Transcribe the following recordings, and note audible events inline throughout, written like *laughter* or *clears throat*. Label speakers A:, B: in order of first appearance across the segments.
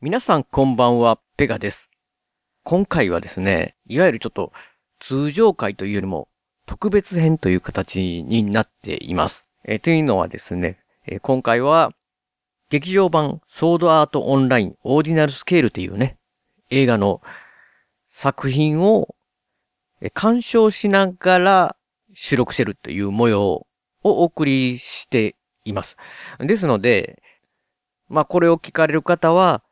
A: 皆さんこんばんは、ペガです。今回はですね、いわゆるちょっと通常回というよりも特別編という形になっています。えーというのはですね、えー今回は劇場版ソードアートオンラインオーディナルスケールというね、映画の作品をえー鑑賞しながら収録してるという模様をお送りしています。ですので、まあこれを聞かれる方は、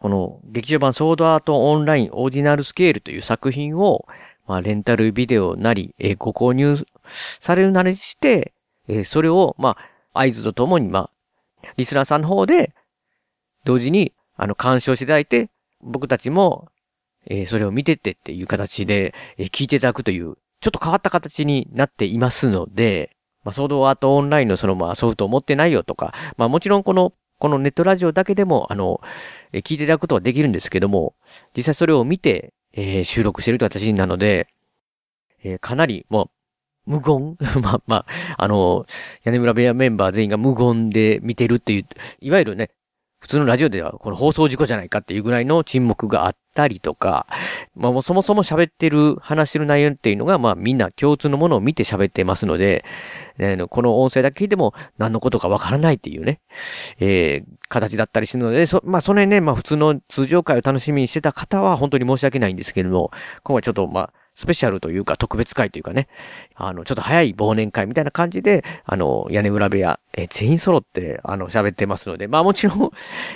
A: この劇場版ソードアートオンラインオーディナルスケールという作品を、まあレンタルビデオなり、えーご購入されるなりして、えーそれを、まあ、合図とともに、まあ、リスナーさんの方で、同時に、あの、鑑賞していただいて、僕たちも、えーそれを見てってっていう形で、えー聞いていただくという、ちょっと変わった形になっていますので、まあ、ソードアートオンラインのその、まあ、ソフトを持ってないよとか、まあ、もちろんこの、このネットラジオだけでも、あの、えー聞いていただくことはできるんですけども、実際それを見て、えー収録しているという形なので、えーかなり、もう、無言 *laughs* まあ、まあ、あの、屋根裏部屋メンバー全員が無言で見てるっていう、いわゆるね、普通のラジオではこの放送事故じゃないかっていうぐらいの沈黙があったりとか、まあもうそもそも喋ってる、話してる内容っていうのが、まあみんな共通のものを見て喋ってますので、えーこの音声だけ聞いても何のことかわからないっていうね、えー形だったりするので、そ、まあそれね、まあ普通の通常会を楽しみにしてた方は本当に申し訳ないんですけれども、今回ちょっとまあ、スペシャルというか特別会というかね、あの、ちょっと早い忘年会みたいな感じで、あの、屋根裏部屋、えー全員揃って、あの、喋ってますので、まあもちろん、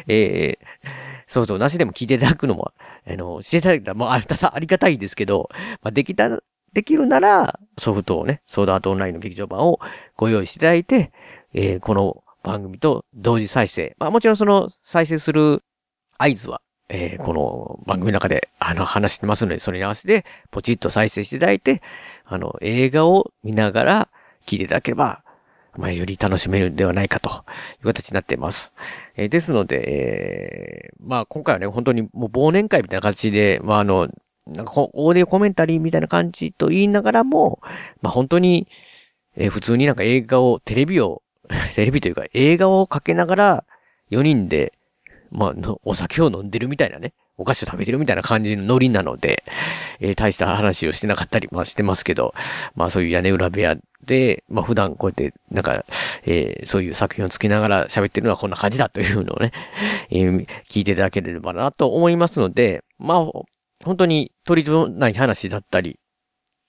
A: えー、そうそう、なしでも聞いていただくのも、あの、していただいたら、まあ、ありがたありがたいですけど、まあ、できた、できるなら、ソフトをね、ソードアートオンラインの劇場版をご用意していただいて、えーこの番組と同時再生。まあもちろんその再生する合図は、えーこの番組の中で、あの、話してますので、それに合わせて、ポチッと再生していただいて、あの、映画を見ながら聞いていただければ、まあ、より楽しめるんではないかという形になっています。えーですので、えーまあ、今回はね、本当にもう忘年会みたいな形で、まあ、あの、なんかこうオーディオコメンタリーみたいな感じと言いながらも、まあ、本当に、えー普通になんか映画を、テレビを、テレビというか映画をかけながら、4人で、まあの、お酒を飲んでるみたいなね、お菓子を食べてるみたいな感じのノリなので、えー大した話をしてなかったり、まあしてますけど、まあそういう屋根裏部屋で、まあ普段こうやって、なんか、えーそういう作品をつきながら喋ってるのはこんな感じだというのをね、えー聞いていただければなと思いますので、まあ、本当に取り留めない話だったり、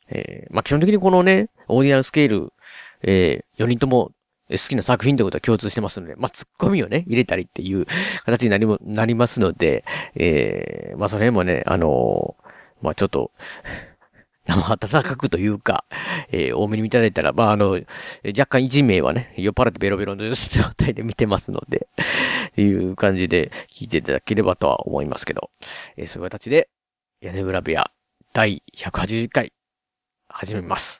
A: えーまあ基本的にこのね、オーディナルスケール、え4人ともえ好きな作品ということは共通してますので、まあ、ツッコミをね、入れたりっていう形になりも、なりますので、えーまあ、その辺もね、あのーまあ、ちょっと、生温かくというか、えー多めに見ていただいたら、まあ、あの、え若干一名はね、酔っ払ってベロベロの状態で見てますので、っていう感じで聞いていただければとは思いますけど、えーそういう形で、屋根裏部屋第180回、始めます。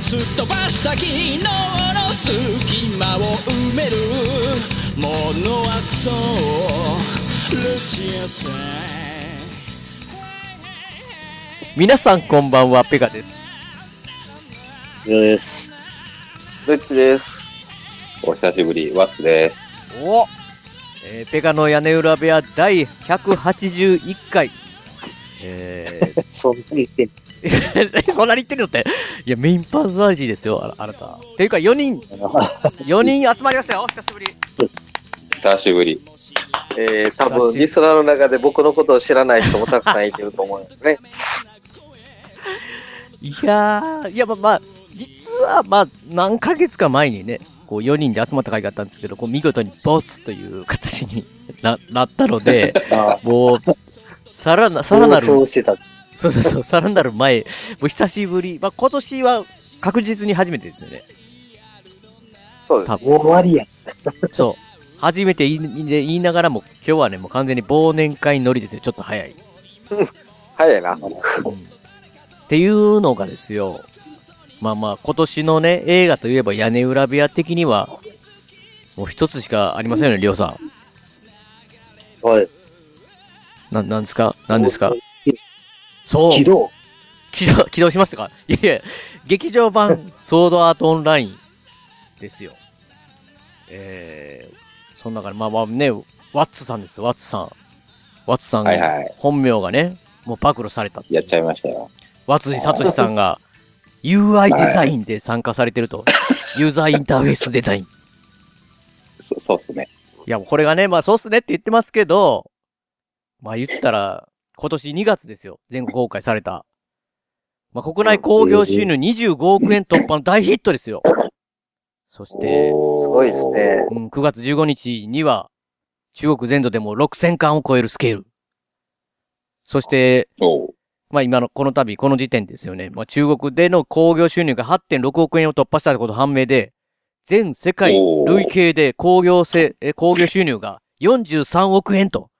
B: すっ飛ばした昨日の隙間を埋めるものはそうルチアさん
A: 皆さんこんばんは、ペガです。
C: よです。
D: ブッチです。
C: お久しぶり、ワッツです。
A: おえーペガの屋根裏部屋第181回。えー
D: そんなに言ってん
A: え、 *laughs* そんなに言ってるのって。いや、メインパーソナリティですよ、ああなた。ていうか、4人、4人集まりましたよ、久しぶり。
C: 久しぶり。
D: えー、多分リスナーの中で僕のことを知らない人もたくさんいてると思うんですね。
A: *laughs* いやー、いや、まあ、まあ、実は、まあ、何ヶ月か前にね、こう、4人で集まった会があったんですけど、こう、見事にボツという形 *laughs* にななったので、
D: *laughs* あ
A: もう、さらな、さらなる
D: そうしてた。
A: そうそうそう、さらなる前、もう久しぶり。まあ、今年は確実に初めてですよね。
D: そうです。
A: 多分
E: もう終わりやん。
A: そう。初めて言いで言いながらも、今日はね、もう完全に忘年会乗りですね。ちょっと早い。
D: 早いな。
A: うんっていうのがですよ。まあまあ、今年のね、映画といえば屋根裏部屋的には、もう一つしかありませんよね、りょうさ
E: はい。
A: ん。な、なんですかなんですかそう。
E: 起動。
A: 起動、起動しましたかいやいや、劇場版、ソードアートオンラインですよ。えー、その中で、まあまあね、ワッツさんですよ、ワッツさん。ワッツさん、
C: はいはい。
A: 本名がね、もう暴露されたっていう
C: やっちゃいましたよ。
A: 和辻聡さんが UI デザインで参加されてる
C: *laughs*
A: と。ユーザーインターフェースデザイン。い
C: そそうっすね。
A: や、これがね、まあそうっすねって言ってますけど、まあ言ったら、今年2月ですよ。全国公開された。まあ国内興行収入25億円突破の大ヒットですよ。そして、
D: す
C: す
D: ごいです。ね。
A: うん、9月15日には、中国全土でも6000巻を超えるスケール。そして、
C: おー
A: まあ今の、この度、この時点ですよね。まあ中国での興行収入が8.6億円を突破したこと判明で、全世界
C: おー
A: 累計で興行せ、え、興行収入が43億円と。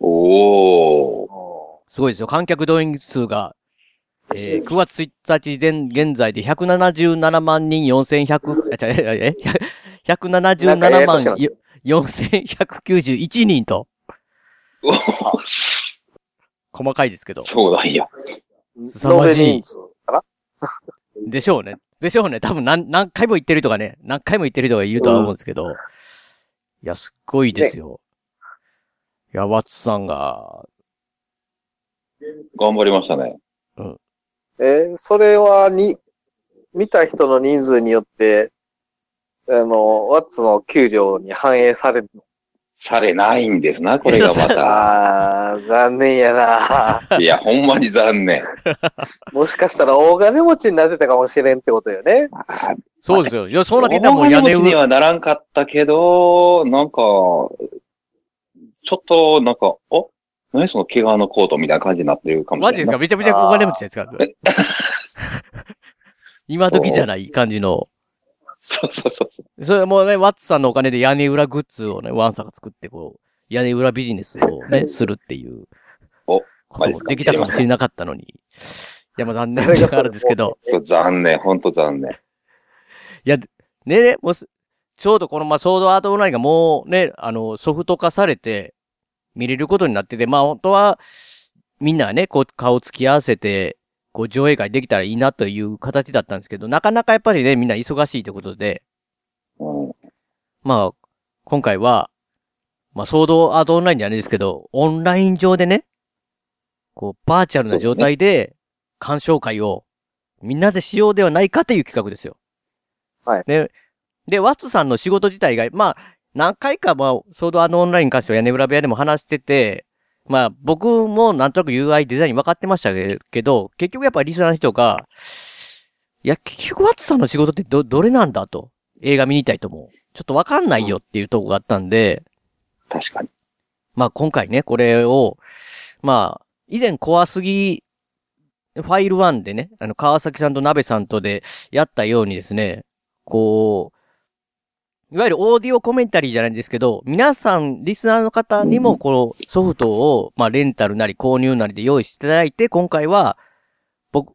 C: おー
A: すごいですよ。観客動員数が、えー9月1日現現在で177万人4100、あ、ちゃ、 *laughs* え、ええ177
D: なんかややこ
A: 万
D: しいな
A: 4191人と、
C: おー
A: 細かいですけど。
C: そうなんや。
A: 凄まじい
D: 延べ人数かな
A: でしょうね。でしょうね。多分何、何回も言ってる人がね、何回も言ってる人がいるとは思うんですけど。いや、すっごいですよ。いや、ワッツさんが、
C: 頑張りましたね。
D: えーそれはに、見た人の人数によって、あの、ワッツの給料に反映されるの。
C: されないんですな、これがまた。
D: あ
E: *laughs*
D: ー、残念やな *laughs*
C: いや、ほんまに残念。
D: もしかしたら大金持ちになってたかもしれんってことよね。
A: そうですよ。いや、そうなってきたらも
C: 大
A: う
C: 金
A: 屋根
C: 持ちに
A: 裏。
C: はならんかったけど、なんか、ちょっと、なんか、お何その毛皮のコートみたいな感じになってるかも
A: マ
C: し
A: ジ
C: れ
A: です
C: な
A: か
C: い。
A: めちゃめちゃお金持ちじゃないですか
C: *laughs*
A: 今時じゃない感じの。
C: そうそうそう。
A: それもうね、ワッツさんのお金で屋根裏グッズをね、ワンさんが作って、こう、屋根裏ビジネスを *laughs* ね、するっていう。
C: お
A: こともできたかもしれなかったのに。いや、まあ残念
D: 誰
A: な
D: が
A: がらですけど。 *laughs*
C: そう残念、ほんと残念。
A: いや、ねね、もうす、ちょうどこの、まあ、ソードアートオンラインがもうね、あの、ソフト化されて、見れることになってて、まあ、本当は、みんながね、こう、顔つき合わせて、こう、上映会できたらいいなという形だったんですけど、なかなかやっぱりね、みんな忙しいということで、
C: うん、
A: まあ、今回は、まあ、ソードアートオンラインじゃないですけど、オンライン上でね、こう、バーチャルな状態で、鑑賞会を、みんなでしようではないかという企画ですよ。
D: はい
A: で、で、ワッツさんの仕事自体が、まあ、何回か、まあ、ソードアートオンラインに関しては屋根裏部屋でも話してて、まあ、僕もなんとなく UI デザイン分かってましたけど、結局やっぱりリスナーの人が、いや、結局ワッツさんの仕事ってど、どれなんだと。映画見に行きたいとも、ちょっとわかんないよっていうとこがあったんで、
C: 確かに。
A: まあ今回ね、これを、まあ、以前怖すぎ、ファイル1でね、あの、川崎さんと鍋さんとでやったようにですね、こう、いわゆるオーディオコメンタリーじゃないんですけど、皆さん、リスナーの方にも、このソフトを、まあ、レンタルなり購入なりで用意していただいて、今回は、僕、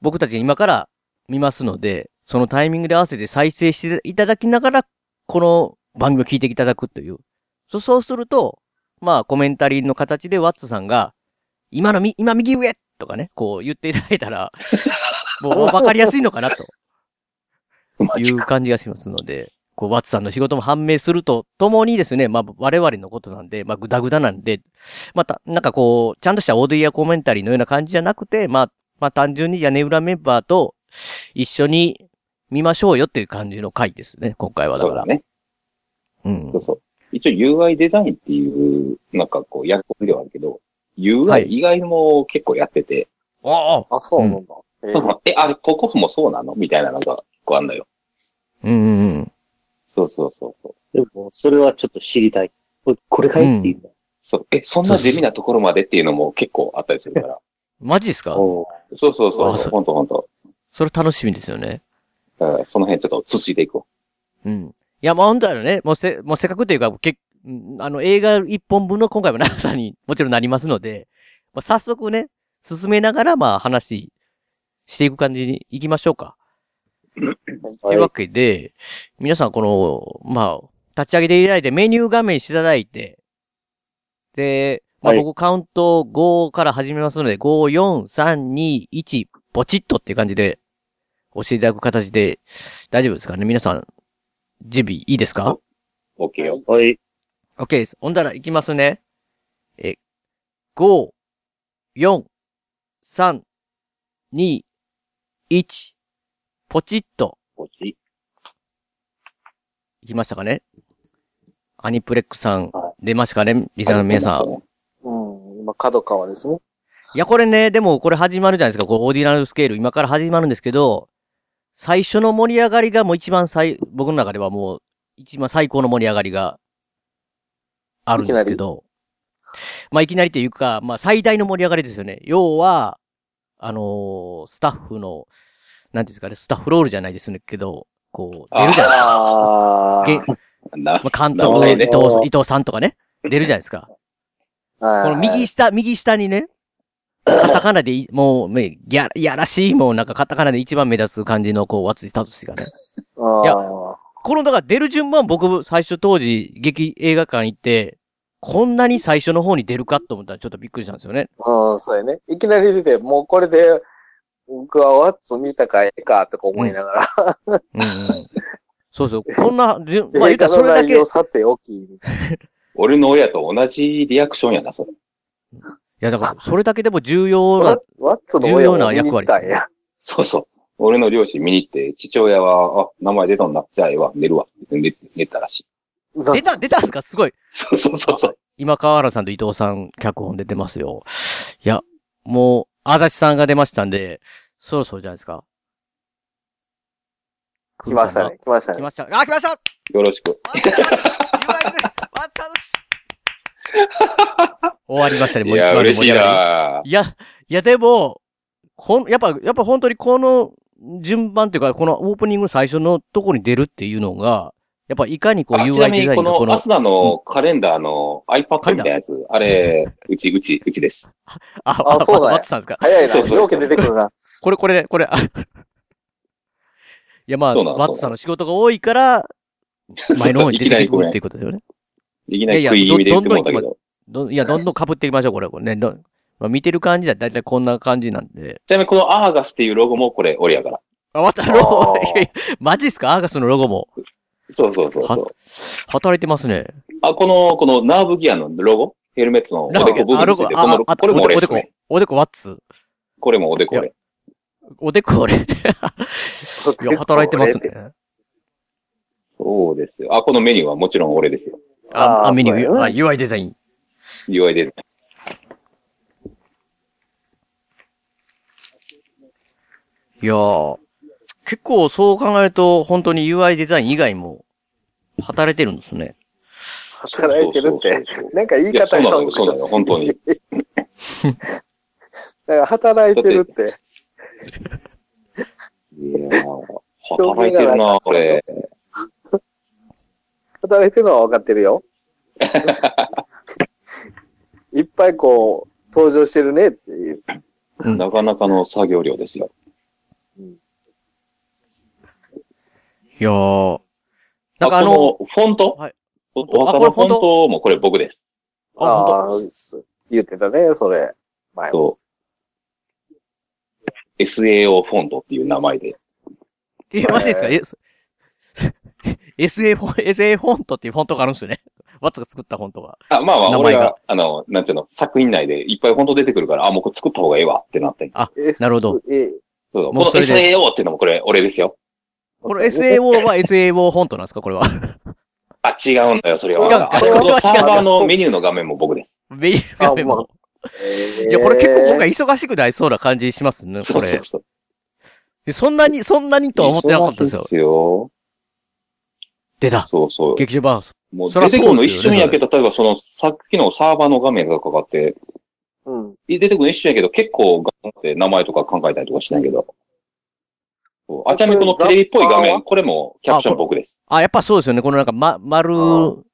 A: 僕たちが今から見ますので、そのタイミングで合わせて再生していただきながら、この番組を聞いていただくという。そうそうすると、まあ、コメンタリーの形でワッツさんが、今のみ、今右上とかね、こう言っていただいた
C: *laughs*
A: ら、もう分かりやすいのかなと。
C: マ
A: い
C: ジ
A: う
C: か。
A: 感じがしますので、こう、ワッツさんの仕事も判明するとともにですね、まあ、我々のことなんで、まあ、ぐだぐだなんで、また、なんかこう、ちゃんとしたオーディアコメンタリーのような感じじゃなくて、まあ、まあ、単純に屋根裏メンバーと一緒に見ましょうよっていう感じの回ですね、今回はだ
C: そ
A: か
C: う
A: ら。
C: だね。
A: うん
C: そう。そう。一応 UI デザインっていう、なんかこう、役割ではあるけど、
A: は
C: UI
A: い
C: 以外も結構やってて、
A: ああ
D: あ、そうなんだ。えー
C: え、あれ、ここもそうなのみたいなのが結構あんのよ。
A: うんうん
C: そうそうそうそう。
E: でも、それはちょっと知りたい。これこれかいっていうの。
A: *laughs*
C: そうえ、そんな地味なところまでっていうのも結構あったりするから。
A: マジですか
E: おう
C: そうそうそう
A: あそ
C: そうう。ほんとほんと。
A: それ楽しみですよね。
C: だからその辺ちょっとつついていこ
A: うん。いや、まあ、ほんとだよね。もうせ、もうせっかくというか、けうんあの、映画一本分の今回も長さにもちろんなりますので、まあ、早速ね、進めながら、まあ、話していく感じに行きましょうか。と
E: はいいう
A: わけで、皆さんこの、まあ、立ち上げていただいて、メニュー画面していただいて、で、まあ、
E: はい
A: 僕カウント5から始めますので、5、4、3、2、1、ポチッとっていう感じで、教えていただく形で、大丈夫ですかね皆さん、準備いいですか
C: う。OK よ。
E: はい。
A: ?OK です。ほんだら、いきますね。え、5、4、3、2、1、ポチッと。
C: こっち。
A: 行きましたかねアニプレックさん
E: は、
A: 出ましたかねリザーの皆さん。
D: うん。今、角川ですね。
A: いや、これね、でもこれ始まるじゃないですか。こう、オーディナルスケール、今から始まるんですけど、最初の盛り上がりがもう一番最、僕の中ではもう、一番最高の盛り上がりが、あるんですけど、まあ、いきなりというか、まあ、最大の盛り上がりですよね。要は、あのースタッフの、なんていうんですかね、スタッフロールじゃないですけど、こう、出るじゃない
D: あ
A: ですか。
C: な、
A: まあ、監督
C: な
A: が
C: る
A: 伊
C: ほどね
A: 藤伊藤さんとかね、出るじゃないですか。こ
D: こ
A: の右下、右下にね、カタカナでい、もう、めややらしい、もうなんかカタカナで一番目立つ感じの、こう、松井達がね。いや
D: あ
A: この、だから出る順番僕、最初当時、劇、映画館行って、こんなに最初の方に出るかと思ったらちょっとびっくりしたんですよね。
D: あ。うん、そうやね。いきなり出て、もうこれで、僕はワッツ見たかええかとか思いながら、
A: うん、うん。そうそう。こんな順、まあ言
D: *laughs* 映
A: ったら
D: 画
A: そ
D: の
A: れだ
D: 内
A: け、い
D: 容さておき、
C: 俺の親と同じリアクションやな、それ。
A: やだから、それだけでも重要
D: ワ
A: な、
D: ワッツの親を見に行ったんや。
C: そうそう。俺の両親見に行って、父親は、あ、名前出たんだ。じゃあ、ええわ、寝るわ。って寝て寝たらしい。
D: *laughs*
A: 出た、出たんですかすごい。
C: そうそうそうそう。
A: 今川原さんと伊藤さん、脚本出てますよ。いや、もう、足立さんが出ましたんで、そろそろじゃないですか。
D: 来ましたね。来ました
A: 来
D: ね。
A: ました。あ、来ました
C: *laughs*
A: ワ
C: よろしく。
A: ッツワッツワッツワッツワッツ終わりましたね、
C: い
A: もう一番
C: や、
A: の
C: 嬉しい
A: 盛り上が
C: な
A: りいや、いやでも、こん、やっぱ、やっぱ本当にこの順番というか、このオープニング最初のとこに出るっていうのが、やっぱいかにこう
C: あ
A: UI
C: ち
A: デ
C: なみ
A: ザ
C: に、
A: イン
C: こ
A: がこ
C: の、
A: の
C: ア、スナのカレンダーの iPad みたいなやつ、あれ、うち、うち、うちです。
A: あ、
D: あそうだね
A: ワッツさんですか
D: 早いな。
C: そうそう
D: ようけ出てくるな。
A: これ、これ、これ、 *laughs* あいや、まあ、
C: そうなの
A: ワッツさんの仕事が多い
C: *laughs*
A: から、前の方に出てくるっていうことですよね。
C: いきなり食い意味で言ってもらったけど。
A: どんいや、どんどん被っていきましょう、これ。これね、どんまあ、見てる感じだ、だいたいこんな感じなんで。
C: ちなみに、このアーガスっていうロゴもこれ、俺やから。
A: あ、ワッツさん、ロゴ *laughs*
D: あー
A: いやいやマジっすかアーガスのロゴも。
C: そうそうそうそ
A: は。
C: う
A: 働いてますね。
C: あ、この、このナーブギアのロゴヘルメットのおでこ部
A: あ
C: 分
A: ロ
C: につ
A: ゴ
C: いて、
A: あ
C: このロ
A: あ
C: これも
A: おでお
C: 俺で
A: ですこ
C: ね。、
A: おでこ、ワッツ。
C: これもおでこ俺。
A: おでこ、俺。いや、働いてますね。
C: そうですよ。あ、このメニューはもちろん俺ですよ。
A: あ、
D: あ
A: あ
D: ー
A: メニュ
D: そうや
A: ー、
D: な
A: あ、UI デザイン。
C: UI で。
A: いやー、結構そう考えると、本当に UI デザイン以外も、働いてるんですね。
D: 働いてるって
C: そうそうそう。
D: *laughs* なんか言
C: い
D: い
C: や、そ
D: 方
C: うな
D: が
C: のよ、そうなのよ、本当に。
D: だから働いてるって。
C: いやー働いてるな、これ。
D: 働いてるのは分かってる
C: *laughs*
D: よ。いっぱいこう、登場してるねっていう。
A: うん
C: なかなかの作業量ですよ。
A: いやー。なんかあ
C: あ、
A: の、
C: このフォント
A: はい
C: お
A: フォント
C: お墓
A: あ
C: の
A: これフォ
C: フォ
A: ン
C: ン
A: ト
C: トもこれ僕です。
A: あ、
D: ああ、言ってたね、それ。前も。
C: そう。SAO フォントっていう名前で。
A: え、マジですかえ、そ *laughs* SA フォン、SA フォントっていうフォントがあるんですよね。 *laughs* ワッツが作ったフォントが。
C: あ、まあまあ、
A: 名前
C: 俺
A: が
C: が、あの、なんていうの、作品内でいっぱいフォント出てくるから、あ、もうこれ作った方がええわってなって。
A: なるほど
D: S- え
C: そうそう
A: もう
C: この
A: それ
C: SAO っ
A: で
C: ていうのもこれ、俺ですよ。
A: この SAO は SAO フォントなんですかこれは。 *laughs*
C: あ、違うんだよ、それ
A: 違
C: は。
A: うんですか
C: あ
A: それは
C: このサ
A: 違うん
C: ー
A: だ
C: バーのメニューの画面も僕です。
A: メイル
D: あ
A: 画面も。
D: えー
A: いや、これ結構今回忙しくなりそうな感じしますね、
C: そ
A: こ
C: う
A: れ
C: そう。そう。
A: でそんなに、そんなにとは思ってなかったんですよ
C: 忙し。いよ。
A: 出た。
C: そうそう。
A: 劇場版。
C: もう
A: そら
C: 出
A: そう
C: て
A: です
C: く
A: よ
C: る
A: ね
C: の一瞬やけど、例えばそのさっきのサーバーの画面がかかって、
D: うん。
C: 出てくるの一緒やけど、結構頑張って名前とか考えたりとかしてないけど。そうあちなみにこのテレビっぽい画面、これもキャプション僕です。
A: あ、やっぱそうですよね。このなんか、ま、丸
C: う、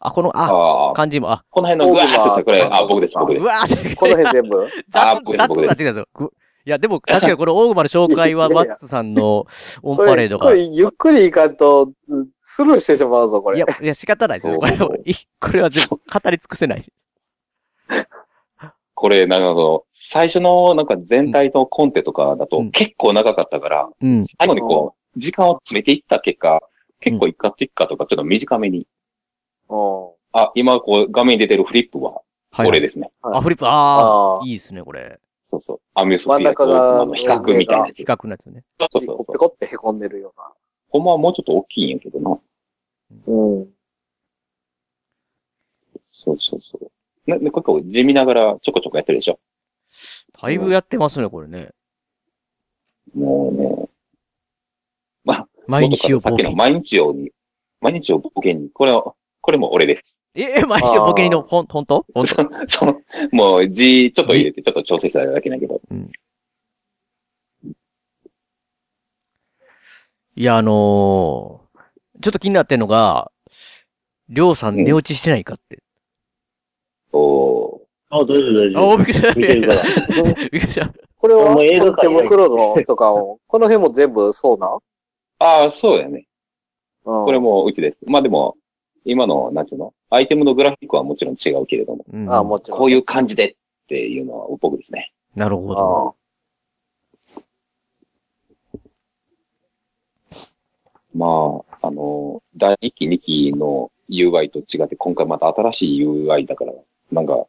A: あ、この、あ、
C: ああー、
A: 漢字も、あ、
C: この辺の
D: オー
C: ぐ
D: ル
C: わ
D: は
C: ーってしたこれ、あ、僕です、僕で
A: う
C: す。
A: わー
D: *laughs* この辺全部。
C: あ
A: 雑
C: 僕です
A: 雑
C: 僕
A: に
C: です
A: なってきたぞ。ぐいや、でも、確かにこの大熊の紹介は、
D: いや
A: マ
D: いや
A: ッツさんのオン
D: こ
A: パレ
D: れ、
A: ード
D: こ
A: が。
D: れゆっくりいかんと、うんスルーしてしまうぞ、
A: い
D: これ
A: や。、いや、仕方ないですよ。これは、いこれは全部語り尽くせない。
C: これ、なんかあの、最初のなんか全体のコンテとかだ
A: う
C: と
A: ん
C: 結構長かったから、
A: うん。
C: 最後にこう、時間を詰めていった結果、結構一か一かとかちょっと短めに。
D: うん。
C: あ、今こう画面に出てるフリップは、
A: はい。
C: これですね。
A: あ、フリップ、あ
D: あ
A: あ、いいですね、これ。
C: そうそう。アミュースフィ
D: 真ん
C: ア
D: 中
C: と
D: が
C: あの比較みたいなやつ
A: 比。較のやつね。
C: そ
D: あ、
C: う
D: ピ
C: そう
D: コ
C: そ
D: ピ
C: う。
D: コって凹んでるよ
C: ほんまはもうちょっと大きいんやけどな。
D: うな。うん。
C: そうそうそう。ね、ね、結構地味ながらちょこちょこやってるでしょ。
A: だいぶやってますね、これね。
C: もうね。
A: 毎日を
C: さ
A: 冒
C: っきの
A: 険。
C: 毎日をに、毎日を冒険に、これは、これも俺です。
A: え、え毎日を冒険の、ほん、ほんとほんと
C: *laughs* その、もう字ちょっと入れて、ちょっと調整しただけだけど。
A: いや、あのーちょっと気になってんのが、りょうさん
C: うん
A: 寝落ちしてないかって。
C: おー
E: あ、大丈夫、大
A: あ、
E: 丈
A: お
E: 夫。
A: びっくりした。
E: 見てるから。
A: *laughs* びっくりした。
D: これは、
E: もう映画
D: 手
E: 館
D: 袋のとかを、この辺も全部そうな。
C: ああ、そうやね。
D: こ
C: これ。もうちです。まあでも、今の、なんていうのアイテムのグラフィックはもちろん違うけれども、
A: うん
D: あ、もちろん。
C: こういう感じでっていうのは僕ですね。
A: なるほど。
D: ああ
C: まあ、あの、第1期、2期の UI と違って、今回また新しい UI だから、なんか、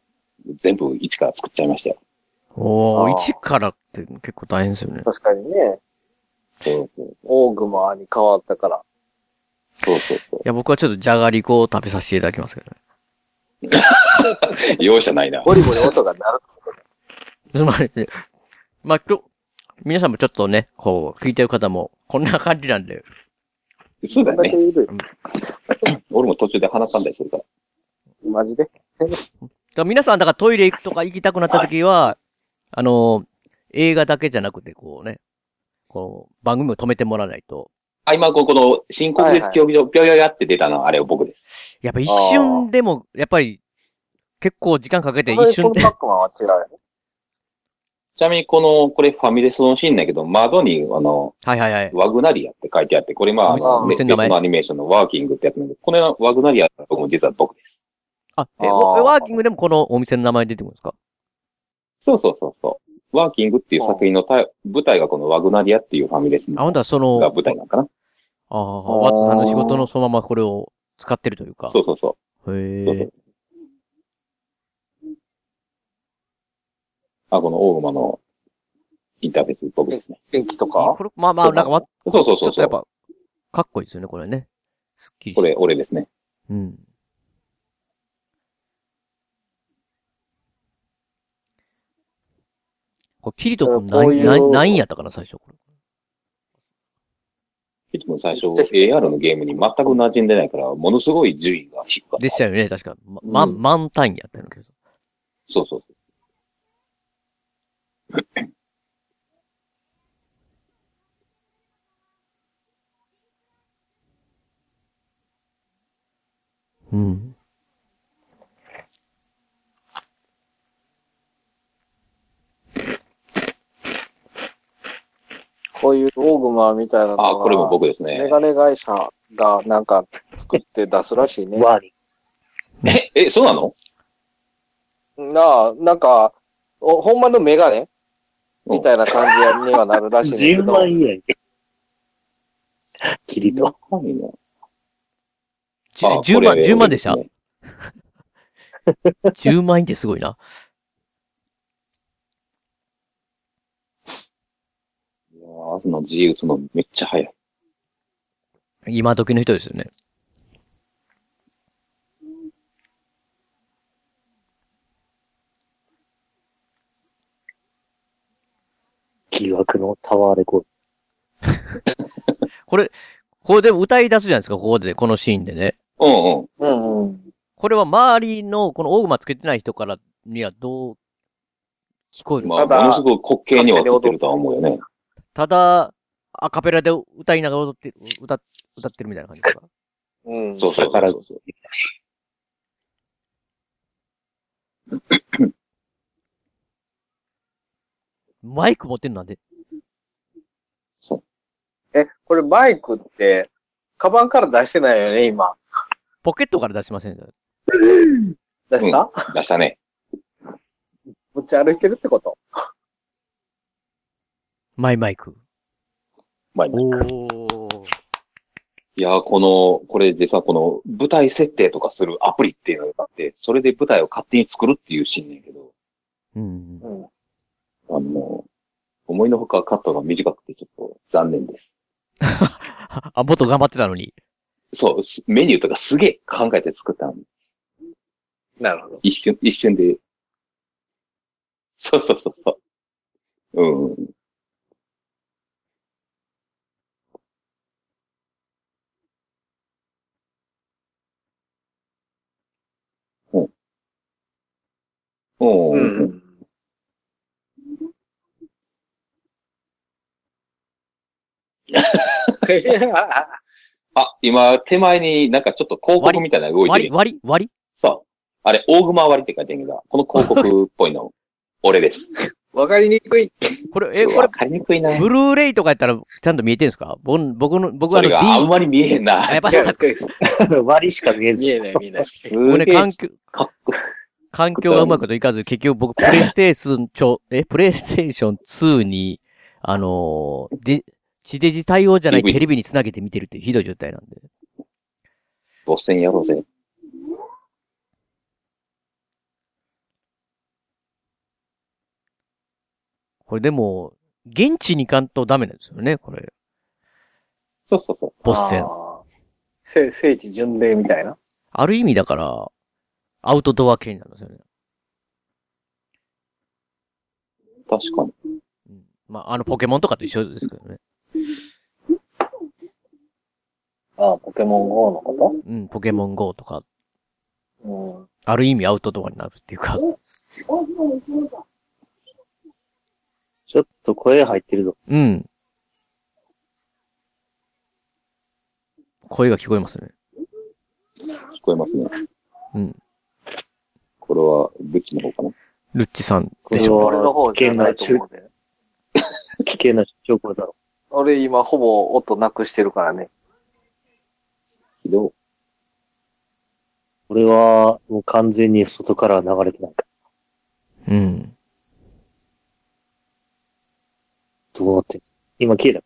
C: 全部一から作っちゃいましたよ。
A: おー、
D: あー
A: 一からって結構大変ですよね。
D: 確かにね、
C: そうそう
D: オーグマーに変わったから。
C: そうそうそ
A: いや、僕はちょっとじゃがりこを食べさせていただきますけどね。
C: う。容赦ないな。
D: ゴリゴリ音が鳴る。
A: つまり、まあ、今日、皆さんもちょっとね、こう、聞いてる方も、こんな感じなんで、
C: そう
D: こ
C: だ
D: ん
C: よ
D: だけ
C: ね。
D: いる。
C: 俺も途中で話さんだりするから。
D: マジで。
A: だから皆さん、だからトイレ行くとか行きたくなった時は、あの、映画だけじゃなくて、こうね、こう、番組を止めてもらわないと。
C: あ、今、ここの、深刻です競技場、ぴょよやって出たのは、あれを僕です。
A: やっぱ一瞬でも、やっぱり、結構時間かけて一瞬
D: このパ
A: で
D: ッ、クマンは違うよね。
C: ちなみに、この、これファミレスのシーンだけど、窓に、あの、
A: はいはいはい。
C: ワグナリアって書いてあって、これまあ、あ
D: あ
C: の
D: ー
C: 別
A: 店の名前
C: のアニメーションのワーキングってやつなんで、このワグナリアの僕も実は僕です。
A: あ、え、
D: あー
A: ワワーキングでもこのお店の名前出てくるんですか
C: そうそうそうそう。ワーキングっていう作品のタイ舞台がこのワグナリアっていうファミレス
A: あ、ほん
C: が
A: とはその、
C: 舞台なのかな
A: ああ、ワッツさんの仕事のそのままこれを使ってるというか。
C: そうそうそう。
A: へ
C: そうそ
A: え
C: う。あ、この大馬のインターフェース僕ですね。
D: 天気とか
A: これ、まあまあ、
C: そう
A: なんかわ、ち
C: そうそう
A: ょ
C: そう
A: っとやっ
C: そう。
A: ぱ、かっこいいですよね、これね。すっきりして
C: これ、俺ですね。
A: うん。これ、キリト君
D: こう
A: 何、
D: いう
A: 何、何やったかな、最初。これ
C: ヒットも最初、AR のゲームに全く馴染んでないから、ものすごい順位が低かった。
A: でしたよね、確か。ま、
D: うん
A: 満タンやったんだけど。
C: そうそう。
A: うん。
D: こういうオーグマーみたいなのが
C: あ、これも僕ですね
D: メ。ガネ会社がなんか作って出すらし
C: *laughs*
D: いね。
E: ワーリ
C: え、え、そうなの
D: なあ、なんか、おほんまのメガネ
C: うん
D: みたいな感じにはなるらしい
E: ー。
D: んだけ
E: 10
D: ど。
E: 万円やんけ。キリト。
C: 高いね
A: じゅ
C: あ
A: 10万、
C: これ
A: 10万でした
C: 俺。すね
A: 10万円ってすごいな。
C: いやー、朝の自由打つのめっちゃ早い。
A: 今時の人ですよね。
E: 疑惑のタワーレコード。
A: これ、これでも歌い出すじゃないですか、ここで、このシーンでね。
C: うんうん。
D: うんうん。
A: これは周りの、この大熊つけてない人からにはどう聞こえる。
C: まあ、
D: ただ
C: ものすごく滑稽には映ってるとは思うよね。
A: ただ、アカペラで歌いながら踊って、歌っ、歌ってるみたいな感じですか。
D: うん。
C: そうそうそうそう。
A: マイク持ってんのなんで。
D: え、これマイクって、カバンから出してないよね、今。
A: ポケットから出しませんよ。
D: 出した、
C: 出したね。
D: 持ち歩いてるってこと
A: マイマイク。
C: 前に
A: おー。
C: いやー、この、これでさ、この舞台設定とかするアプリっていうのがあって、それで舞台を勝手に作るっていうシーンねんけど、
A: うん。
D: うん。
C: あの、思いのほかカットが短くてちょっと残念です。
A: あ、もっと頑張ってたのに。
C: そう、すメニューとかすげえ考えて作ったのに、
D: なるほど。
C: 一瞬、一瞬で。そうそうそうそう。うん。うん。おー *laughs*
D: うん。
C: あ、今、手前になんかちょっと広告みたいなの動いて
A: 割り
C: る。
A: 割り割り
C: そう。あれ、大熊割りって書いてるけど、この広告っぽ
A: *laughs*
C: いの、俺です。
D: わかりにくい。
A: これ、え、こ
C: わ
A: れ、
C: かりにくいな。
A: ブルーレイとかやったらちゃんと見えてんすか僕ん僕の、僕はあ
C: そ
A: の
C: れ
A: D、
C: があんまり見えへんな。
A: あやっぱ
D: わかりにくいです。
E: 割りしか見えず。
D: 見えない、見えない。
C: す
A: 僕ね、
C: げえ
A: 環境、
C: かっこ
A: 環境がうまいこといかず、結局僕、
C: *laughs*
A: プレイステーション、ちょ、え、プレイステーション2に、あのー、で、地デジ対応じゃない
C: DV
A: テレビにつなげて見てるっていうひどい状態なんで。
C: ボス戦やろうぜ。
A: これでも、現地に行かんとダメなんですよね、これ。
C: そうそうそう。
A: ボス戦。あ
D: あー。せ聖地巡礼みたいな。
A: る意味だから、アウトドア系なんですよね。
C: 確かに。
A: うん、まあ、あの、ポケモンとかと一緒ですけどね。
D: ああ、ポケモン GO のこ
A: うん、ポケモン GO とか、
D: とうん。
A: ある意味アウトドアになるっていうか、
E: ちょっと声入ってるぞ。
A: うん。声が聞こえますね。
C: 聞こえますね。
A: うん。
C: これは、ブッチの方かな。
A: ルッチさんでし
E: う
A: ょ。
E: わ
D: 俺の方じゃないと思うね。
E: 危険な証拠だろ。
D: 俺今ほぼ音なくしてるからね。
C: けど、
E: これは、もう完全に外から流れてない。
A: うん。
E: どうなってんの今消えた。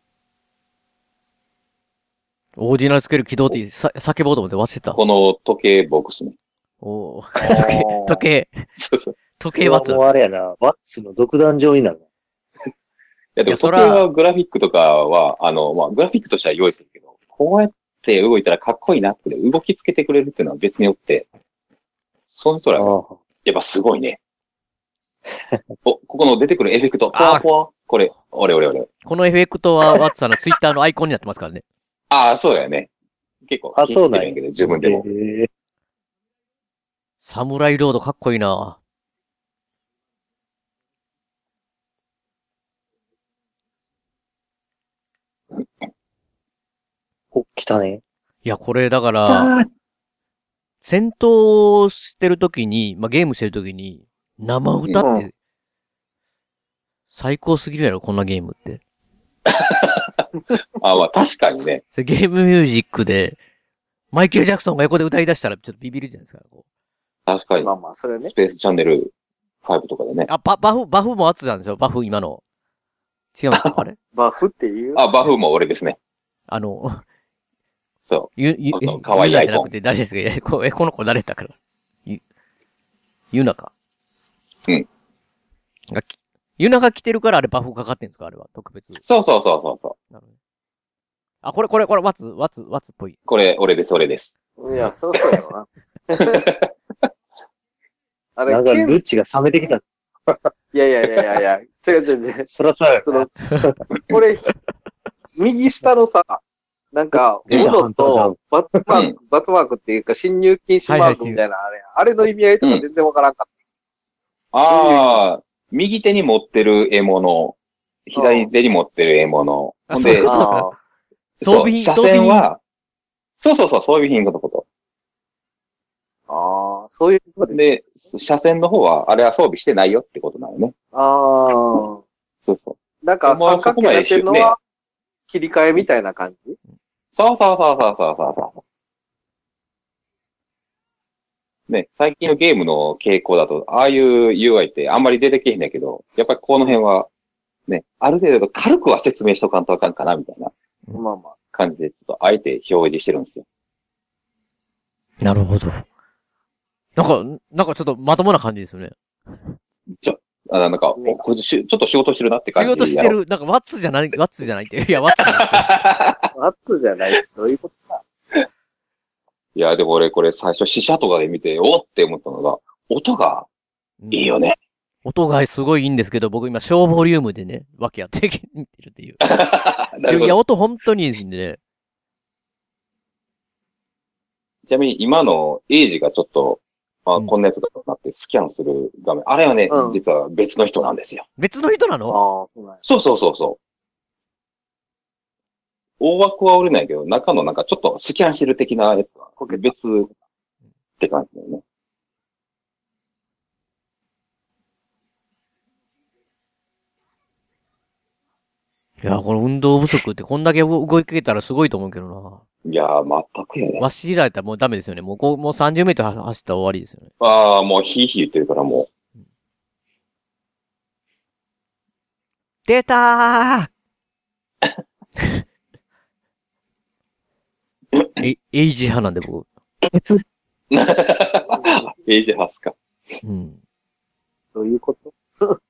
A: オーディナルスケール起動ってさ叫ぼうと思って忘れた。
C: この時計ボックスね。
A: おー
D: 時
A: 時計、
C: そうそう。い
A: 時計は
E: これはもうあれやな、ワッツの独壇場になるな。
C: や、で
A: いや
C: も
A: そ
C: 時計
A: ら
C: はグラフィックとかは、あの、まあ、グラフィックとしては用意するけど、こうやって動いたらかっこいいなって、動きつけてくれるっていうのは別によって、その人ら、
E: ああ
C: やっぱすごいね。お、ここの出てくるエフェクト、ポ
A: あ
C: ワポワ、これ、俺俺俺。
A: このエフェクトはワッツさんのツイッターのアイコンになってますからね。
C: ああ、そうだよね。結構、
E: あそうなんや
C: 気に入ってるんやけど、自分でも。
E: ええ
A: サムライロードかっこいいな
E: お、来たね。
A: いや、これだから、戦闘してる時に、まあ、ゲームしてる時に、生歌っ
D: う
A: て、最高すぎるやろ、こんなゲームって。
C: ああ、まあ確かにね。
A: それゲームミュージックで、マイケル・ジャクソンが横で歌い出したら、ちょっとビビるじゃないですか。こう
C: 確かに
D: ま。あまあ、それね
C: ス。ペースチャンネル5とかでね。
A: あ、ババフ、バフもワッツなんですよ、バフ、今の。違うんですかあ
C: *laughs*
A: れ
D: バフっていう。
C: あ、バフも俺ですね。
A: あの、。
C: そう
A: ゆ、ゆ
C: あの、可愛い
A: ユ
C: ア
A: ナ
C: イ
A: じ
C: コン
A: ゃなくて誰ですかえ、こえこの子誰だったから。ゆ、ユナか。
C: うん。
A: がきユナが来てるからあれバフかかってんすかあれは、特別。
C: そうそうそうそうそう。
A: なるほどあ、これ、これ、これ、ワッツ、ワッツ、ワッツっぽい。
C: これ、俺です、俺です。
D: いや、そりゃそうやろな。あれ
E: なんか、
D: ケン
E: ルッチが冷めてきた。
D: いやいやいやいやいや、違う違う違う。
E: そらそうや
D: その、これ、右下のさ、なんか、
E: 出た
D: 斧とバツマー
C: うん
D: ク、バツマークっていうか、侵入禁止マークみたいな、あれ、あれの意味合いとか全然わからんかっ
C: ああ、右手に持ってる獲物、左手に持ってる獲物。
A: あ
C: ほん
A: そうい
C: で
A: うこ、と
D: ああ
C: そう
A: 装備品
C: 車
A: 装備
C: 線
A: 品
C: は、そうそうそう、装備品のこと。
D: ああ、そういうことで。
C: で、車線の方は、あれは装備してないよってことなのね。
D: あ
C: そうそう。
D: あ。なんか
C: お前は
D: 三
C: そこ
D: 角
C: ま
D: 形
C: で
D: やってるの
C: 一緒ね
D: は切り替えみたいな感じ
C: そうそうそうそうそうそうそう。ね、最近のゲームの傾向だと、ああいう UI ってあんまり出てけへんだけど、やっぱりこの辺は、ね、ある程度軽くは説明しとかんとあかんかな、みたいな
A: うん
D: まあまあ。
C: 感じで、ちょっとあえて表示してるんですよ。
A: なるほど。なんか、なんかちょっとまともな感じですよね。
C: あなんか、おこいつしちょっと仕事してるなって
A: 仕
C: 感じ
A: 事して
C: やろ。
A: る、なんかワッツじゃない、ワッツじゃないって。いや、ワッツじゃない。
D: 圧じゃない。どういうこと
C: いや、でも俺これ最初死者とかで見て、おって思ったのが、音が *laughs* いいよね。
A: 音がすごいいいんですけど、僕今、小ボリュームでね、わけやってみてるっていう。
C: なる
A: い
C: ほ
A: や、
C: ど。
A: 音本当にいいですんでね。
C: ちなみに今のエイジがちょっと、まあ、
A: うん
C: こんなやつだとなってスキャンする画面。あれはね、
D: うん
C: 実は別の人なんですよ。
A: 別の人な
D: ああ、
A: の
D: そうなんや
C: そうそうそうそう。大枠は折れないけど、中のなんかちょっとスキャンしてる的なやつは別って感じだよね。
A: いや、この運動不足ってこんだけ動けたらすごいと思うけど
C: いやー、全くや
A: な。
C: ね。
A: わしらやったらもうダメですよね。もうこう、もう30メートル走ったら終わりですよね。
C: ああ、もうヒーヒー言ってるからもう。
A: 出たー *laughs* え、エイジ派なんで僕。
C: エイジハスか。
A: うん。
D: どういうこと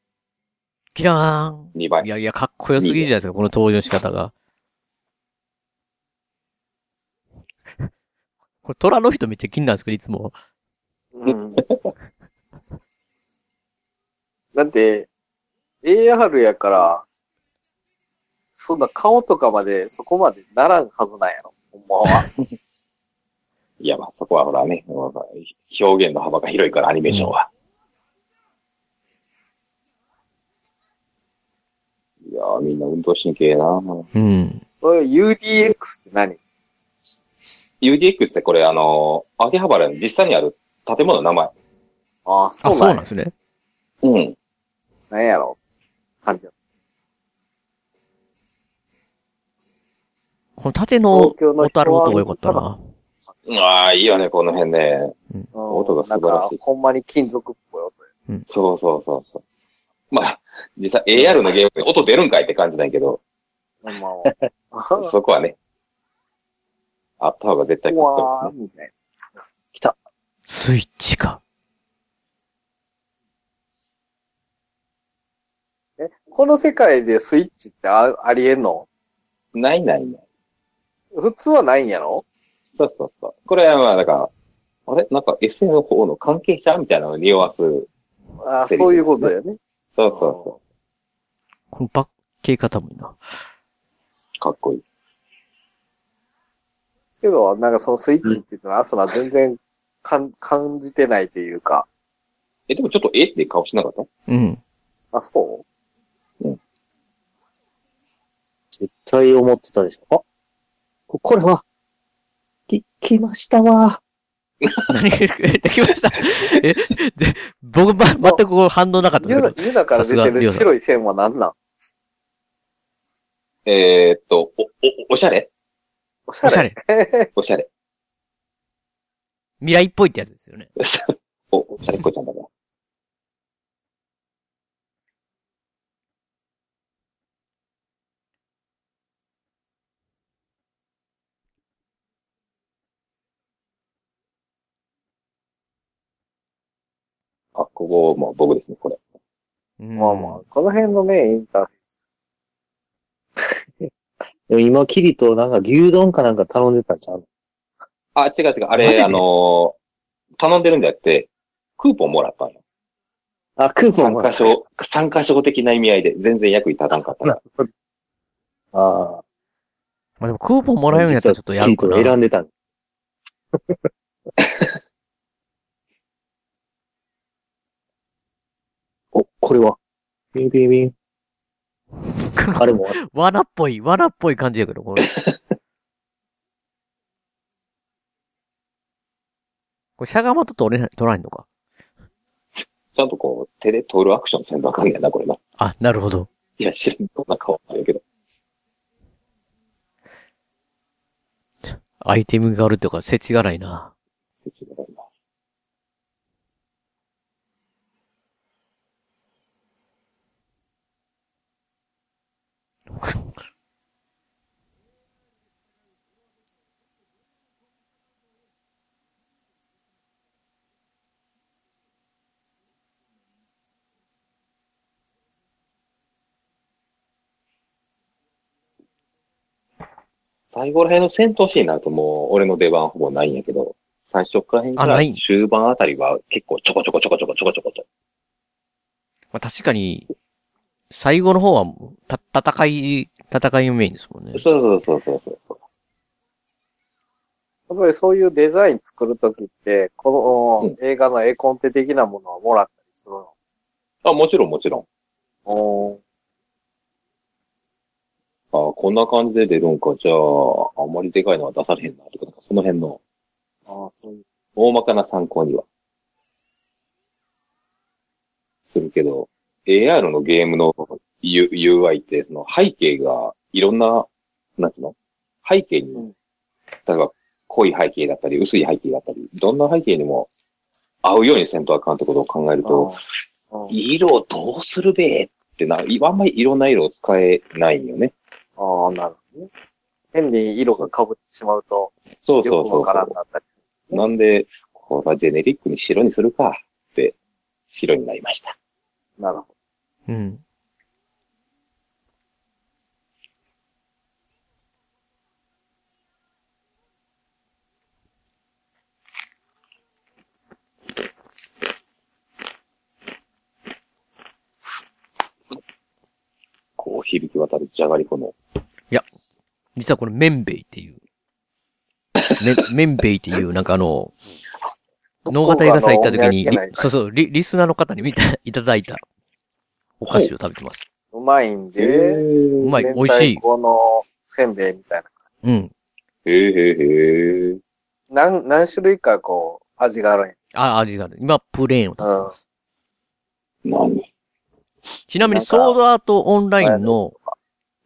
A: キラーン。
C: 2倍
A: い。やいや、かっこよすぎるじゃないですか、この登場の仕方が。これ、虎の人めっちゃ気になるんですけど、いつも。
D: うん。だって、AR やから、そんな顔とかまでそこまでならんはずなんやろ。ほんま
C: *laughs*
D: は。
C: いや、まあそこはほらね、表現の幅が広いから、アニメーションは。いやー、みんな運動神経ええな
A: うん。
D: それ UDX って何
C: UDX ってこれ、あのー、秋葉原に実際にある建物の名前。
D: ああ、そ
A: あ、
D: う
A: そうなん
D: なんや。
A: ですね。
C: うん。
D: なんやろ。感じや
A: この縦の
D: 東京の
A: 小
D: 人は
A: 樽の音が良かったな。
C: ああ、いいよね、この辺ね。
D: うん
C: 音が素晴らしい
D: なんか、ほんまに金属っぽい音や。
C: そうそうそうそう。まあ、実際 AR のゲームで音出るんかいって感じなんやけど、
D: ほんまは。
C: *laughs*
D: う
C: そこはね、あった方が
D: *laughs*
C: 絶対かっこいいですね
D: わー、みたい
A: スイッチか。
D: な。え、この世界でスイッチってあありえんの
C: ないないない。
D: 普通はないんやろ
C: そうそうそう。これはまあ、だから、あれなんか SN の方の関係者みたいなのを匂わす。そう
D: ああ、そういうことよね。
C: そうそ
A: このパッケー方もいいな。
C: う。かっこいい。
D: けど、なんかそのスイッチっていうのは、アスナ全然かん *laughs* 感じてないというか、
C: え、でもちょっとえって顔しなかった
A: うん。
D: あ、そ
E: 絶対思ってたでしょ。あ、ここれは、き、来ましたわ。
A: 何できました。え、で、僕、ま、全くこう反応なかったで
D: う
A: すけ
D: ユナ
A: ど。
D: ユナから出
A: さす
D: て
A: がリオ
D: る
A: さん
D: 白い線は何なん
C: えー、っと、お、お、おしゃれ
D: おし
A: お
D: ゃ
A: しゃ
D: れ
A: れ。
C: おしゃれ。
A: 未来っぽいってやつですよね。
C: お、おしゃれっこちゃんだから。あ、ここ、まあ僕ですね、これ。
A: うん
D: まあまあ、この辺のね、インターフェース。
E: でも今、キリとなんか牛丼かなんか頼んでたんちゃう
C: あ、違う違う。あ
A: マジ
C: れ、
A: で
C: あのー頼んでるんじゃなくて、クーポンもらったんよ。
E: あ、クーポン
C: 参
E: も
C: 加賞、参加賞的な意味合いで全然役に立たんかったから。
E: ああ。
A: まあでもクーポンもらえるんやったらちょっとやるか
E: 実はキリ
A: な。
E: ト選ん *laughs* でたんお、これは、ビンビンビ *laughs* ン。あれも、
A: 罠っぽい、罠っぽい感じやけど、これ。これ、しゃがまと取れない、取らないのか。
C: ちゃんとこう、手で取るアクションせんとあかんやな、これな。
A: あ、なるほど。
C: いや、知らんこんな顔あるけど。
A: アイテムがあるとか、せちがないな。
C: 最後ら辺の戦闘シーンになるともう、俺の出番ほぼないんやけど、最初から辺か
A: あ
C: ら
A: ない
C: 終盤あたりは結構ちょこちょこちょこちょこちょこちょこと。
A: まあ、確かに、最後の方はもう、た、戦い、戦いのメインですもんね。
C: そうそうそうそうそうそう。
D: やっぱりそういうデザイン作るときって、この映画の絵コンテ的なものはもらったりするの。
C: あ、もちろんもちろん。
D: お
C: あこんな感じで出るんか、じゃあ、あんまりでかいのは出されへんな、とか、なんかその辺の
D: ああ、そういう。
C: 大まかな参考には。するけど、AR のゲームの U- UI って、その背景がいろんな、なんていうの背景
D: う
C: に
D: ん、
C: 例えば濃い背景だったり、薄い背景だったり、どんな背景にも合うようにせんとあかんってことを考えると、
D: ああ
C: 色どうするべってな、いあんまりいろんな色を使えないんよね。
D: ああ、なるほどね。変に色が被ってしまうと、
C: そう
D: よ
C: そう
D: く
C: そう
D: わからん
C: そ
D: かったり。
C: う。なんで、これはジェネリックに白にするかって、白になりました。
D: なるほ
A: うん。
C: こう響き渡るじゃがりこの
A: 実はこれ、メンベイっていう。め、メンベイっていう、なんかあの、
D: ど。
A: 脳型映画祭行った時に、
D: どこ
A: リ
D: があ
A: そ
D: のお土産なん
A: う
D: か
A: そう、リ、リスナーの方に見た、 *laughs* いただいたお菓子を食べてます。
D: うまいんで、
A: うまい、美
D: 明
A: 味
D: 太
A: しい。
D: 子のせんべいみたい
A: うん。
C: へえへえへえ。
D: な。何、何種類かこう、味があるんや。
A: あ、味がある。今、プレーンを食べてます。
C: 何
A: ちなみ
D: な
A: に、
D: んか
A: ソードアートオンラインの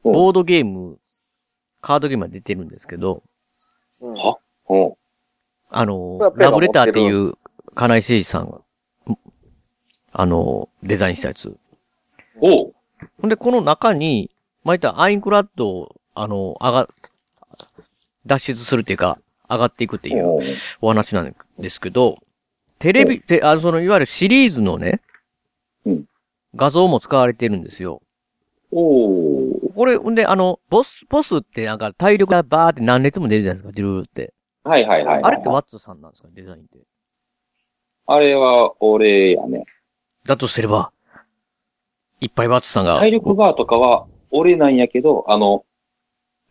C: うん
A: ボードゲーム、カードゲームが出てるんですけど、
D: うん。
C: はうん。
A: あ
D: それは
A: の、
D: ペガ
A: ラ
D: 持っ
A: ブ
D: て
A: レ
D: る
A: ターっていう、金井誠司さんが、んあの、デザインしたやつ。
C: おう
A: ほんで、この中に、まあ、言ったらアインクラッドを、あの、上が、脱出するっていうか、上がっていくっていう
C: おう
A: お話なんですけど、テレビ、てあの、その、いわゆるシリーズのね
C: うん、
A: 画像も使われてるんですよ。
C: おう
A: これ、ほんで、あの、ボス、ボスってなんか体力がバーって何列も出るじゃないですか、ジュルーって。
C: はいはいはいはい。
A: あれってワッツさんなんですか、デザインって。
C: あれは俺やね。
A: だとすれば、いっぱいワッツさんが。
C: 体力バーとかは俺なんやけど、あの、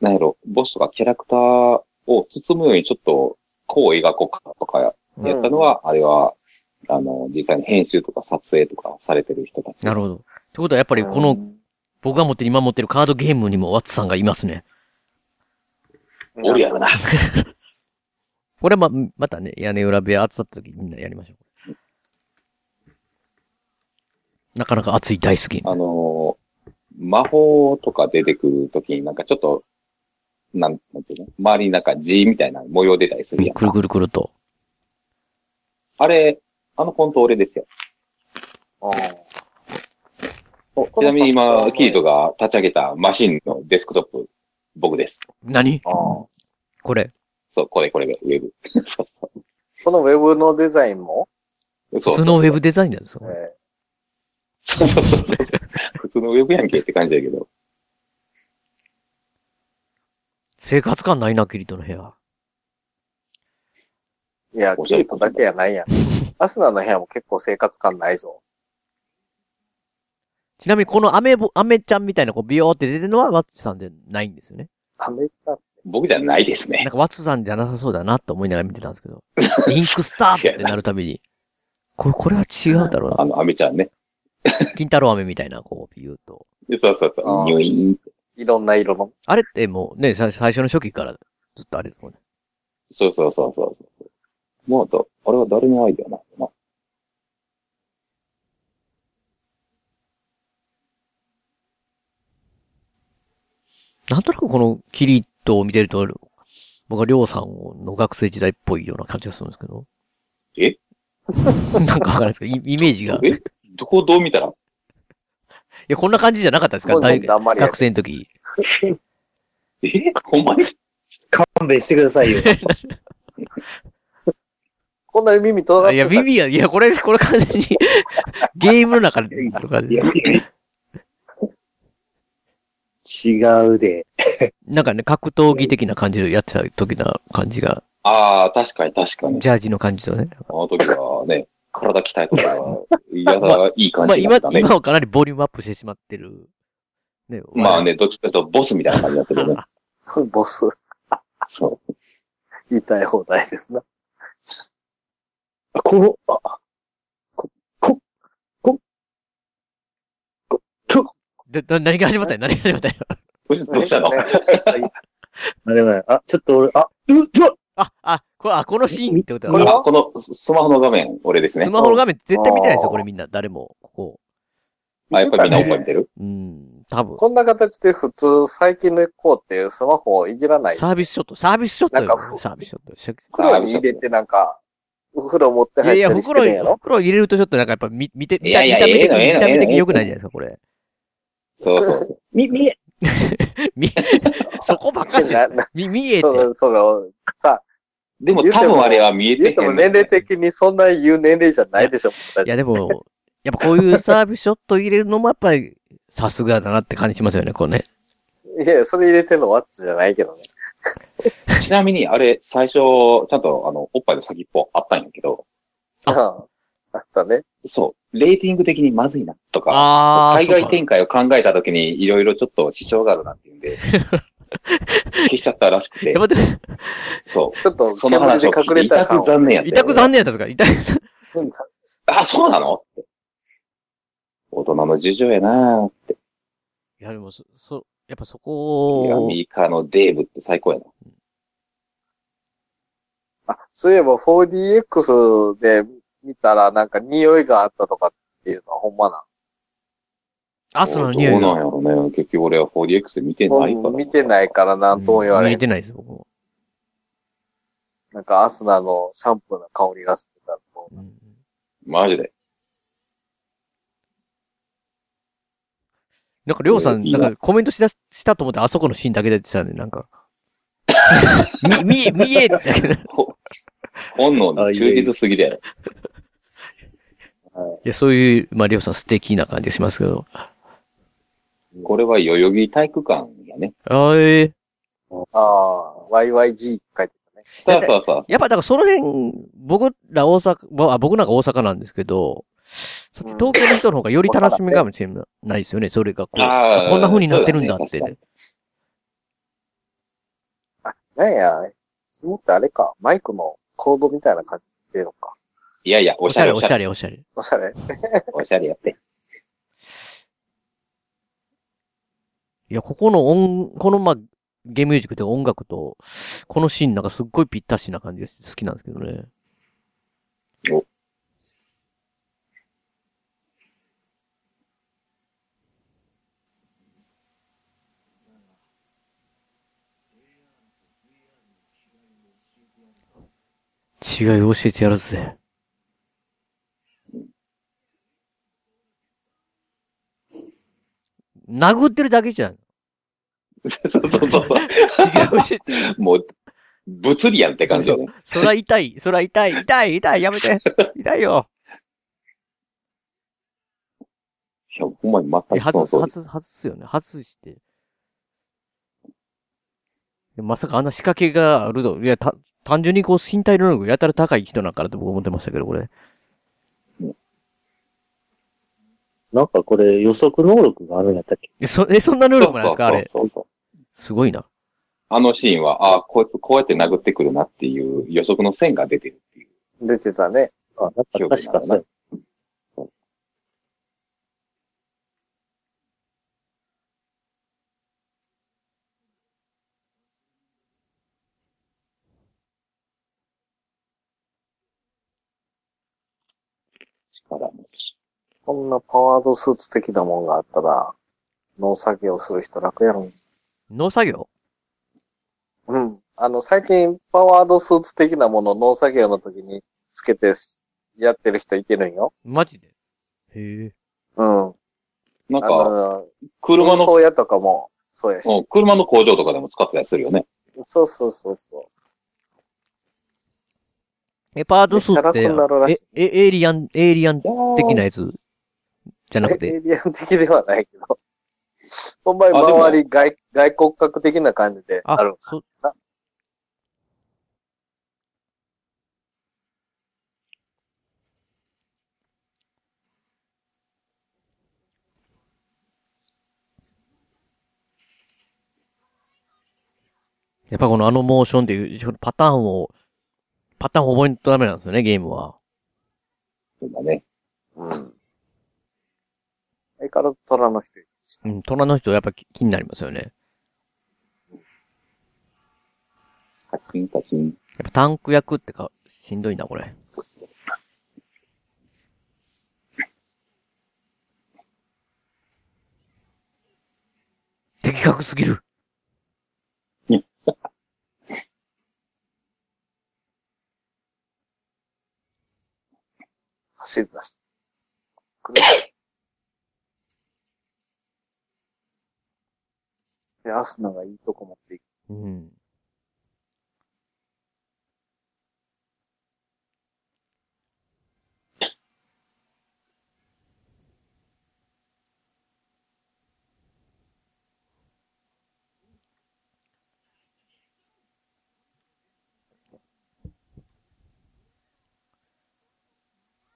C: なんやろ、ボスとかキャラクターを包むようにちょっと、こう描こうかとかや
A: うん
C: やったのは、あれは、あの、実際に編集とか撮影とかされてる人たち。
A: なるほど。ってことはやっぱりこ
D: う
A: の、
D: ん、
A: 僕が持ってる、今持ってるカードゲームにもワッツさんがいますね。
C: 俺やろな。
A: これま、またね、屋根裏部屋暑かった時みんなやりましょう。なかなか熱い大好き。
C: あのー魔法とか出てくるときになんかちょっと、なん、なんていうの周りになんか字みたいな模様出たりするやん
A: く。るくるくると。
C: あれ、あのコント俺ですよ。
D: ああ
C: おちなみに今、キリトが立ち上げたマシンのデスクトップ、僕です。
A: 何
D: ああ
A: これ。
C: そう、これ、これ、ウェブ。そうそ
D: そのウェブのデザインも、
C: う。
A: 普通のウェブデザインなんですよ
D: え。
C: そうそうそうそう。普通のウェブやんけって感じだけど。
A: 生活感ないな、キリトの部屋。
D: ーいや、キリトだけやな
A: *laughs*
D: いやん。アスナの部屋も結構生活感ないぞ。
A: ちなみにこのアメボ、アメちゃんみたいなこうビヨーって出てるのはワッツさんでないんですよね。
D: アメリカ、
C: 僕じゃないです
A: なん
C: ね。
A: かワッツさんじゃなさそうだなと思いながら見てたんですけ
C: *laughs*
A: ど。インクスターってなるたびに。これ、これは違うだろうな。
C: あの、アメちゃんね。
A: 金太郎飴みたいな、こう、ビューっと。
C: そうそうそう。
D: あー
C: ニュイーンって。
D: いろんな色の。
A: あれってもうね、さ最初の初期からずっとあれですもんね。
C: そうそうそうそうそう。もうと、あれは誰のアイデアなのか
A: なんとなくこのキリットを見てると、僕はりょうさんの学生時代っぽいような感じがするんですけど。
C: え
A: *laughs* なんかわかんないですけど、イイメージが。
C: な。
A: い
C: えどこをどう見たら
A: や、こんな感じじゃなかったですか
D: こうい
A: 大
D: うのってあんまりや
A: 学生の時。
C: えほんまに
E: 勘弁してくださいよ。
D: こんなに耳とがっ
A: い
D: て
A: や、
D: た。
A: ビビや、いや、これ、これ完全に、 *laughs* ゲームの中の感じ
E: 違うで。
A: なんかね、格闘技的な感じでやってた時な感じが、
C: ああ、確かに確かに。
A: ジャージの感じとね。
C: あの時はね、体鍛えとかは、いやだ、いい感
A: まあ
C: じ
A: 今
C: だった、ね。
A: 今はかなりボリュームアップしてしまってる。ね、
C: まあね、どっちかというとボスみたいな感じだったけどね。
A: *laughs*
D: ボス、
C: そ
D: 言いたい放題ですな。
E: あこの、あ、こ、こ、こ、こ、こ、
A: でだ何が始まったんや何が始まったんや
C: う。どうした
E: *laughs*
C: の
E: あれは、あ、ちょっと俺、あ、う、ちょ、
A: あ、あ、これ、あ、このシーンってこと
E: これ
A: だ。
E: は
C: あこのススマホの画面、俺ですね
A: ス。マホの画面絶対見てないです
D: あ
A: よ、
D: ー
A: これみんな、誰も。ここ。
C: あ、やっぱりみんなおっぱい見てる
A: うん、多分。
D: こんな形で普通、最近の子ってスマホをいじらない。
A: サービスショット、サービスショットよ
D: なんか
A: サービスショットシャ。
D: 袋に入れてなんか、袋持って
A: いや
D: 入
A: い
D: っ
A: や、
D: たりして
A: 袋
D: るん
A: に、
D: やろ
A: 袋に入れるとちょっとなんかやっぱ見、見て、見
C: い
A: た
C: や
A: 見た目
C: いや
A: 的に、見
C: ええの
A: た
C: ええ
A: 目
C: の
A: 的に良くないじゃないですか、これ。 *laughs*
C: そうそうそう。
E: み、みえ、
A: み、 *laughs* そこばっか
C: *laughs*
A: し、
D: なな
A: み、見えて
D: そ。の、その、さ、
C: でも多分あれは見えてへん
D: 言っても年齢的にそんな言う年齢じゃないでしょ。
A: いや、でも、やっぱこういうサービスショット入れるのもやっぱり、さすがだなって感じしますよね、こう
C: *laughs*
A: ね。
D: いや、それ入れてんのワッツじゃないけどね。
C: ちなみに、あれ、最初、ちゃんと、あの、おっぱいの先っぽあったんやけど、
A: あ
D: ああったね。
C: そう、レーティング的にまずいな、とか、
A: あ
C: 海外
A: そうか
C: 展開を考えた時に、いろいろちょっと支障があるなっていう
A: *laughs*
C: んで、消しちゃったらしくて
A: や、
C: *laughs*
A: 待って、
C: そ
D: ちょっと
C: う、その
D: 煙
C: 話
D: で
C: を聞
D: 隠
C: いて、
D: れ
C: 委
D: た感
C: 託
D: を。
C: 残念やったよ。
A: 委託残念やったんですか委託残
C: あ、そうなのって大人の事情やなぁ。
A: 念。いや、でも、そ、そ、やっぱそ
C: いやア
A: こを
C: メ、リカのデーブって最高やな。
D: あそういえば 4DX で見たらなんか匂いがあったとかっていうのはほんまな
A: アス
C: ど
A: の
C: う
A: 匂い
C: なん
A: が
C: やろね。結局俺は 4DX 見てないから。
D: ん。見てないからなんとも言わ
A: 見
D: れ
A: え
D: ん。
A: てないです、僕も。
D: なんかアスナのシャンプーの香りがするからもう
A: うん
C: マジで。
A: なんか、りょうさん、
C: い
A: な
C: や
A: んかコメントしだしたと思って、あそこのシーンだけでしたね、なん
C: *laughs*
A: か。み、見え、見えって。
C: ほ本能の忠実すぎだよ。
A: いや、そういう、まあ、りょうさん素敵な感じしますけど。
C: これは代々木体育館やね。
A: ああええ
D: ああ、YYG って書いてた
C: そう
D: ね。
C: そうそう。
A: やっぱ、だからその辺、僕ら大阪、まあ、僕なんか大阪なんですけど、そっち東京の人の方がより楽しみかもしれないですよね。それがこう、
C: あー
A: あこんな風になってるんだっ
C: そ
A: て
C: うだね
A: ね。
D: なんや、もってあれか、マイクのコードみたいな感じでいうのか。
C: いやいや、お
A: お
C: し
A: し
C: ゃ
A: ゃれ、
C: れお
A: お
C: し
A: し
C: ゃ
A: ゃ
C: れ。
A: れ、おしゃれ。
D: おしゃれ
C: おしゃれやって。
A: いや、ここの音、このまあ、ゲームミュージックというか音楽と、このシーンなんかすっごいぴったしな感じがして好きなんですけどね。違いを教えてやるぜ。殴ってるだけじゃん。違い
C: そうそうそうそう。
A: を教えて。
C: もう、物理やんって感じよね。
A: そら痛い、そら痛い、痛い、痛い、やめ
C: *laughs*
A: て。痛いよ。
C: いや、ほんまに
A: え
C: 全くそ
A: 外
C: の
A: す、
C: 通
A: 外す、
C: り。
A: 外すよね。外して。まさかあんな仕掛けがあると、いや、た、単純にこう身体能力やたら高い人なんかなって僕思ってましたけど、これ。
E: なんかこれ予測能力があるんやったっけ
A: え、そ、え、そんな能力なんですかあ
C: そう
A: れ。
C: そうそうそう
A: すごいな。
C: あのシーンは、ああ、こいつこうやって殴ってくるなっていう予測の線が出てるっていう。
D: 出てたね。
E: あ、なんか確かそうや。
D: こんなパワードスーツ的なもんがあったら、農作業する人楽やろ。
A: 農作業
D: うん。あの、最近、パワードスーツ的なものを農作業の時につけてやってる人いてるんよ。
A: マジでへえ。
D: うん。あ
C: なんか、
D: の、
C: 車の、
D: 運送屋とかも、そうやし。
C: うん車の工場とかでも使ってたりするよね。
D: そうそうそうそ
A: え、パートスーツっ
D: めっちゃ楽になるら
A: て
D: しい、
A: え、えエイリアン、エイリアン的なやつじゃ
D: う。
A: なく
D: エ
A: て。
D: イリアン的ではないけど。ほんまに周り外、外骨格的な感じである。
A: そ
D: あ
A: やっぱこのあのモーションっていうパターンを、パターンを覚えんとダメなんですよね、ゲームは。
C: そうだね。
D: うん。相変わらず虎の人いる。
A: うん、虎の人やっぱ気気になりますよね。
C: カチンカチン。
A: やっぱタンク役ってか、しんどいな、これ。的確すぎる。
D: 走り出した。くれで、アスナがいいとこ持っていく。
A: うん。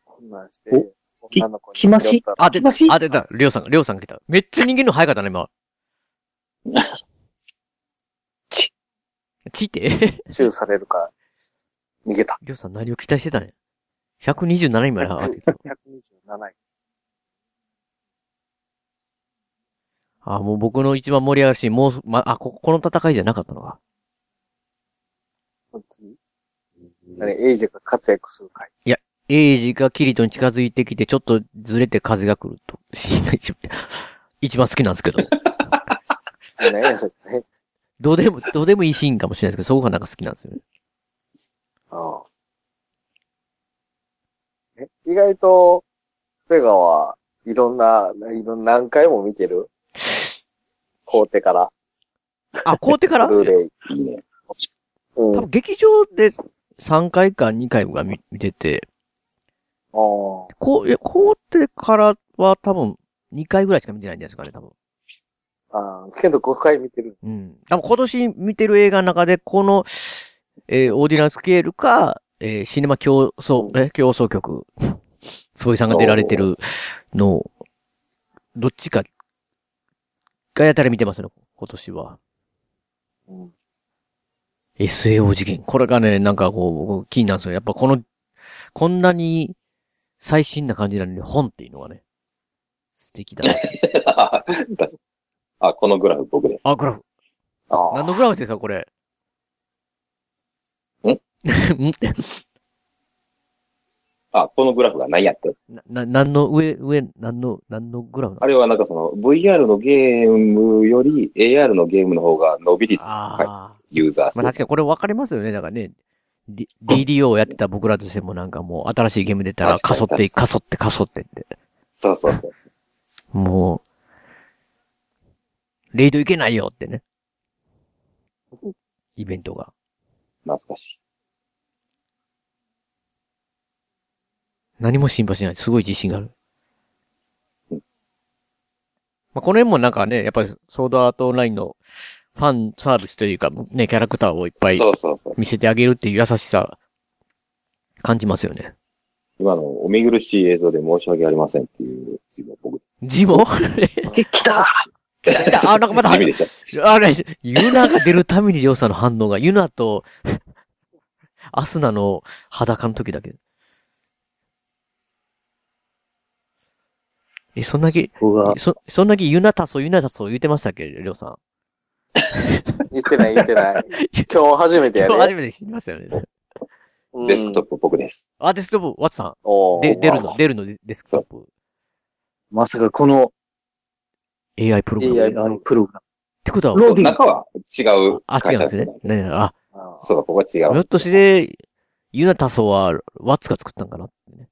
D: こんなんして
E: お、き
D: 女の子に
E: きまし
D: 寄ったら
A: あ、出た
E: もし、
A: あ、出た。りょうさんが、りょうさんが来た。めっちゃ逃げるの早かったね、今。
E: *laughs* ち。
A: ちって。 *laughs*
D: チューされるから、逃げた。
A: りょうさん何を期待してたね。127位まで
E: *laughs*
A: 上がってきた。
D: 127位。
A: あ、もう僕の一番盛り上がるシーン、もう、ま、あ、こ、この戦いじゃなかったのか。
D: これ次何エイジが活躍する回。
A: エイジがキリトに近づいてきて、ちょっとずれて風が来ると。シーンが一番、一番好きなんですけど。
D: 何やそれ。ね
A: どうでも、どうでもいいシーンかもしれないですけど、そこがなんか好きなんですよね。
D: ああえ意外と、ペガはいろんな、いろんな何回も見て
E: *laughs*
D: る買うてから、
A: あ、こうてから
D: ブルーレイ。
C: いいね。 *laughs*
D: うん。
A: 多
D: あ
A: 分劇場で3回か2回が見見てて、
D: あ。
A: こう、いや、こうてからは多分2回ぐらいしか見てないんじゃないですかね、多分。
D: ああ、けど5回見てる。
A: うん。多分今年見てる映画の中で、この、えーオーディナンスケールか、えーシネマ競争、え、競争曲、坪井さんが出られてるのを、どっちか、がやたら見てますね、今年は。
D: うん。
A: SAO 事件。これがね、なんかこう、僕気になるんですよ。やっぱこの、こんなに最新な感じなのに本っていうのがね、素敵だな。
C: あ、このグラフ僕です。
A: あ、グラフ。
D: あ
A: 何
D: あ。
A: のグラフですか、これ。 *laughs*
C: ん
A: んって。
C: あ、このグラフが何やって
A: な、な、何の上、上、何の、何のグラフなの
C: あれはなんかその VR のゲームより AR のゲームの方が伸び率
A: ああ、
C: ユーザー数。
A: まあ確かにこれ分かりますよね。だからね、D- DDO をやってた僕らとしてもなんかもう新しいゲーム出たら、か
C: 確
A: そ
C: か
A: っ
C: に
A: て、かそって、かそってって。
C: そうそうそう。
A: もう、レイドいけないよってね。イベントが。
C: 懐かしい。
A: 何も心配しない。すごい自信がある。まあ、この辺もなんかね、やっぱりソードアートオンラインのファンサービスというか、ね、キャラクターをいっぱい
C: そうそうそう。
A: 見せてあげるっていう優しさ、感じますよね。
C: 今のお見苦しい映像で申し訳ありませんっていう自分僕で。
A: 字も
E: 来た
A: あ、なんかますだ
C: 意、味でした。
A: あれ、ユナが出るためにりょうさんの反応が、ユナと、 *laughs* アスナの裸の時だけ。え、そんだけ、
E: 僕が、
A: そ、そんだけユナタソ、ユナタソ言ってましたっけりょうさん。
D: 言ってない言ってない。
A: *laughs*
D: 今日初めてや
A: 今日初
D: で。
A: めて知りましたよね。
D: うん
C: デスクトップ僕です。
A: あ、デスクトップ、ワッツさ
D: お
A: ん。
D: ー
A: で、出るの、出るの、デスクトップ。
E: まさかこの
A: AI プログラム。っ
D: AI
E: あのプログラ
A: てこと
E: ム。
A: は、
E: ロギン。
C: 中は違う
A: あ、違うんですねね
C: ね。。
A: あ、
E: あー
C: そうか、ここは違
A: ひょ
C: う。
A: っとして、ユナタソは、ワッツが作ったんかなってね。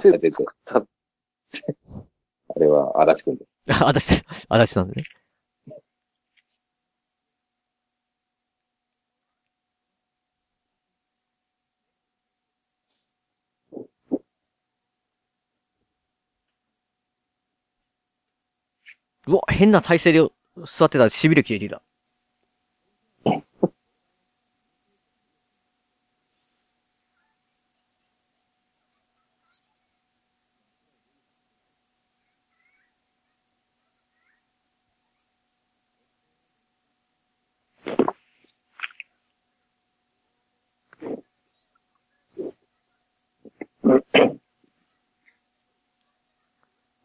D: 全部作った。
C: *laughs* あれは、足立くんです。
A: あ、あたし、あたしなんでね。うわ、変な体勢で座ってたら痺れ切れていた。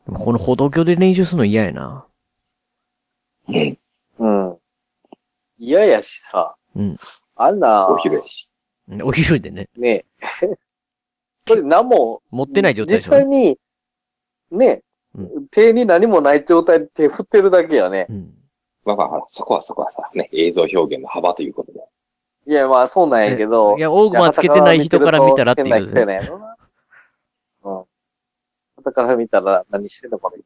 A: でもこの歩道橋で練習するの嫌やな。
D: うん。嫌やしさ。
A: うん。
D: あんな、
C: お昼やし。
A: うんお昼でね、
D: ね *laughs* これ何も、
A: 持ってない状態で
D: 実
A: しょ
D: 際。に、ね、
A: う
D: 手に何もない状態で手振ってるだけやね。
A: うん。
C: まあまあ、そこはそこはさ、ね、映像表現の幅ということで。
D: いや、まあそうなんやけど。
A: いや、オーグマンつけてない人から見たらっていうこと
D: 変
A: で
D: な人
A: ね。
D: やねんろな。うん。だから見たら何してんのかない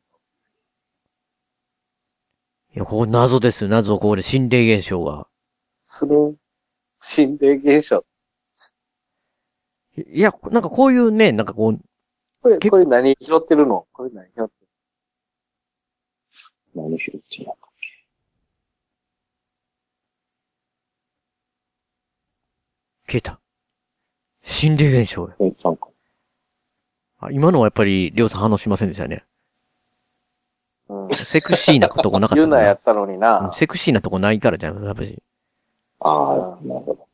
A: や、ここ謎ですよ、謎。ここで心霊現象が。
D: それ、心霊現象。
A: いや、なんかこういうね、なんかこう、
D: これ、
A: 結
D: これ何拾ってるのこれ何拾ってる
C: 何しろってんや
A: 消えた。心霊現象や。
C: えなんか、
A: あ今のはやっぱり、りょうさん反応しませんでしたね。
D: うん。
A: セクシーなとこ
D: *laughs*
A: なかった
D: ユ
A: かな。
D: ナやったのに
A: う。
D: なん
A: セクシーなとこないからじゃないやっぱりい
C: ああ、なるほど。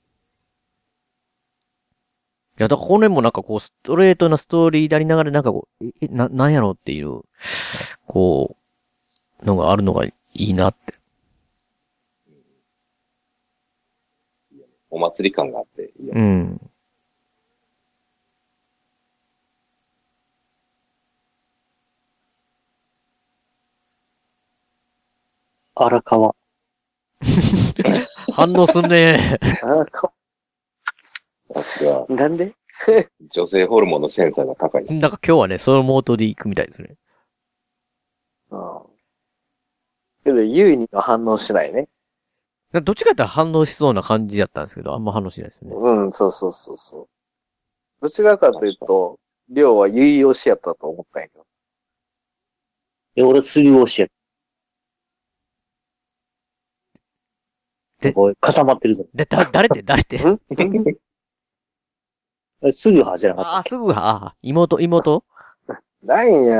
A: や、だからこれもなんかこう、ストレートなストーリーでありながら、なんかこう、ええ、な、なんやろうっていう、こう、のがあるのがいいなって。
C: お祭り感があって、いいよ
A: うん。
E: 荒川。
A: 反応すんね *laughs*
D: あか
C: さすが、
D: なんで
C: 女性ホルモンのセンサーが高い。
A: なんか今日はね、そのモードで行くみたいですね。
D: うん。けど、ユイには反応しないね。
A: なんかどっちかやって反応しそうな感じだったんですけど、あんま反応しないですね。
D: うん、そうそうそうそう。どちらかというと、りょうはユイ推しやったと思ったんやけど。
E: え、俺、杉越しや。
A: で
E: おい固まってるぞ。
A: で、だ、誰って、誰
D: *laughs*
A: って。
E: え杉葉じゃなかっ
A: ああ、すぐは、あ妹、妹
D: なんや、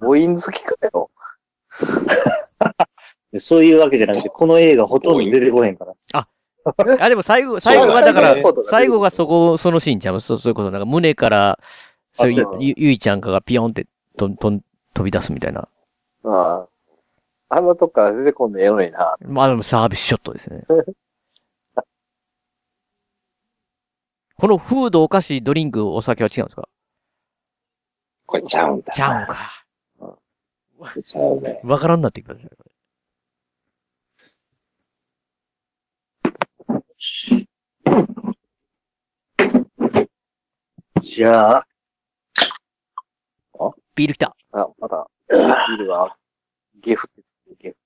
D: 母音好きかよ。
E: た。そういうわけじゃなくて、この映画ほとんど出てこへんから。
A: あ、でも最後、最後はだか
D: そう
A: ら
D: いうこと、だ
A: 最後がそこ、そのシーンちゃうそうそういうこと。なんか胸から、そうい
E: あ
A: う
E: そう、
A: ゆ、ゆいちゃんかがピヨンって、とん、とん、飛び出すみたいな。
D: ああ。あんなとこから出てこんでええのにな。
A: まあでもサービスショットですね。このフード、お菓子、ドリンク、お酒は違うんですか
C: *laughs* これちゃうんだ。
A: ちゃうんか。
C: ちゃうね。
A: わからんなってきた。
E: じゃあ、
A: ビール来た。
D: あ、まだ、ビルは、ゲフって、ゲフ。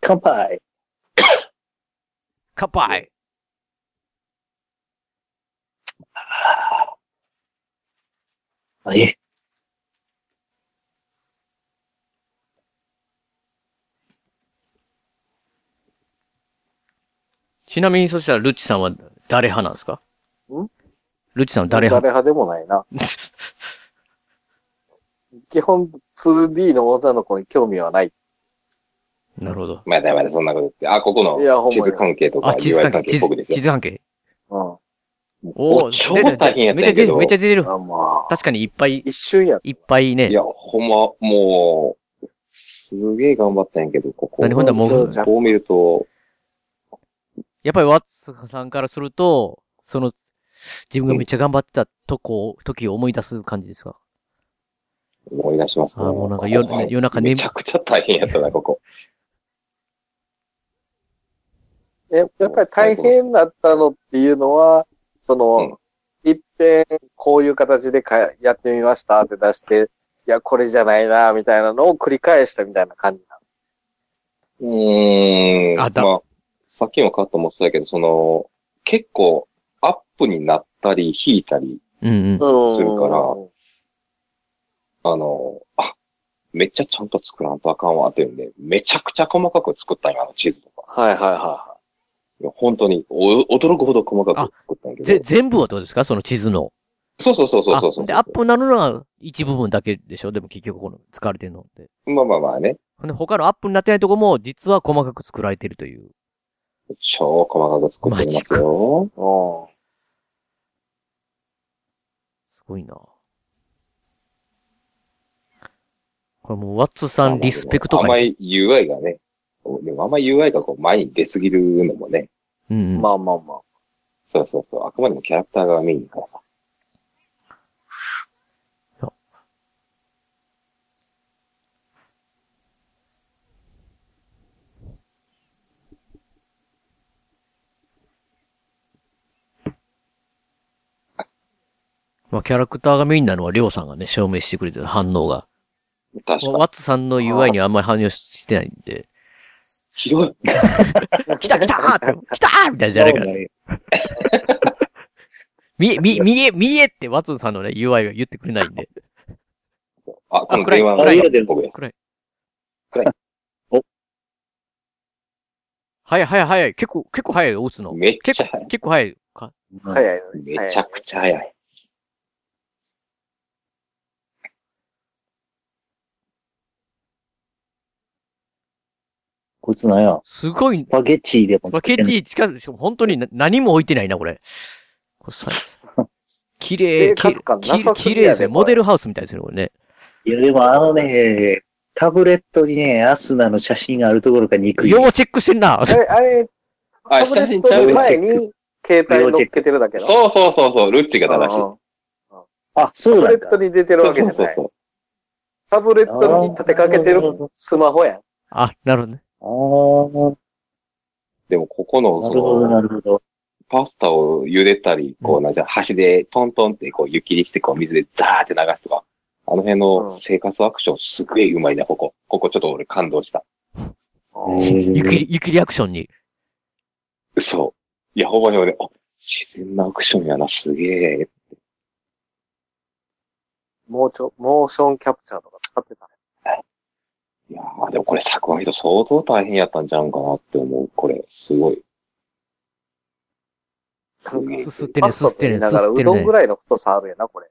E: 乾杯。
A: 乾杯
E: あえ、
A: ちなみにそしたら、ルッチさんは誰派なんですか
D: ん
A: ルッチさんは誰派
D: 誰派でもないな。基本、2D の女の子に興味はない。
A: *laughs* なるほど。
C: まあ、だめだ、そんなこと言って。あ、ここ
D: いや
C: の
D: ほんまに
C: 地図関係と
A: あ、
C: か、
A: 地
C: 利
A: 図
C: 害
A: 関
C: 関
A: 係、地
C: 係っぽくで
A: 図、
C: す
A: 地
C: よ。
A: 図関係。
D: うん。
A: おお、
C: 超大変やった
A: め
C: ん
A: っちゃ
C: や
A: 出
C: け
A: てる、
C: ど。
A: めっちゃ出てる。
D: あまあ、
A: 確かにいっぱい、
D: 一瞬や。
A: いっぱい
C: い
A: ね。
C: や、ほんま、もう、すげえ頑張ったんやけど、ここ。
A: なんでほんならもう
C: こう見ると、
A: やっぱりワッツさんからすると、その、自分がめっちゃ頑張ってたとこ、時を思い出す感じですか。
C: 思い出しますね。
A: あーもうなんか夜
C: はい
A: 夜中眠
C: めちゃくちゃ大変
A: *laughs*
C: やったな、ここ。
D: え、やっぱり大変だったのっていうのは、その、いっぺんこういう形でかやってみましたって出して、いや、これじゃないな、みたいなのを繰り返したみたいな感じな
C: うーん。
A: あだ
C: まあ、さっきもカットもそうだけど、その、結構アップになったり、引いたり、
A: うんうん。
D: の。
C: するからあの、あ、めっちゃちゃんと作らんとあかんわっていうんで、めちゃくちゃ細かく作ったんや、あの地図とか。
D: はいはいはい
C: や本当にお、驚くほど細かく作ったんやけ
A: ぜ、
C: ど。
A: 全部はどうですかその地図の。
C: そうそうそうそうそうそう。
A: あで、アップになるのは一部分だけでしょでも結局この使われてるのって。
C: まあまあまあね。
A: ほんで、他のアップになってないとこも実は細かく作られてるという。
C: 超細かく作ってますよ。
D: い。うん。
A: すごいな。これもう、ワッツさんリスペクト
C: あんま
A: かい。
C: り UI がね、でもあんまり UI がこう前に出すぎるのもね、
A: うんうん。
D: まあまあまあ。
C: そうそうそう、あくまでもキャラクターがメインだからさ。
A: まあ、キャラクターがメインなのは、りょうさんがね、証明してくれてる反応が。
C: 確か
A: ワッツさんの UI にあんまり反応してないんで、
C: ひどい。
A: 来た来た来たみたいなじゃないから。見え、見え、見え、見えってワッツさんのね、UI が言ってくれないんで。
C: あ、この電話
E: 暗い暗い
C: が僕です。
A: 早い早い早い。結構、結構早いよ、打つの。
C: めっち
A: 結
C: ゃ
A: 構
C: 早い、。
A: 結構早いか。
D: 早いのに。
C: めちゃくちゃ早い。
E: こいつなんや。
A: すごい
E: ス、パゲッティでも
A: スパゲティ近づしかも本当にな何も置いてないな、これ。これ
D: *laughs*
A: さ綺麗、
D: 生活感なさすぎやで
A: 綺麗ですね。
D: これ
A: モデルハウスみたいですね、これね。
E: いや、でもあのね、タブレットにね、アスナの写真があるところが憎い。
A: ようチェックしてんな。
D: あれ、あれ、
C: あ、
D: タブレ
C: 写
D: ッ
C: 真
D: ト
C: ちゃう
D: の
C: で
D: 前に携帯乗っけてるだけだ。
C: そうそうそうそう、ルッチが正しい。
D: タ
E: あ、そう
D: ブ
E: な
D: レ
E: ん
D: ット
E: だ。
D: に出てる
C: そ
D: わ
C: う
D: けじ
C: そうそう
D: ゃない。
C: そう。
D: タブレットに立てかけてるスマホやん。
A: あ、なるほどね。
E: あー
C: でもここ
E: なるほ
C: の
E: ど、
C: そ
E: な
C: の、
E: るほど。
C: パスタを茹でたり、こう、なんじゃ、箸でトントンってこう湯切りして、こう水でザーって流すとか、あの辺の生活アクションすげえうまいな、ここ。ここちょっと俺感動した。
A: ゆきり、ゆきりアクションに。
C: 嘘。いや、ほんまに俺、あ、自然なアクションやな、すげえ。
D: モーション、モーションキャプチャーとか使ってたね。
C: いやーでもこれ作画人相当大変やったんじゃんかなって思う。これ、すごい。すげえ
A: すすってね、すすってね、
D: だ
A: す
D: から、
A: すっ
D: う
A: て
D: どん
A: ね
D: ぐ。らいの太さあるやな、これ。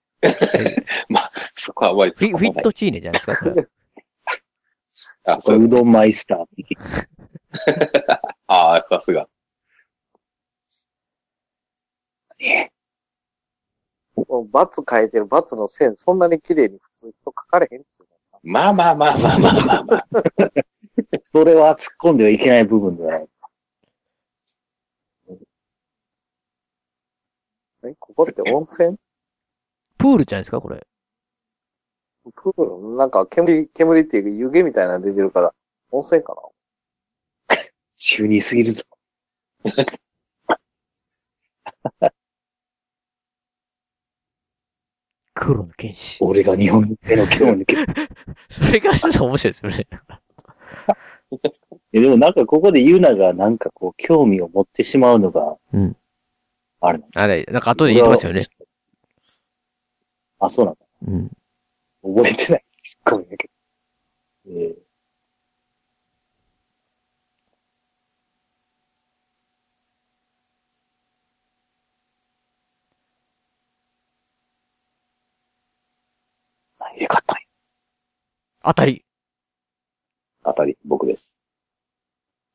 C: そこはあまり
A: フ
C: 突っ
A: ィフ
C: 込
A: ィ
C: まな
A: ッ
C: い。
A: トチーネじゃないですか、こ
D: *laughs*
A: れ。
C: あ、そう
E: うどんマイスター。
C: あー、さすが。
D: もうバツ書いてるバツの線、そんなに綺麗に普通人書かれへんっていう
C: まあまあまあまあまあまあまあ。
E: それは突っ込んではいけない部分だよ。
D: の。え、ここって温泉
A: プールじゃないですか、これ。
D: プールなんか煙、煙っていうか湯気みたいなの出てるから、温泉かな
E: 中二すぎるぞ。
A: 黒の剣士。
E: 俺が日本への
A: *laughs*
E: 興味を抜け。い
A: それがちょっと面白いですよね。
E: やでもなんかここでユナがなんかこう興味を持ってしまうのが、
A: うん
E: あれなんだ
A: あれ、なんか後で言ってますよね。。
E: あ、そうなんだ。
A: うん。
E: 覚えてない。すっごいだけど。えー何で買ったんや
A: 当たり。
C: 当たり、僕です。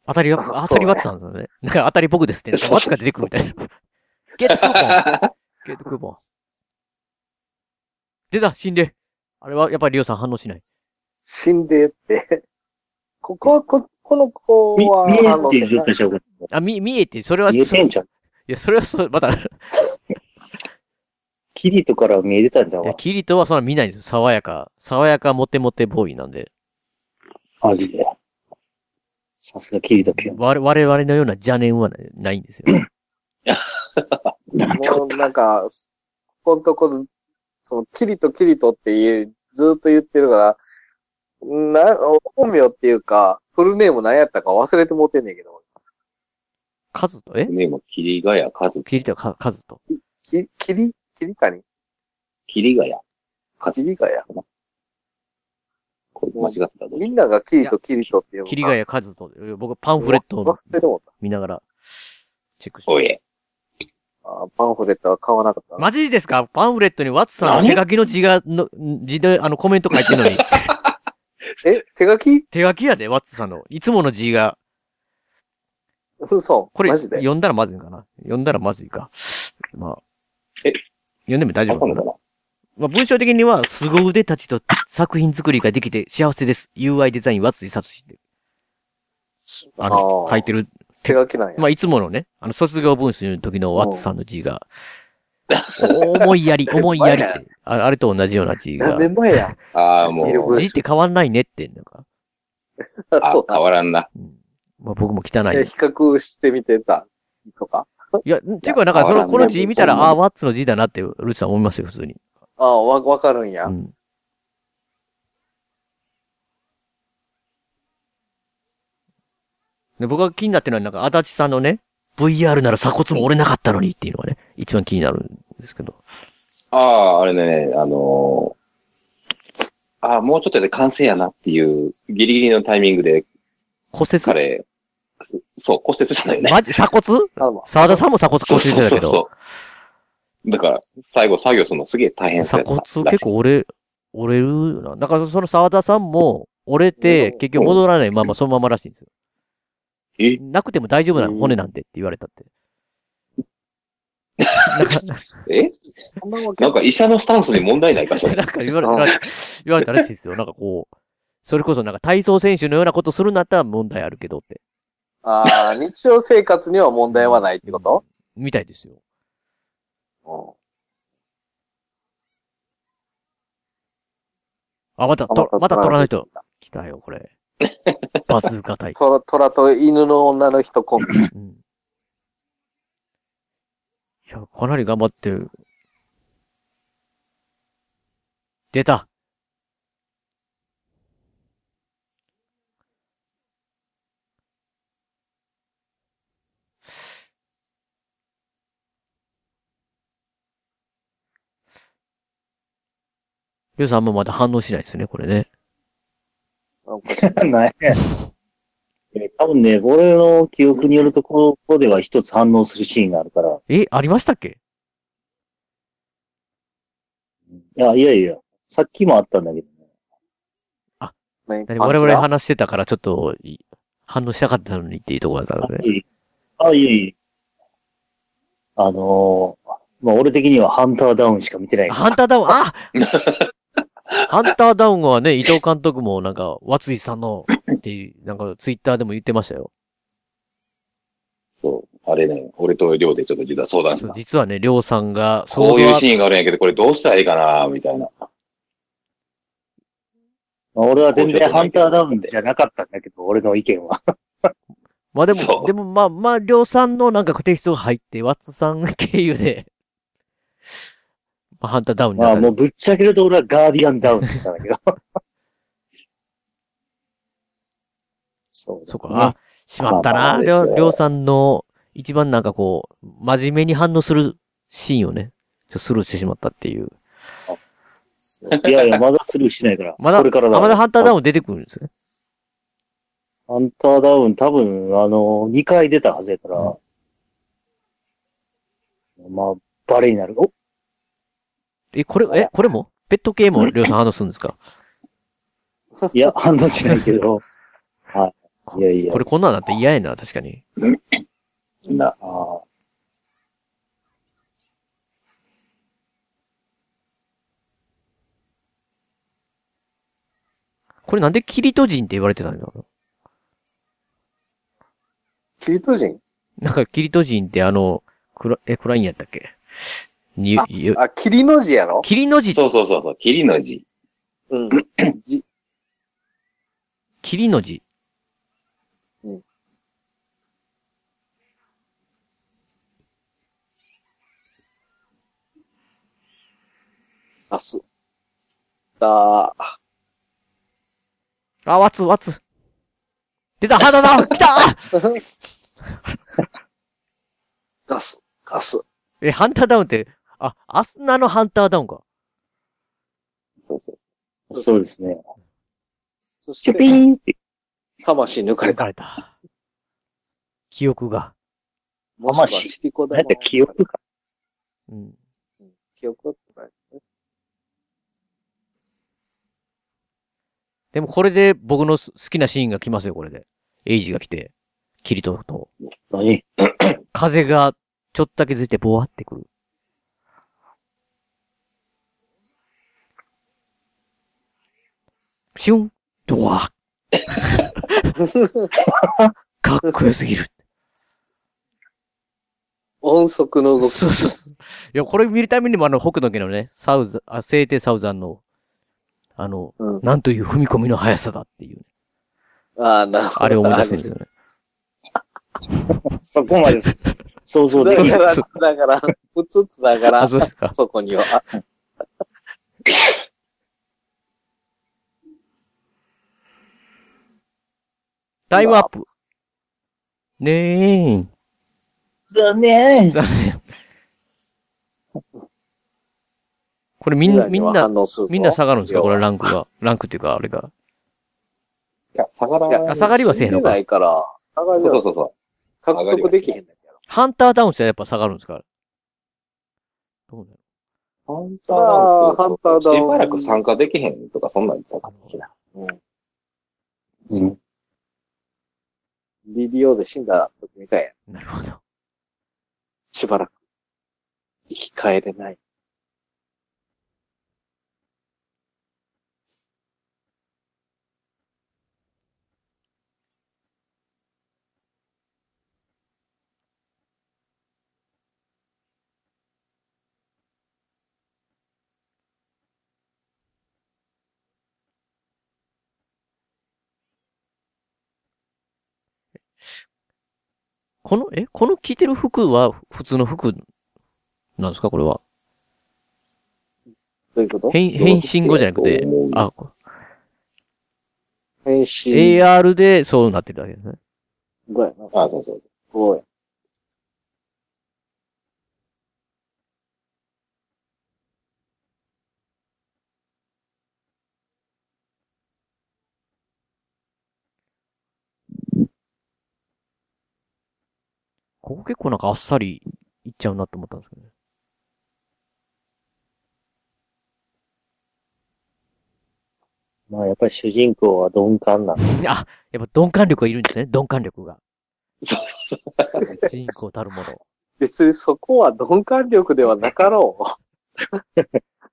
A: 当たりは、
D: あ
A: 当たり
D: そうね
A: ワッツなんですよね。なんか当たり僕ですって、
C: そうそう
A: ワッツが出てくるみたいな。 *laughs* ゲットクーポン。 *laughs* ゲットクーポン。出た、死んで。あれは、やっぱりリオさん反応しない。
D: 死んでって。ここ、こ、この子
E: み
D: は、
E: 見え
D: あ
E: ん
D: の
E: っていう状態ちゃうから
A: あ、見、見えて、それは、
E: 見え
A: そ
E: て
A: い
E: んじゃん。
A: や、それはそう、また、
E: キリトから見えてたんだ
A: いや、
E: わ。
A: キリトはそんな見ないんですよ。爽やか。爽やかモテモテボーイなんで。
E: マジで。さすがキリト君。
A: 我我々のような邪念はないないんですよ。 *laughs*
E: なんて
D: も
E: こ
D: うなんか、ここのところ、その、キリトキリトっていう、ずっと言ってるから、な、本名っていうか、フルネーム何やったか忘れてもうてんねんけど、
A: カズト、え
C: ね、もう、霧ヶ谷和樹、
A: キリトか、カズト。
D: き、キリ、キリカニ
C: 霧ヶ谷。
D: キリガヤ
C: これ間違ってたらどうしよ
D: みんながキリトキリトって呼ぶ。
A: キリガヤカズト。僕パンフレット
D: 忘
A: を
D: れてもう
A: 見ながら、チェックし
C: うおいえ。
D: た。あーパンフレットは買わなかったな。
A: マジですかパンフレットにワッツさんの手書きの字が、の、字で、あの、コメント書いてるのに。
D: え、手書き
A: 手書きやで、ワッツさんの。いつもの字が。
D: 嘘。
A: これ、
D: マジで。
A: 読んだらまずいんかな読んだらまずいか。まあ。
C: え
A: 読んでも大丈
C: あか
A: 夫
C: んの
A: か
C: か
A: な
C: な
A: まあ、文章的には、凄腕たちと作品作りができて幸せです。UI デザインはツイサツシって。あの、
D: あー
A: 書いてる。
D: 手書きなんや。
A: まあ、いつものね、あの、卒業文集の時のワッツさんの字が、思いやり、思いやりって。ああれと同じような字が
D: 何。年前や。
C: ああ、も
D: 入力
C: う、
A: 字って変わんないねって、なんか。
D: *laughs* そ
C: あ
D: うだ
C: 変。わらんな。
A: うんまあ、僕も汚い。
D: え比較してみてた。とか。
A: いや、っていうか、なんか、そ
C: 変わら
A: の、
C: ん
A: この字見たら、
C: そんな
A: ああー、ワッツの字だなって、ルーツさん思いますよ、普通に。
D: ああ、わ、わかるんや
A: う。ん。で僕が気になってるのは、なんか、足立さんのね、VR なら鎖骨も折れなかったのにっていうのがね、一番気になるんですけど。
C: ああ、あれね、あのー、ああ、もうちょっとで完成やなっていう、ギリギリのタイミングで、
A: 骨折
C: 彼、そう、骨折したのよね。
A: マジ鎖骨
D: あの
A: 沢田さんも鎖骨
C: そう
A: 骨折してたけ
C: そ
A: ど。
C: うそうだから、最後作業するのすげえ大変そう
A: 鎖
C: やった
A: 骨結構折れ、折れるな。だから、その沢田さんも、折れて、
D: うん
A: 結局戻らないままそのままらしいんですよ。
C: え
A: なくても大丈夫なの、
D: うん
A: 骨なんてって言われたって。 *laughs* なんか
C: え
D: そんなわけ
C: なんか医者のスタンスに問題ないかしら。
A: なんか言われたら、言われたらしいですよ。なんかこう、それこそなんか体操選手のようなことするんだったら問題あるけどって。
D: ああ、日常生活には問題はないってこと
A: みたいですよ。あ、また、とまた取らないと。。来たよ、これ。
C: *laughs*
A: バズーカ隊。
D: トラ、トラと犬の女の人コンビ。
A: うん。いや、かなり頑張ってる。出たヨウさんもまだ反応しないですよね、これね。
E: とない。え多分ね、俺の記憶によると、ここでは一つ反応するシーンがあるから。
A: え、ありましたっけ
E: いや、いやいや、さっきもあったんだけどね。
D: 何
A: 何我々
D: パンチ
A: 話してたからちょっとい反応したかったのにっていうところだったの
E: あ
A: で、
E: いえいえあ、いえいえ。あのー、まあ、俺的にはハンターダウンしか見てない。
A: ハンターダウン、あハンターダウンはね、伊藤監督もなんか、和津井さんのっていう、なんかツイッターでも言ってましたよ。
C: そう。あれね、俺と亮でちょっと実は相談し
A: そう
C: た。
A: 実はね、りょうさんが、
C: こうい
A: ー
C: う
A: ン。
C: シーンがあるんやけど、これどうしたらいいかな、みたいな。
E: まあ、俺は全然ハンターダウンじゃなかったんだけど、俺の意見
A: *laughs*
E: は。
A: まあで
C: そ
A: も、
C: う
A: でもまあ、まあ、りょうさんのなんかテキストが入って、和津さん経由で、まあ、ハンターダウンになっ
E: まあ、
A: た
E: もうぶっちゃけると俺はガーディアンダウンだったんだけど。そうだ
A: *laughs* そ
E: ね
A: うか、あ、しまった
C: ま
A: な。
C: あま
A: り
C: あ
A: ょ
C: です
A: う
C: よ
A: りょうさんの、一番なんかこう、真面目に反応するシーンをね、ちょっとスルーしてしまったっていう。
E: そういやいや、まだスルーしないから。
A: まだ、
E: これからだ。
A: あまだハンターダ
E: ン。
A: ウン出てくるんですね。
E: ハンターダウン多分、あの、2回出たはずやから。まあ、バレになる。 *laughs* お
A: え、これ、え、これもペット系もりょうさん反応するんですか
E: いや、反応しないけど。はい。いやいや
A: こ。れこんなんなって嫌やな、確かに。
E: なああ。
A: これなんでキリト人って言われてたんだろ
D: キリト人
A: うなんかキリト人ってあの、クラ、え、クラインやったっけによ
D: あ、霧の字やろ
A: 霧の字、
C: そうそうそうそう、霧の字。
D: うん。じ
A: 霧の字。
D: うんあす。だー
A: あ、わつ、わつ。出た、肌だ来た
D: *laughs* ガス、ガス。
A: え、ハンターダウンって、あ、アスナのハンターダウンか。
E: そうですね。
D: そし
E: チュピ
D: て、
E: ーンって。
D: 魂抜かれ
A: 抜
D: た。
A: かれた。記憶が。
D: もしくはシリコ
E: なんや
D: 玉
E: ったら記憶か。
A: うん。
D: 記憶ってない。 *laughs*
A: でもこれで僕のす好きなシーンが来ますよ、これで。エイジが来て、キリトと、
E: 何
A: 風がちょっとだけずいてぼわってくる。シュンドワかっこよすぎる。
D: 音速の動き。
A: そうそうそう。いや、これ見るためにもあの、北斗家のね、サウザ、あ、聖帝サウザンの、あの、
D: うん
A: なんという踏み込みの速さだっていう、
D: ああ、なるほど。
A: あれを思い出すんですよね。
E: そこまで想像でき
D: だ
E: ない。
D: から、だから、うつつだから
A: あ、、そうですか。
D: そこには。
A: タイムアップ。ねえ。
E: 残念。
A: 残念。これみんな、みんな、みんな下がるんですかこれランクが。ランクっていうか、あれが。
C: いや、下がら
D: い
C: な
D: や
C: い。
A: 下がりはせえへんの
D: 死んで
A: か
D: ないから、下が
C: そ
D: り
C: うそうそ
D: は
C: うそ
D: 獲得できへんねんけど。
A: ハンターダウンしたらやっぱ下がるんですかどうなの
C: う。ハンターダウン。
D: ハンターダウン
C: しばらく参加できへんとか、そんなん言ったかもしれない。
E: うん。
D: DDO で死んだ時みたいや。
A: なるほど。
D: しばらく。生き返れない。
A: この、えこの着てる服は普通の服なんですかこれは。
D: どういうこと
A: 変、変身後じゃなくて、あ、
D: 変身
A: AR でそうなってるだけですね。
D: 後やな。
C: あ、そうそう。
D: 後や。
A: ここ結構なんかあっさりいっちゃうなと思ったんですけどね。
E: まあやっぱり主人公は鈍感なんだ。
A: *laughs* あ、やっぱ鈍感力がいるんですね。鈍感
D: *laughs*
A: 力が。主人公たるもの。
D: 別にそこは鈍感力ではなかろう。 *laughs*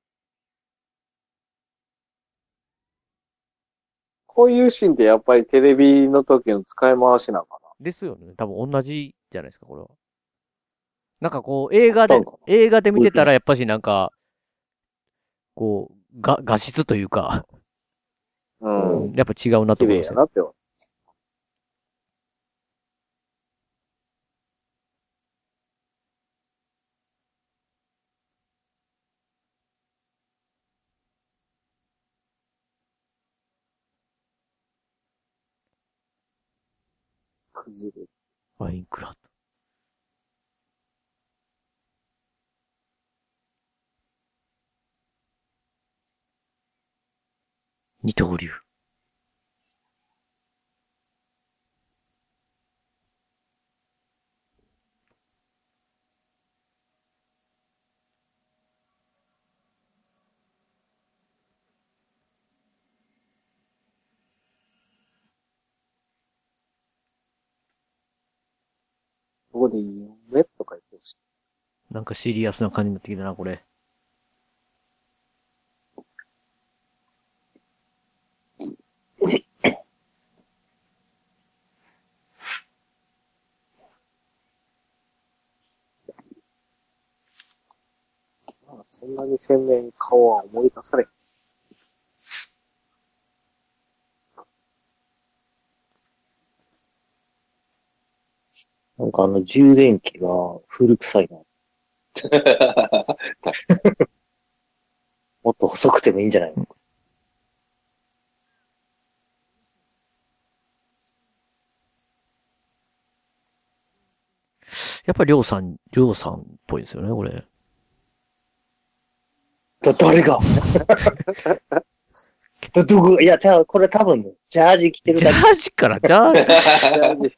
D: こういうシーンってやっぱりテレビの時の使い回しなのか
A: ですよね。多分同じじゃないですか、これは。なんかこう、映画で
E: そうか、
A: 映画で見てたらやっぱしなんか、こう、が、画質というか、
D: な。
C: うん
D: うん。
A: やっぱ違うなと
D: 綺
A: 思い
D: 麗
A: まし
D: や
A: た。
D: なって思う。崩れ
A: マインクラフト。二刀流。
D: ここで夢とか言ってほしい。
A: なんかシリアスな感じになってきたな、これ。
D: そんなに鮮明に顔は思い出されへん。
E: なんかあの充電器が古臭い *laughs* な。もっと細くてもいいんじゃないの
A: やっぱりりょうさん、りょうさんっぽいですよね、これ。
E: だ、
A: *laughs*
E: 誰がだ、どこいや、たこれ多分ね、ジャージ着てる
A: ジャ
E: だけ。
A: ージから、ジャージ。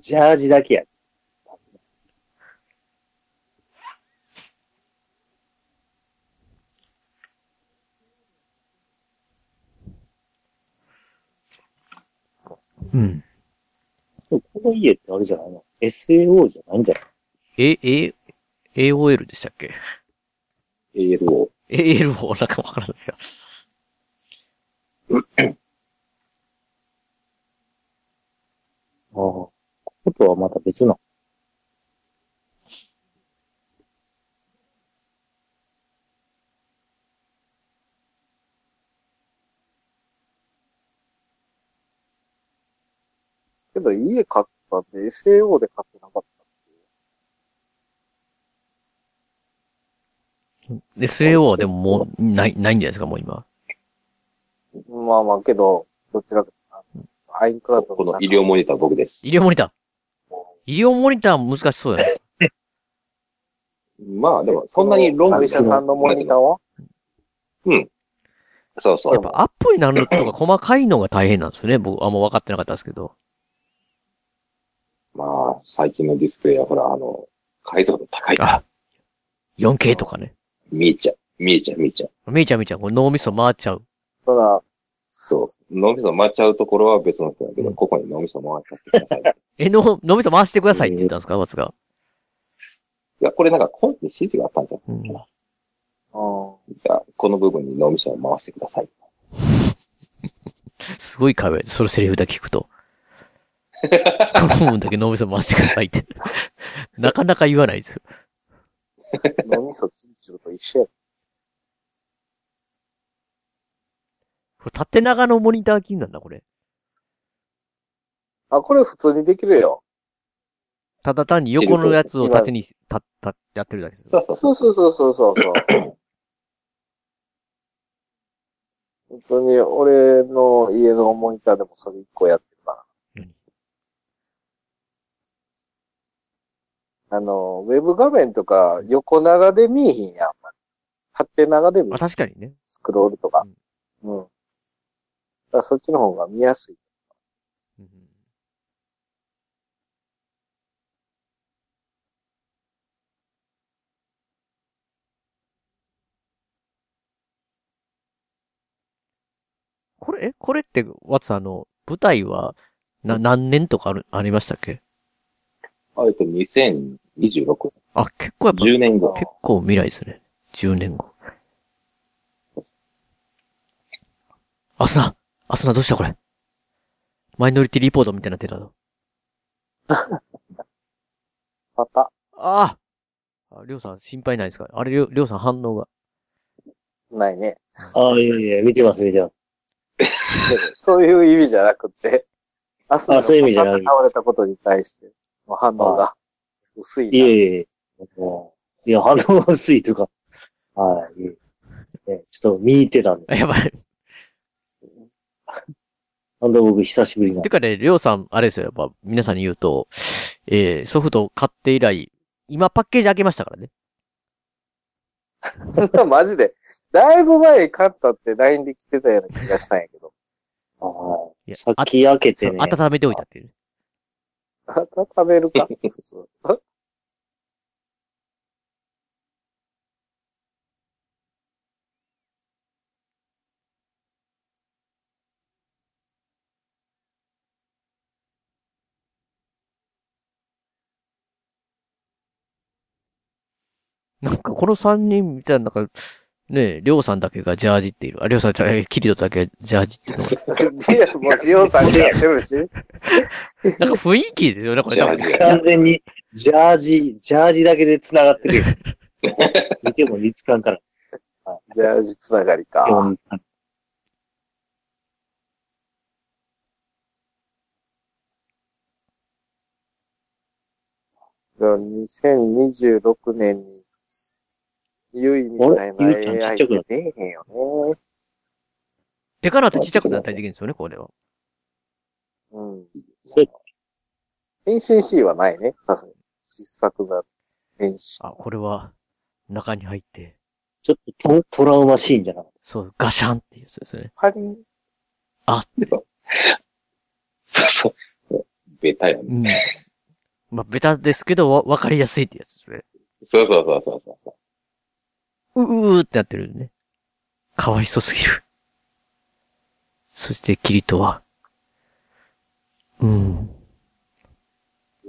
E: ジャージだけや。
A: うん。
E: でもこの家ってあれじゃないの ?SAO じゃないんじゃない
A: え、え、AOL でしたっけ
C: AL を。
A: ?AL もなんかわからないですよ。
E: ああ。ことはまた別なの。
D: けど家買ったんで SAO で買ってなかっ
A: で、SAO はでももう、ない、ないんじゃないですか、もう今。
D: た。まあまあけど、どちらか、あのアインクラウド
C: この医療モニター僕です。
A: 医療モニター。医療モニター難しそうだね。
C: まあでも、そんなに論
D: お
C: 理
D: 医者さんのモニターは
C: そうそ
A: やっ
C: う。
A: ぱアップになるとか細かいのが大変なんですね。僕、あんま分かってなかったですけど。
C: まあ、最近のディスプレイはほら、あの、解像度高いから
A: あ、4K とかね。
C: 見えちゃう。見えちゃう、見えちゃう。
A: めいちゃんめいちゃん、これ脳みそ回っちゃう。
D: ただ、
C: そう。脳みそ回っちゃうところは別の人だけど、ここに脳みそ回っちゃってください。
A: え、脳、脳みそ回してくださいって言ったんですか、松が。
C: いや、これなんかコンって指示があったんじゃん。
A: うん。
D: うん。
C: じゃあ、この部分に脳みそを回してください。
A: すごい会話やでそのセリフだけ聞く
C: *laughs*
A: と。この部分だけ脳みそ回してくださいって。なかなか言わないですよ。
D: 脳みそチンチュルと一緒や。
A: これ縦長のモニター機なんだ、これ。
D: あ、これ普通にできるよ。
A: ただ単に横のやつを縦に、た、た、やってるだけです。
C: そうそうそう。
D: そうそうそうそうそうそう。普通に俺の家のモニターでもそれ一個やってるから。あの、ウェブ画面とか横長で見えひんやん。縦長で見え
A: まあ
D: る
A: 確かにね。
D: スクロールとか。うん。だからそっちの方が見やすい。
A: うんこれ、え、これって、わつあの、舞台は、な、何年とかある、ありましたっけ
C: あえて2026
A: あ、結構やっぱ、
C: 年、10年後。
A: 結構未来ですね。10年後。アスナアスナどうしたこれマイノリティリポートみたいになってたぞ。
D: また。
A: あああ、りょうさん心配ないですかあれ、りょうりょうさん反応が。 *laughs*
D: ないね。
E: ああ、いやいや、見てます、見てます。
D: *laughs* そういう意味じゃなくて、明日
E: あそういう意味じゃない
D: 倒れたことに対しての反応が薄いな。
E: いえいえいえ。いや、反応が薄いというか。はい。いえいえねちょっと見に行ってたんで。
A: やばい。
E: なんだ僕久しぶりな
A: て。かね、りょうさん、あれですよ、やっぱ皆さんに言うと、えー、ソフトを買って以来、今パッケージ開けましたからね。
D: *laughs* マジで。だいぶ前に勝ったって LINE で来てたような気がしたんやけど。
E: はい。
A: や
E: さっき開け
A: そ
E: て
A: う
E: ね。
A: 温めておいたっていうね。
D: 食べ
E: *laughs*
D: るか
C: *laughs*
D: 普通。
A: なんかこの3人みたいな、なんか、ねえ、りょうさんだけがジャージっていう。あ、りょうさんじゃない、キリトだけジャージっていうのが
D: リアルもリオさんがやってるし。
A: なんか雰囲気ですよね、これ。
C: ジャージ
E: 完全に、ジャージ、ジャージだけで繋がってるよ。見ても見つかんから。
D: ジャージつながりか。
E: うん
D: 2026年に、ゆいみたいな
E: あれゆいちゃん
D: AI
E: ちっ
D: 出
E: ちゃくなっ
D: えへんよね。
A: でかなってちっちゃくなったりできるんですよね、これは。
D: うん。
E: そう
D: 変身シーンはないね。さすがに。小さくな変身。
A: あ、これは、中に入って、
E: ちょっとトトラウマシーンじゃなかっ
A: そう、ガシャンっていうやつですよね。
D: ハリー、
A: あって。
C: そうそう。ベタやね。
A: うん。まあ、ベタですけど、わ、わかりやすいってやつですね。
C: そうそうそうそうそう。
A: ううーってなってるんでね。かわいそうすぎる。そして、キリトは。うん。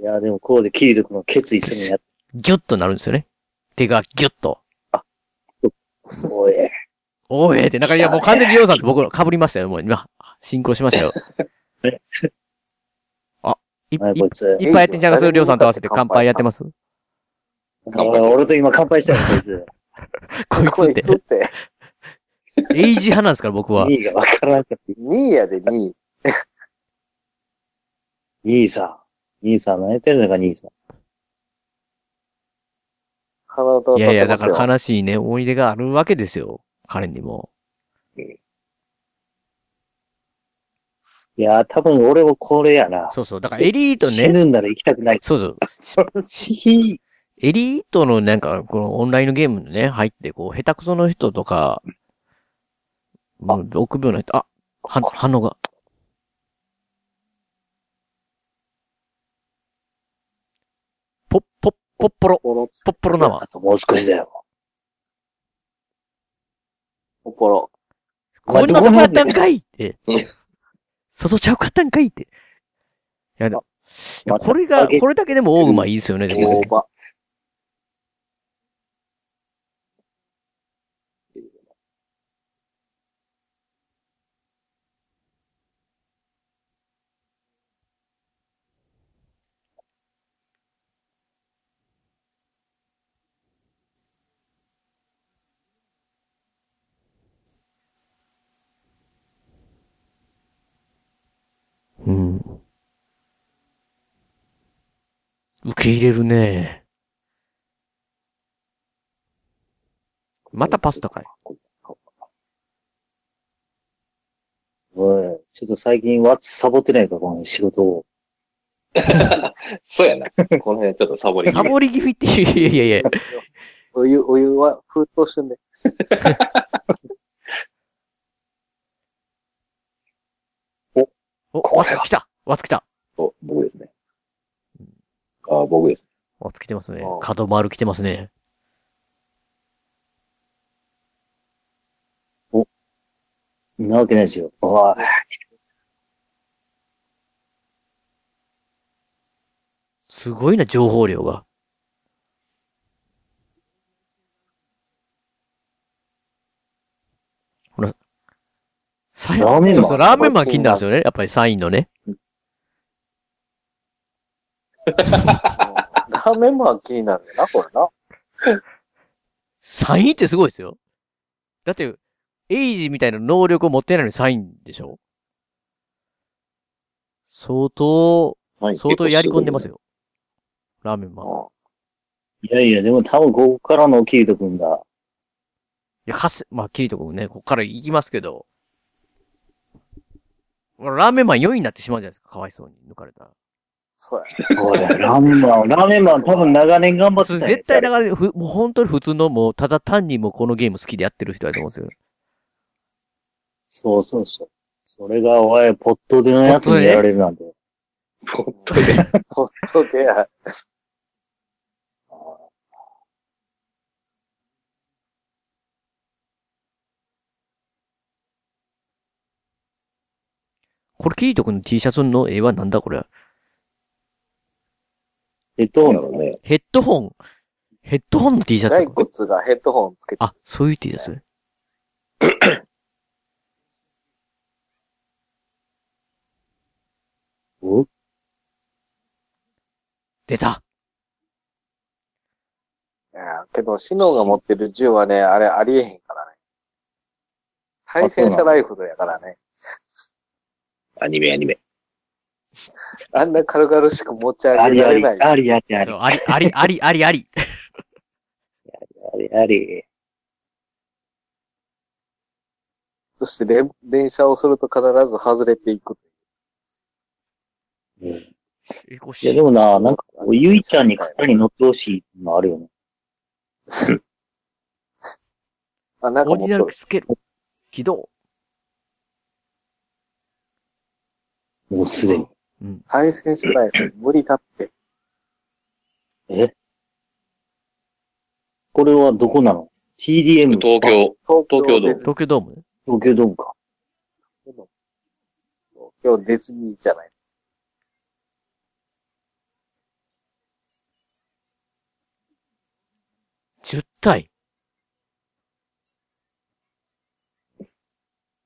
E: た。いや、でもこうでキリト君の決意するのやっ
A: ギュッとなるんですよね。手がギュッと。
E: と、おい、
A: おえーって、なんか、いや、もう完全にヨウさんと僕の被りましたよ、もう今。シンクロしましたよ。あ、い、い、
E: お前こいつ。
A: いっぱいやってんじゃないですか、りょうさんと合わせて乾杯やってます
E: お前俺と今乾杯したよ、こい
A: *laughs*
E: つ。
A: こいつ
D: こ
A: っ
D: い
A: て
D: つ。って、
A: エイジ派なんですから、僕は。
E: 2位がわからなかった。
D: 2位やで2位。
E: 兄さん。兄さん、泣いてるのか、兄さん。
D: 鼻歌を
A: い
D: 歌
A: や
D: っ
A: いや、
D: てま
A: だ
D: す
A: か
D: よ。
A: ら悲しいね、思い出があるわけですよ。彼にも。
E: いや、多分俺もこれやな。
A: そうそう。だからエリート
E: 死
A: ね。
E: ぬんなら行きたくない。
A: そうそう。
E: ひひ
A: エリートのなんか、このオンラインのゲームにね、入って、こう、下手くその人とか、もう、臆病な人、あ、は反応が。ポッ、ポッ、ポッポロ、
D: ポロ、
A: ポッポロ縄
E: あ。ともう少しだよ。
D: ポポロ。
A: こんなとこやったんかいって。外ちゃうかったんかいって。いや、でもいやこれが、これだけでも大熊いいですよね、でも
D: 大
A: ね。
D: 葉。
A: うん。受け入れるね。またパスタかい。
E: *laughs* おい、ちょっと最近、ワッツサボってないか、この仕事を。
C: そうやな。この辺ちょっとサボり気
A: サ
C: 味。
A: ボり気味って、いやいやいや。
D: お湯、お湯は沸騰してんで。
A: お、
E: こ
A: わ
E: れは
A: つ来たわつ来た
C: そう僕ですね。あ僕です。
A: わつ来てますね
D: あ。あ
A: 角丸来てますね。
E: んなわけないですよ。おい。
A: すごいな、情報量が。ほら。サイン
E: ラーメンマ
A: そ
E: ン
A: うそう、ラーメンマン気になるんですよね。やっぱりサインのね。
D: ラーメンマン気になるよな、これな。
A: サインってすごいですよ。だって、エイジみたいな能力を持ってないのにサインでしょ相当、
C: はい
A: 相当やり込んでます。よ。ラーメンマン。い
E: いやいや、でも多分ここからのキリト君が、
A: や、かす、まあ、キリト君もね、ここから行きますけど。ラーメンマン4位になってしまうじゃないですか。かわいそうに抜かれたら。
D: そうやね。
E: おい、ラーメンマン、ラーメンマン多分長年頑張ってたよ
A: 絶対だから、ふもう本当に普通の、もう、ただ単にもうこのゲーム好きでやってる人だと思うんですよ。
E: そうそうそう。それが、おい、ポットでのやつにやられるなんて。
C: 本当に。
D: ほんとでや。
A: これ、キリト君の T シャツの絵はなんだこれ。
E: え、どうな
C: そ
E: の
C: うね。
A: ヘッドホン。ヘッドホンの T シャ
D: 骸
A: ツか。
D: 骨がヘッドホンつけて、
A: あ、そういう T シャツ。
E: お
A: 出た。
D: いやけど、シノが持ってる銃はね、あれありえへんからね。対戦車ライフルやからね。
C: アニメ、アニメ。
D: あんな軽々しく持ち上
E: あ
D: げ
E: り
D: ら
E: あ
D: れ
E: り、
D: ない。
E: ありありあり
A: そうあり、あり、あり、あり、あり。
E: ありあり。
D: そして連、連射をすると必ず外れていく。
E: うん
A: え、こう
E: いや、でもな、なんかこう、ゆいちゃんに肩に乗ってほしいのあるよね。
D: あ、なんか
A: オリジナ
D: もっ
A: ル
D: と
A: つける。起動。
E: もうすでに。
A: うん。
D: 対戦車ライフル無理だって。
E: えこれはどこなの ?TDM。
C: 東
E: あ。
C: 京、東
D: 東京
C: 京ドー
D: デ
C: ム
D: ィズ
A: 東京ドーム
E: 東京ドームか。
D: 東京ディズニーじゃない。
A: ?10 体。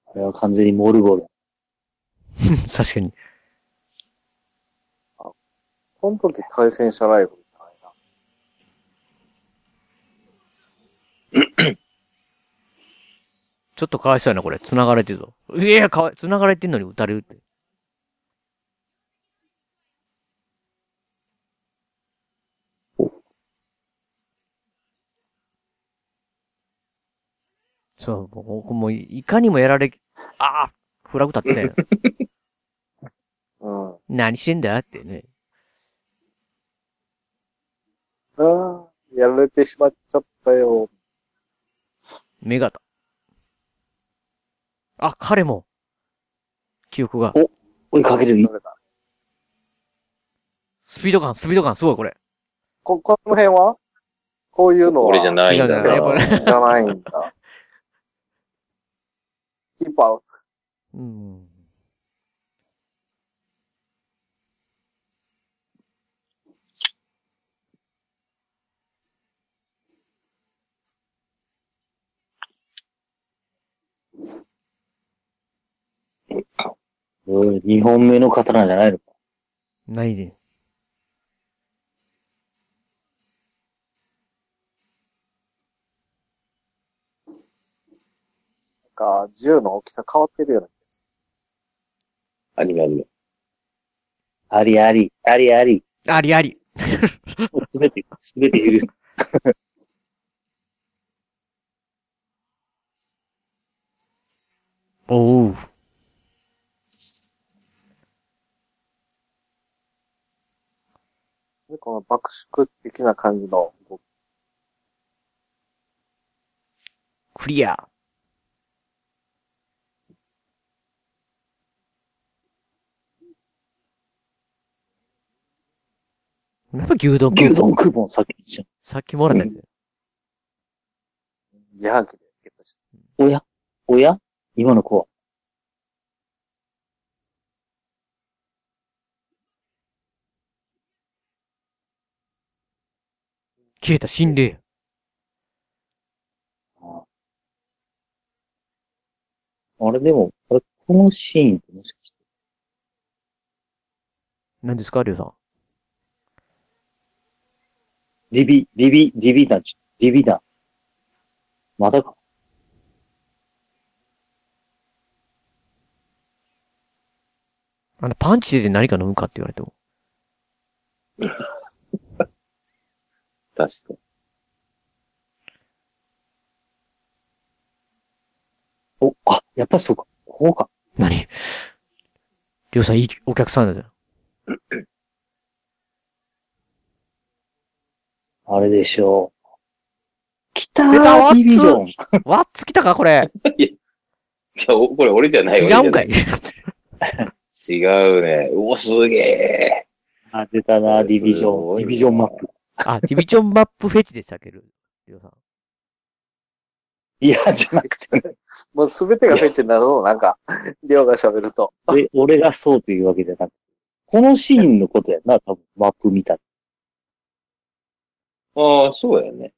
E: あれは完全にモルゴル。
A: *laughs* 確かに。
D: この時対戦車ライフルじゃないな。
A: ちょっとかわいそうやな、これ。繋がれてるぞ。いや、かわい、繋がれてんのに撃たれるって。そう、もう、もういかにもやられ、ああ、フラグ立ってた
D: *laughs*
A: よ。
D: うん。
A: 何してんだってね。
D: ああ、やられてしまっちゃったよ。
A: 目型。あ、彼も。記憶が。
E: 追いかけてる。
D: どれだ
A: スピード感、スピード感、すごい、これ。
D: こ、この辺はこういうのは。
C: 俺じゃないん
A: 違う
C: だ
A: じゃないこれ
C: な。
D: じゃないんだ。キーパー、
A: うん。
E: うん、二本目の刀じゃないのか。
A: ないで。
D: か、銃の大きさ変わってるよね。
C: アニメ、アニメ。
E: ありあり、ありあり。
A: ありあり。
E: もうすべて、すべて許す。
A: おう。
D: でこの爆縮的な感じの動き。
A: クリア。やっぱ牛丼。
E: 牛丼クーポン先にしちゃ
A: さっきもらったやつ。
D: 自販機でゲットした。
E: う。おやおや今の子は。
A: 消えた心霊。
E: あれでも、あれ、このシーンってもしかして、
A: 何ですか、りょうさん。
E: ディビ、ディビ、ディビダン、ディビダン。まだか。
A: あの、パンチで何か飲むかって言われても。
C: 確かに。
E: お、あ、やっぱそうか。こうか。
A: 何 *laughs* りょうさん、いいお客さんだじゃん。
E: あれでしょう。来た
A: 出たわ
E: ーディビジョン。
A: わっつきたか、これ。
C: いや、おこれ俺じゃない
A: 違
C: 俺じゃ
A: うん
C: な
A: か
C: い
A: い。
C: 違うね。うお、すげえ。
E: あ、出たなーディビジ
C: す
E: ョ
C: ご
E: ン。
C: い
E: デ
C: な
E: ィビジョンマップ。
A: *laughs* あ、ディビジョンマップフェチでしたっけど、りょうさん。
E: いや、じゃなくて、
D: もうすべてがフェチになるぞ、なんか。りょうが喋ると。
E: 俺俺がそうというわけじゃなくて。このシーンのことやな、多分、マップ見たら。
C: ああ、そうやね。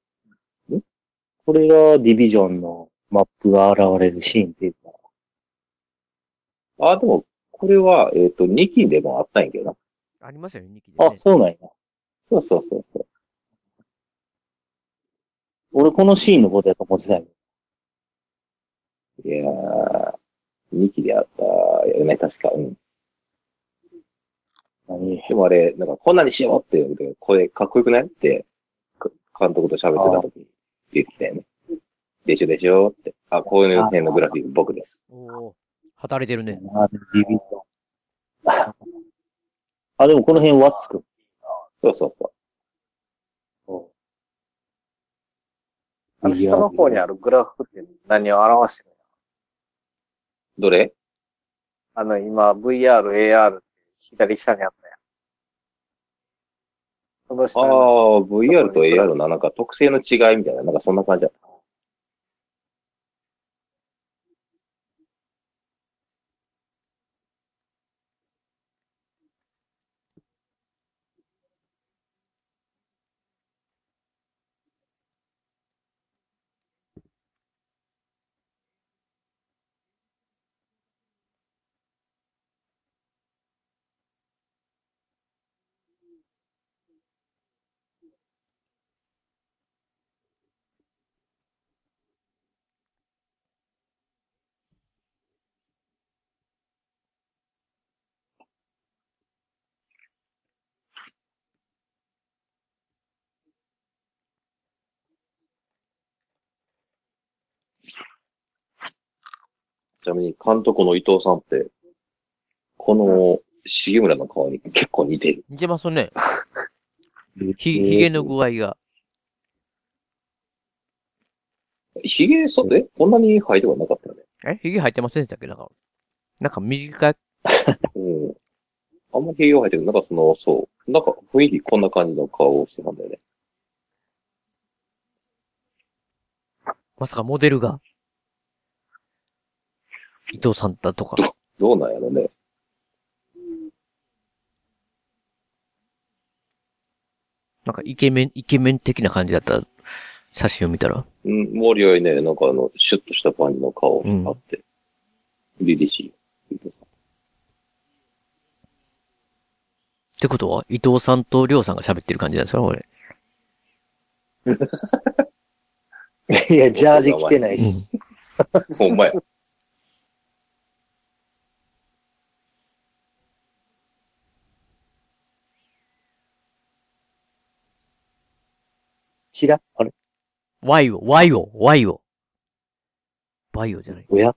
E: これがディビジョンのマップが現れるシーンっていうか。
C: ああ、でも、これは、えっ、と、2期でもあったんやけどな。
A: ありますよね、2期で、ね。
E: あ、そうなんや。
C: そうそうそうそう。
E: 俺このシーンのことやと思ってたよ。
C: いやー、2期であったよね、確か。うん。
E: 何
C: でもあれ、なんか、こんなにしようって言うけど、これかっこよくないって、か監督と喋ってた時に言ってきたよね。でしょでしょって。あ、こういうの辺のグラフィック僕です。
A: おー働いてるね。
E: あビビったあ、でもこの辺ワッツくん。
C: そうそうそ
D: あの下の方にあるグラフって何を表してるの
C: う。どれ
D: あの、今、VR、AR って左下にあったやん。その
C: あ
D: 下
C: あ
D: に
C: ー、VR と AR のなんか特性の違いみたいな、なんかそんな感じだった。ちなみに監督の伊藤さんって、この重村の顔に結構似てる。
A: 似てます
C: *laughs*
A: ね。ひ、ひげの具合が。
C: 髭そ、えこんなに生えてはなかったよね。
A: えひげ生えてませんでしたっけなんか、なんか短い。
C: うん。あんまり髭が生えてる。なんかその、そう。なんか雰囲気こんな感じの顔をしてたんだよね。
A: まさかモデルが。伊藤さんだとか。
C: どうなんやろね。
A: なんかイケメン、イケメン的な感じだった写真を見たら。
C: うん、森よりね、なんかあの、シュッとした感じの顔あって、凛々しい。
A: ってことは、伊藤さんとりょうさんが喋ってる感じなんですかこれ。
E: いや、ジャージ着てないし。
C: ほんまや。
E: ちらあれ
A: Y を、Y を、Y を。バイオじゃない。
E: おや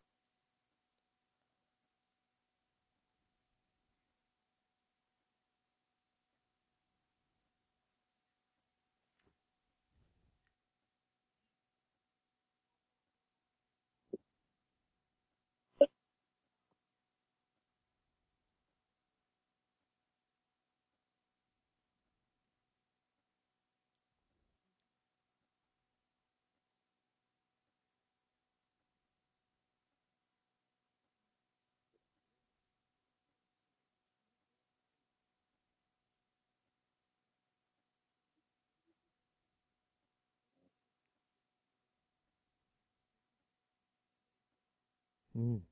A: うん。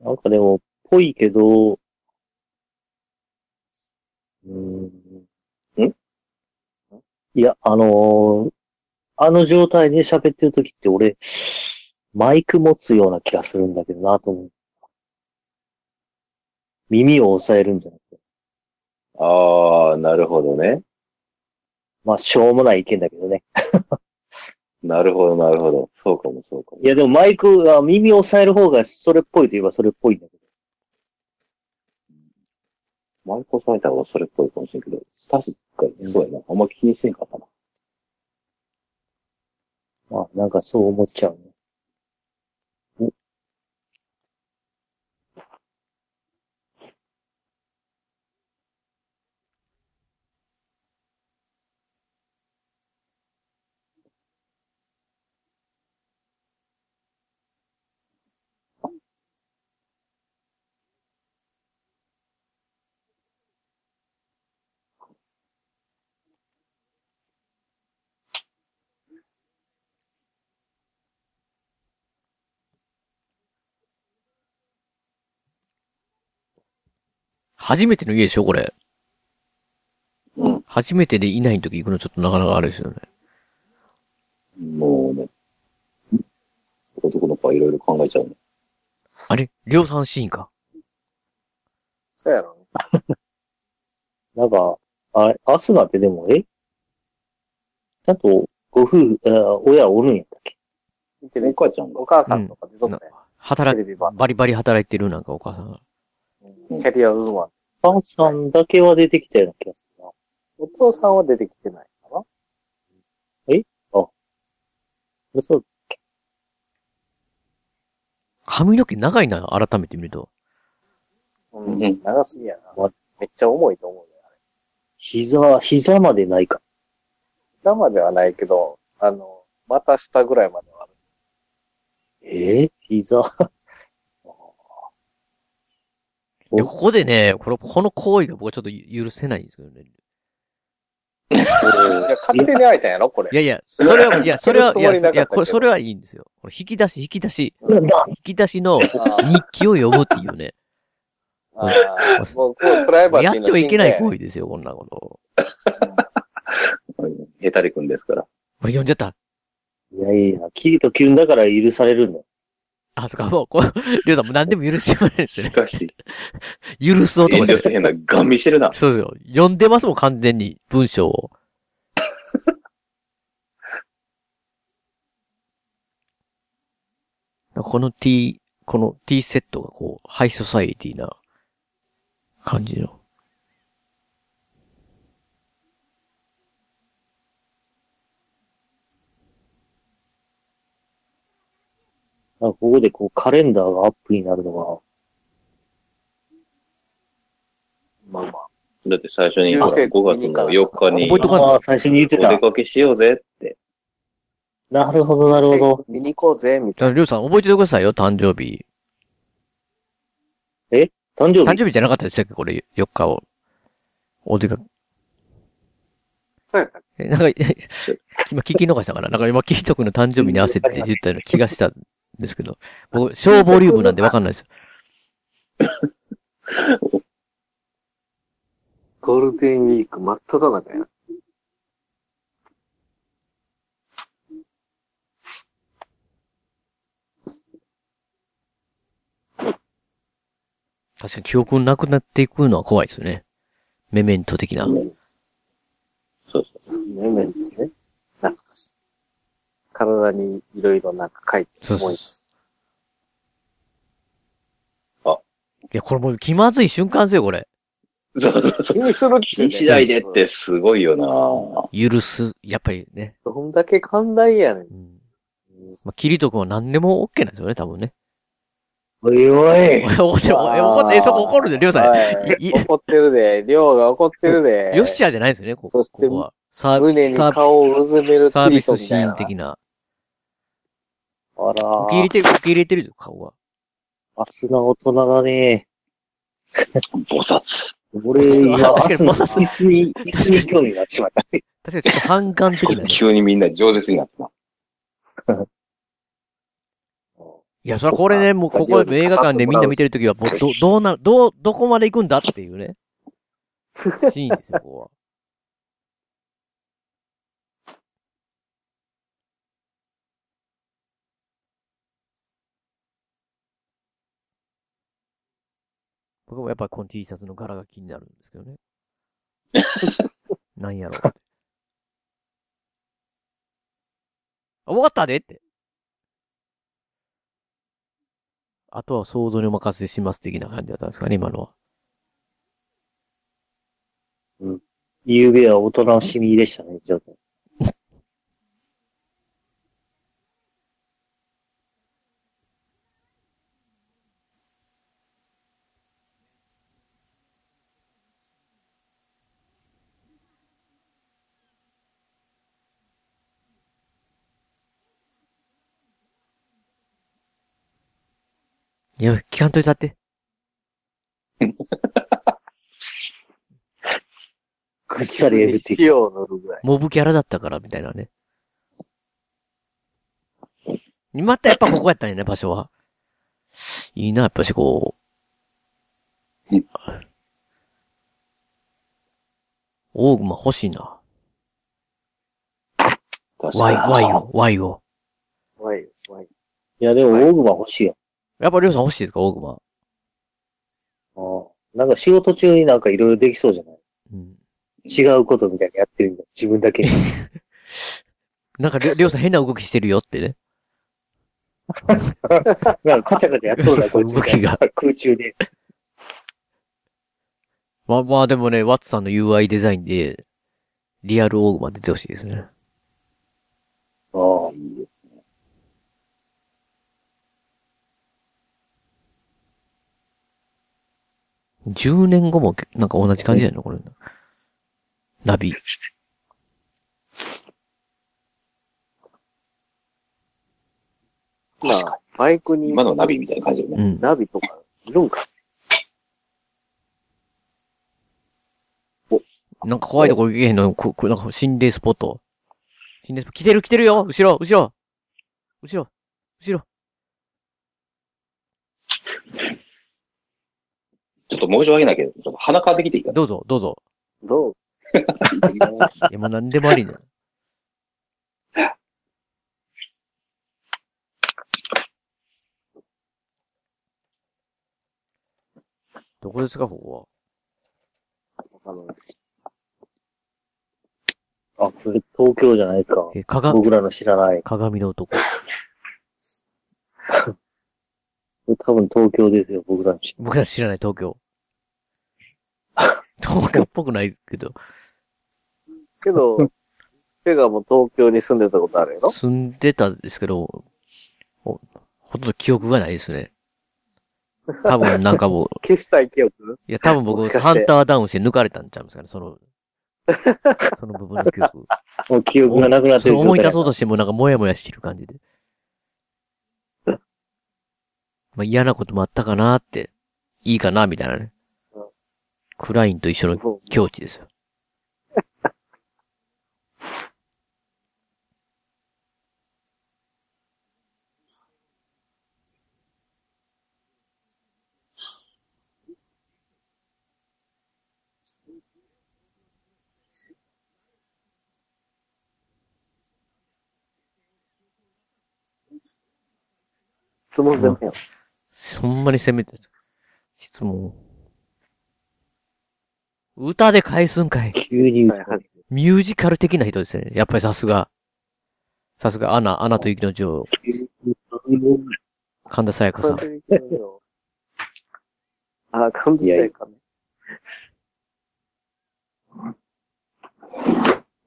E: なんかでも、ぽいけど、うーん。んいや、あのーあの状態で喋ってる時って俺、マイク持つような気がするんだけどなと思う。耳を押さえるんじゃなくて。
C: *laughs* あー、なるほどね。
E: まあ、しょうもない意見だけどね。
C: なるほど、なるほど。そうかも、そうかも。
E: いや、でもマイク、あ耳を押さえる方がそれっぽいといえばそれっぽいんだけど。
C: マイコさんいたらそれっぽいかもしれんけど、確かに、そうやな。あんま気にしてんかったな。
E: まあ、なんかそう思っちゃうね。
A: 初めての家でしょこれ。
C: うん。
A: 初めてでいない時行くのちょっとなかなかあれですよね。
C: もうね、男の子はいろいろ考えちゃうね。
A: あれ量産シーンか。
D: そうやろね。
E: なんか、あれ、アスナってでも、えちゃんと、ご夫婦、あ親おるんやったっけ
D: 見て
C: お
D: ね、
C: 母ちゃんが
D: お、母さんとか出とったやん。
A: 働
D: テ
A: い、
D: レビ版。
A: バリバリ働いてるなんかお母さんが。
D: キャリアウーマン。
E: パンさんだけは出てきたような気がするな。
D: お父さんは出てきてないかな
E: 嘘
A: 髪の毛長いな、改めて見ると。
D: う
C: うんん。
D: 長すぎやな。めっちゃ重いと思うね。
E: 膝、膝までないか。
D: 生ではないけど、あの、股下ぐらいまではある。
E: えー、膝。 *laughs*
A: いやここでね、これ、この行為が僕はちょっと許せないんですけどね。
D: いや、勝手に開いたんやろこれ
A: い。やいや、それは、いや、それは、いや、
D: *laughs* それつもりなかった
A: い
D: けど
A: やこれそれはいいんですよ。これ引き出し、引き出し、
E: なんだ
A: 引き出しの日
D: あー
A: 記を読むっていう
D: *laughs*
A: ね。
D: あーもう、こう、プライバシ
A: や
D: ー
A: っ
D: の
A: てはいけない行
D: 為。
A: 為ですよ、こんなこと。
C: ヘタリ君ですから。
A: これ読んじゃった。
E: いやいや、キリトキュンだから許されるんだよ。
A: あ、そっか、もう、こう、りょうさんもう何でも許してもらえるんです
C: し
D: *laughs*
A: よね。
C: かし、
A: 許す男
C: 遠
A: で
C: 慮
A: す
C: せ
A: よ。
C: へんな、ガン見してるな。
A: そうですよ。読んでますもん、完全に、文章を。この T、この T セットがこう、ハイソサイエティな感じの。
E: なんかここでこうカレンダーがアップになるのが、
D: まあまあ。
C: だって最初に、
D: 優
C: ほら
D: 先
C: 5月の4日に、
A: 覚えとかんと
E: ああ、最初に言って
C: お出
E: た。
C: かけしようぜって。
E: なるほど、なるほど。
D: 見に行こうぜ、みたい
A: だからりょうさん覚えててくださいよ、誕生日。
E: 誕生
A: 誕
E: 日。
A: 生日じゃなかったでしたっけこれ、4日を。お出かけ
D: な。そうやったっ
A: え、なんか、 *laughs* え今聞き逃したから、なんか今、キリト君の誕生日に焦って言ったような気がしたんですけど、僕、小ボリュームなんでわかんないですよ。
D: けゴールデンウィーク真っ只中や。
A: 確かに記憶なくなっていくのは怖いですよね。メメント的な。
C: そうそう。
D: ね、メンですね。懐かしい。体にいろいろなんか書いて思い出す。
A: いや、これもう気まずい瞬間ですよ、これ。
C: そうそうそう。
D: にするっ
C: 気にしないでって。すごいよな
A: 許す。やっぱりね。
D: どんだけ寛大やねん。
A: うん。まあ、キリト君は何でも OK なんですよね、多分ね。 *laughs*
E: おいおい。
A: 怒ってる、え怒って、えそこ怒るで、りょうさん。
D: はい
A: い
D: 怒ってるで、りょうが怒ってるで。
A: よっしゃじゃないですよね、ここ
D: そして
A: ここは。サー
D: 胸
A: ビ
D: に
A: ス、
D: 顔をうずめる
A: サー
D: キ
A: ビ
D: リト
A: ス
D: み
A: シ
D: たい
A: ーン
D: な。
A: 的な。
E: あら
A: 受け入れて、受け入れてるよ、顔は。
E: アスナ大人だね。
C: 菩薩。
E: 俺、
A: そう
E: 今、
A: 確
E: ア
A: かに
E: スナ、
A: 確か
E: 椅子に、椅子に興味があっちまった。
A: 確かにちょっと反感的なね。
C: 急にみんな饒舌になったな。
A: いや、それこれね、もうここ映画館でみんな見てるときは、もうど、どうな、どう、どこまで行くんだっていう *laughs* ね。シーンですよ、ここは。僕もやっぱりこの T シャツの柄が気になるんですけど *laughs* ね。なんやろうって。あ、わかったでって。あとは想像にお任せします的な感じだったんですかね、今のは。
E: 夕べは大人の染みでしたね、ちょっと。
A: いや、聞かんといたって。
E: ぐっさりやるっ
A: *laughs*
E: ていう。
D: 火を塗るぐらい。
A: モブキャラだったから、みたいなね。またやっぱここやったんやね、場所は。いいな、やっぱしこう
C: うん。
A: オーグマ欲しいな。
C: 確
A: ワ
C: か
A: イ、
C: に。
A: ワイを、ワイを。
D: 怖い、怖い。
E: いや、でも、オーグマ欲しいよ。
A: やっぱりょうさん欲しいですか、オーグマ。
E: なんか仕事中になんかいろいろできそうじゃない
A: うん。
E: 違うことみたいにやってるみたいな。自分
A: *laughs*
E: だけに。
A: なんかりょ、りょうさん変な動きしてるよってね。
E: なんかカチャカチャやっ
A: *laughs*
E: とるな、
A: そう
E: こいつみた
A: 動
E: い
A: きが
E: な。空中で。
A: まあまあでもね、ワッツさんの UI デザインで、リアルオーグマ出てほしいですね。
E: ああ。
A: 10年後もけなんか同じ感じだよね、これ。ナビ。
D: まあ、バイクに
C: 今のナビみたいな感じだよ
A: う
C: ね。
A: ん。
D: ナビとかいるんか。
A: なんか怖いとこ行けへんの、こ、こなんか心霊スポット。心霊スポット。来てる来てるよ後ろ後ろ後ろ後ろ
C: ちょっと申し訳ないけど、ちょっと鼻かんできていいかな
A: どうぞ、どうぞ。
D: ど
A: い
D: う
A: や、もう何でもありね。どこですか、ここは。
D: あの
E: あ、それ東京じゃないか。
A: え、かが、
E: 僕らの知らない。
A: 鏡の男。
E: 多分東京ですよ、僕らの知
A: 僕ら知らない東京。東京っぽくないけど、
D: けど、ペガも東京に住んでたことあるやろ
A: 住んでたんですけど、おほとんど記憶がないですね。多分なんかもう、
D: 消したい記憶
A: いや多分
D: も
A: 僕
D: しかして
A: ハンターダウンして抜かれたんちゃいますかね、そ
D: *laughs*
A: の、その部分の記憶。
E: らもう記憶がなくなっ
A: そ
E: てる
A: れ
E: 状態。
A: 思い出そうとしてもなんかもやもやしてる感じで。まあ嫌なこともあったかなって、いいかなみたいなね
D: うん。
A: クラインと一緒の
D: も
A: 境地ですよ。
D: う質問でもやん。
A: ほんまに攻めてる。質問を。歌で返すんかい。
E: 急に言
D: はいは
E: う
D: い
A: ミュージカル的な人ですね。やっぱりさすが。さすが、アナ、アナと雪の女王、神田沙也加さん。
D: あ、完璧かね。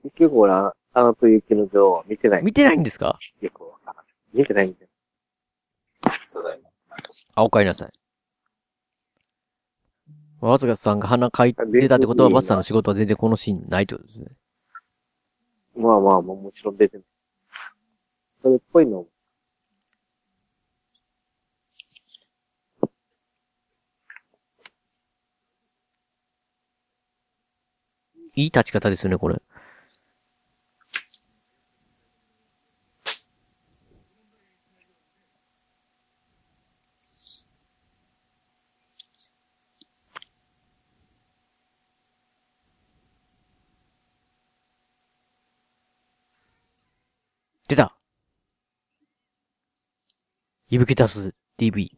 D: 結局俺、あのと雪の女王は見てない。
A: 見てないんですか
D: よくわからない。見てないんだよ。
A: あ、お帰りなさい。わずかさんが鼻かいてたってことは、バツさんの仕事は全然このシーンにないってことですね。
D: まあまあ、もうもちろん出てない。それっぽいのも
A: いい立ち方ですよね、これ。出たいぶき出す DV。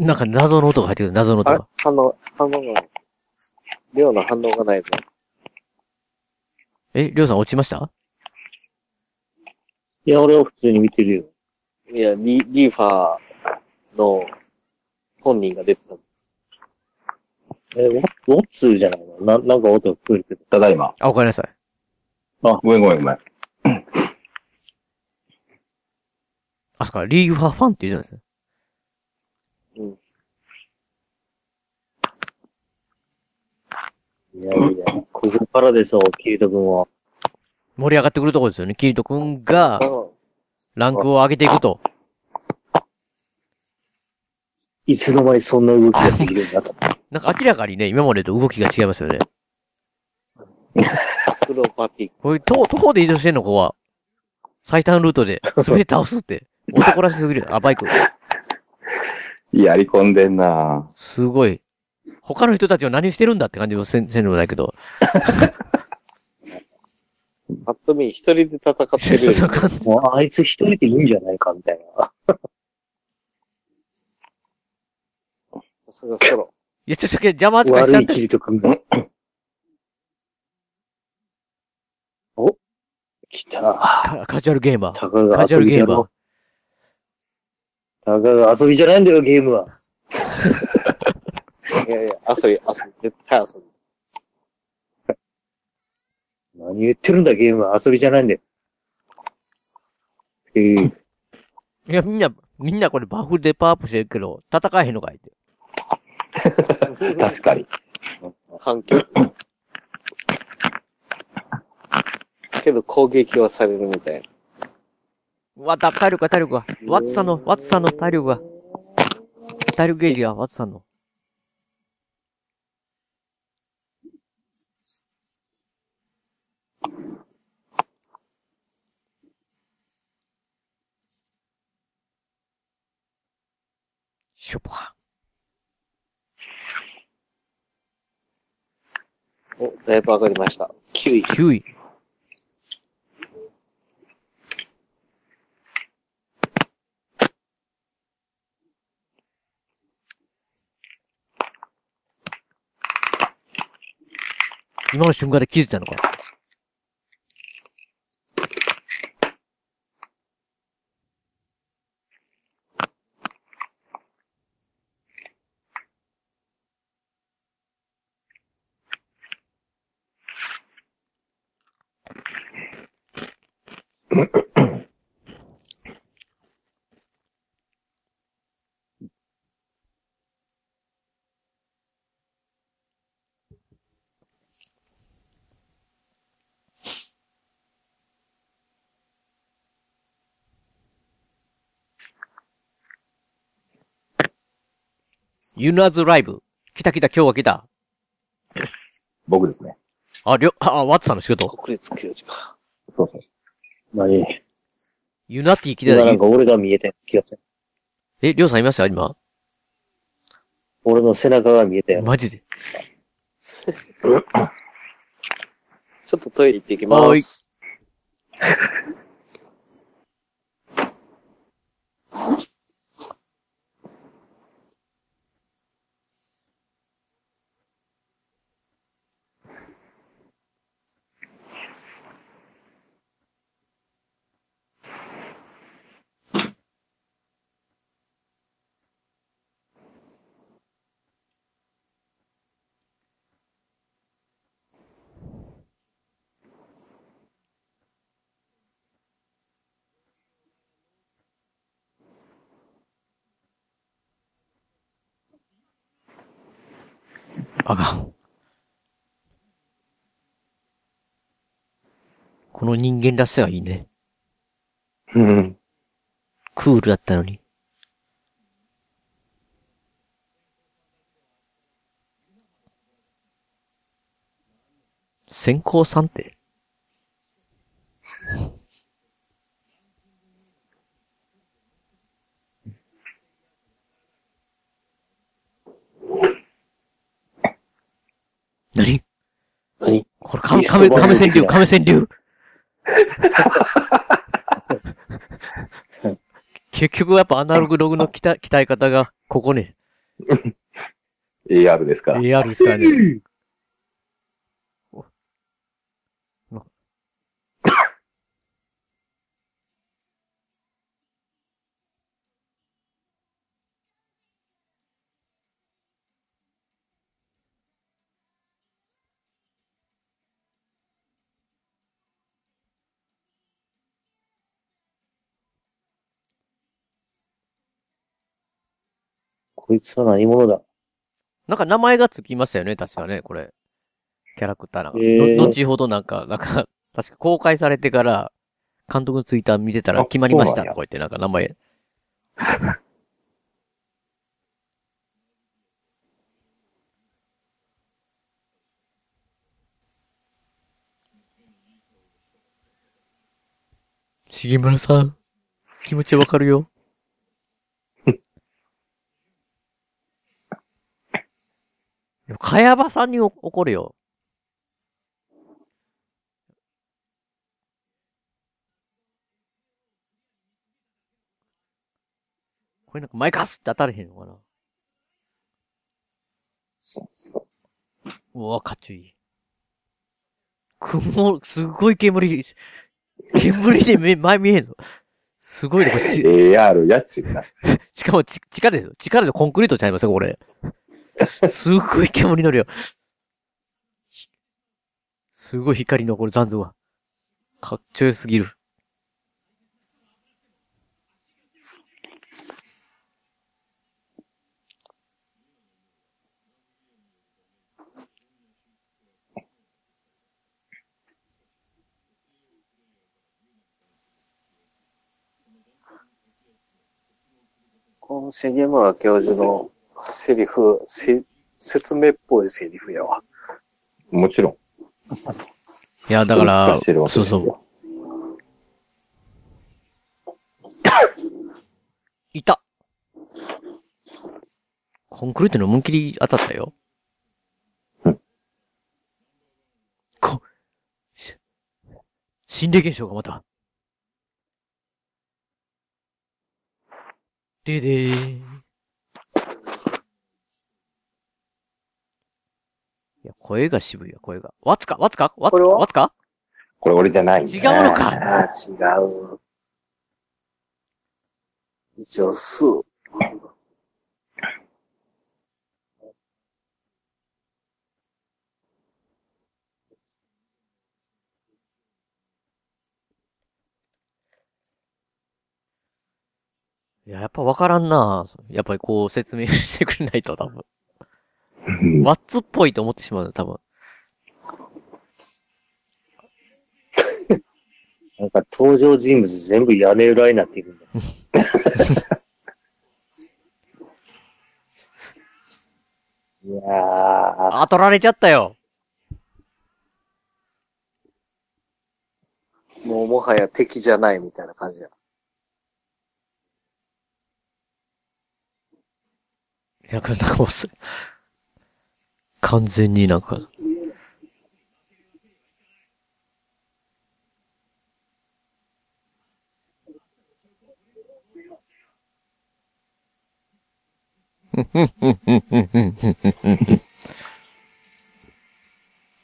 A: んなんか謎の音が入ってくる、謎の音
D: あれ
A: が。
D: 反応、反応がない。レオの反応がないぞ。
A: え、りょうさん落ちました
E: いや、俺は普通に見てるよ。
D: いや、リリーファーの本人が出てた。
E: え、ウォウォッツじゃないのななんか音が聞こえるけど。
C: ただいま。
A: あ、おかえりなさい。
C: あ、ごめんごめんごめん。
A: あ、そっか、リーグファファンって言うじゃないですか。
E: いやいや、ここからでそう、キリト君は。
A: 盛り上がってくるところですよね。キリトくんが、
D: あ
A: ランクを上げていくと。
E: いつの間にそんな動きができるんだと。
A: なんか明らかにね、今までと動きが違いますよね。
D: プロパティッ
A: こういう、徒徒歩で移動してんの子は、最短ルートで滑り倒すって、男らしすぎる。あ、バイク。
C: やり込んでんな
A: すごい。他の人たちは何してるんだって感じもせんせんでもないけど。
D: ク。ぱっと見一人で戦ってるよ
A: そうそう
E: もうあいつ一人でいいんじゃないかみたいな。
D: さすがソロ。
A: いや、ちょっとだけ邪魔扱いしちゃ
E: 悪
A: っ
E: い
A: た。
E: キリト君が。お来た。
A: カカジュアルゲーマー。
E: たかが
A: カジュア
E: 遊
A: ル
E: び
A: ゲ
E: だ
A: ーマー
E: ろ。。たかが遊びじゃないんだよ、ゲームは。
D: いやいや、遊び、遊び、絶対遊び。
E: 何言ってるんだ、ゲームは。遊びじゃないんだよ。えー、
A: いや、みんな、みんなこれバフでパワーアップしてるけど、戦えへんのかいって。
C: 確かに。
D: 環境。けど攻撃はされるみたいな。
A: うわ、だ体力が体力が。ワッツさんの、ワッツさんの体力が。体力ゲージがワッツさんの。シュパ
D: お、だいぶ上がりました。9位
A: ーン。。9位。今の瞬間で気づいたのか。ユナズライブ。来た来た、今日は来た。
C: 僕ですね。
A: あ、りょ、あ、ワッツさんの仕事。
D: 国立教授か。
C: そうそう。
E: 何
A: ユナティ来て
E: 今なん
A: た。
E: か俺が見えてん気がする。
A: え、りょうさんいました今。
E: 俺の背中が見えたよ。
A: マジで。
D: ちょっとトイレ行ってきます。
A: あかん。この人間らしさがいいね。
E: うん。
A: クールだったのに。先行さんって。何
E: 何
A: これ、亀、亀、亀川柳、亀川
E: *laughs*
A: 柳。結局やっぱアナログログの
E: *laughs*
A: 鍛え鍛え方が、ここね、
C: AR ですから。
A: AR ですからね。おな
E: こいつは何者だ
A: なんか名前がつきましたよね、確かね、これ。キャラクターなんか。
E: えー
A: の後ほどなんか、なんか、 *laughs* 確か公開されてから、監督のツイッター見てたら
C: あ
A: 決まりました。
C: そうなんや
A: こうやってなんか名前。しげむらさん、気持ちわかるよ。 *laughs* でもかやばさんにお怒るよ。これなんか前かすって当たれへんのかなうわ、かっちょいい。雲、すごい煙、煙で目前見えんの。すごいね、これち
F: AR やっちゅうな。
A: しかもち、地下ですよ。地下でコンクリートちゃいますよ、これ。すっごい煙の量。すごい光のこれ残像が。かっちょよすぎる。
D: この重村教授のセリフ、せ説明っぽいセリフやわ。
F: もちろん。
A: いや、だから、
F: 進化してるわけ
A: そう
F: ですよ
A: そう。いたコンクリートの思いっきり当たったよ。
F: うん
A: こ、し心霊現象がまた。ででーん。いや、声が渋いよ、声が。わつかわつかわつ
D: これ
A: か
D: は
A: わつか
F: これ俺じゃない、ね。
A: 違うのか
D: ああ、違う。女数。
A: いや、やっぱわからんなやっぱりこう説明してくれないと多分。
F: うん。
A: ワッツっぽいと思ってしまうの、多分。
E: なんか登場人物全部屋根裏になっていくんだ。
D: *laughs*
E: いやー、
A: あ、取られちゃったよ。
D: もうもはや敵じゃないみたいな感じや。
A: いや、これなんかもうす、完全にな
F: *laughs*
A: んか、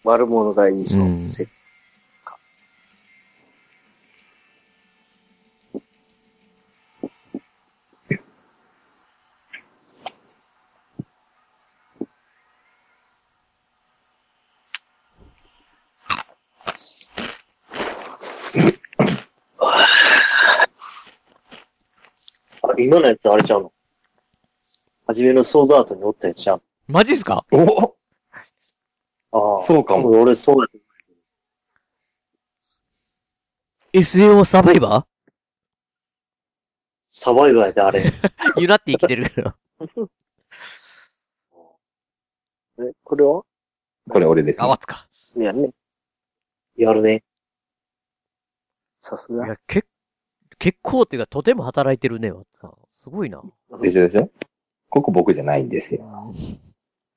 D: 悪者がいいそう
A: うん
D: せ
E: あ今のやつあれちゃうの初めのソードアートにおったやつちゃう
A: マジっすか
F: お
E: ああ。
F: そうかも
E: 多分俺そうやと
A: ?SAO サバイバ
E: サバイバーやで、あれ。
A: ー揺らって生きて
F: *laughs*
A: るから。
D: *laughs* え、これは
F: これ俺です、
A: あ、
F: ね
A: わ。つか。
D: いやね。
E: やるね。
D: さす
A: い
D: が。
A: や、け、結構っていうか、とても働いてるね、わつさん。すごいな。
F: でしょでしょここ僕じゃないんですよ。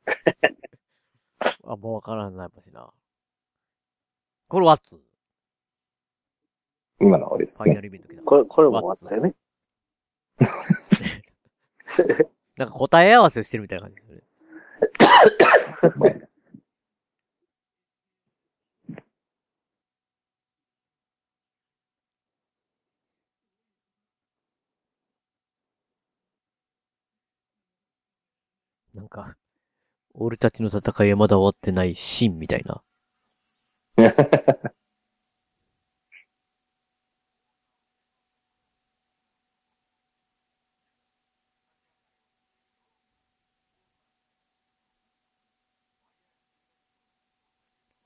A: *laughs* あ、もうわからんな、やっぱしな。これワッツ。
F: 今のは俺で
A: フ
F: す
A: ァイ
F: ね。
A: ナルイベント来た。
D: これ、これも終わったよね。
A: なんか答え合わせをしてるみたいな感じですよね。なんか、俺たちの戦いはまだ終わってないシーンみたいな。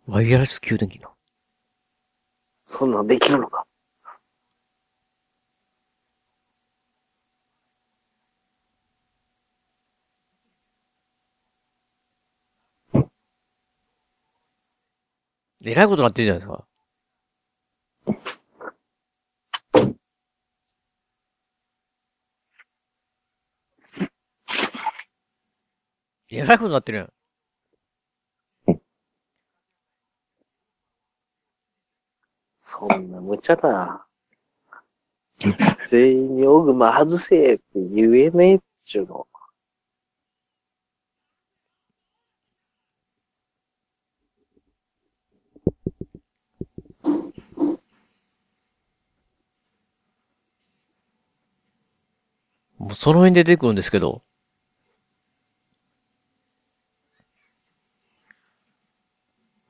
A: ワイヤレス給電器な。
D: そんなんできるのか。
A: えらいことなってるじゃないですか。えらいことになってるやん。
E: そんな無茶だ。全員にオグマ外せって言えねえっちゅうの。
A: もうその辺で出てくるんですけど。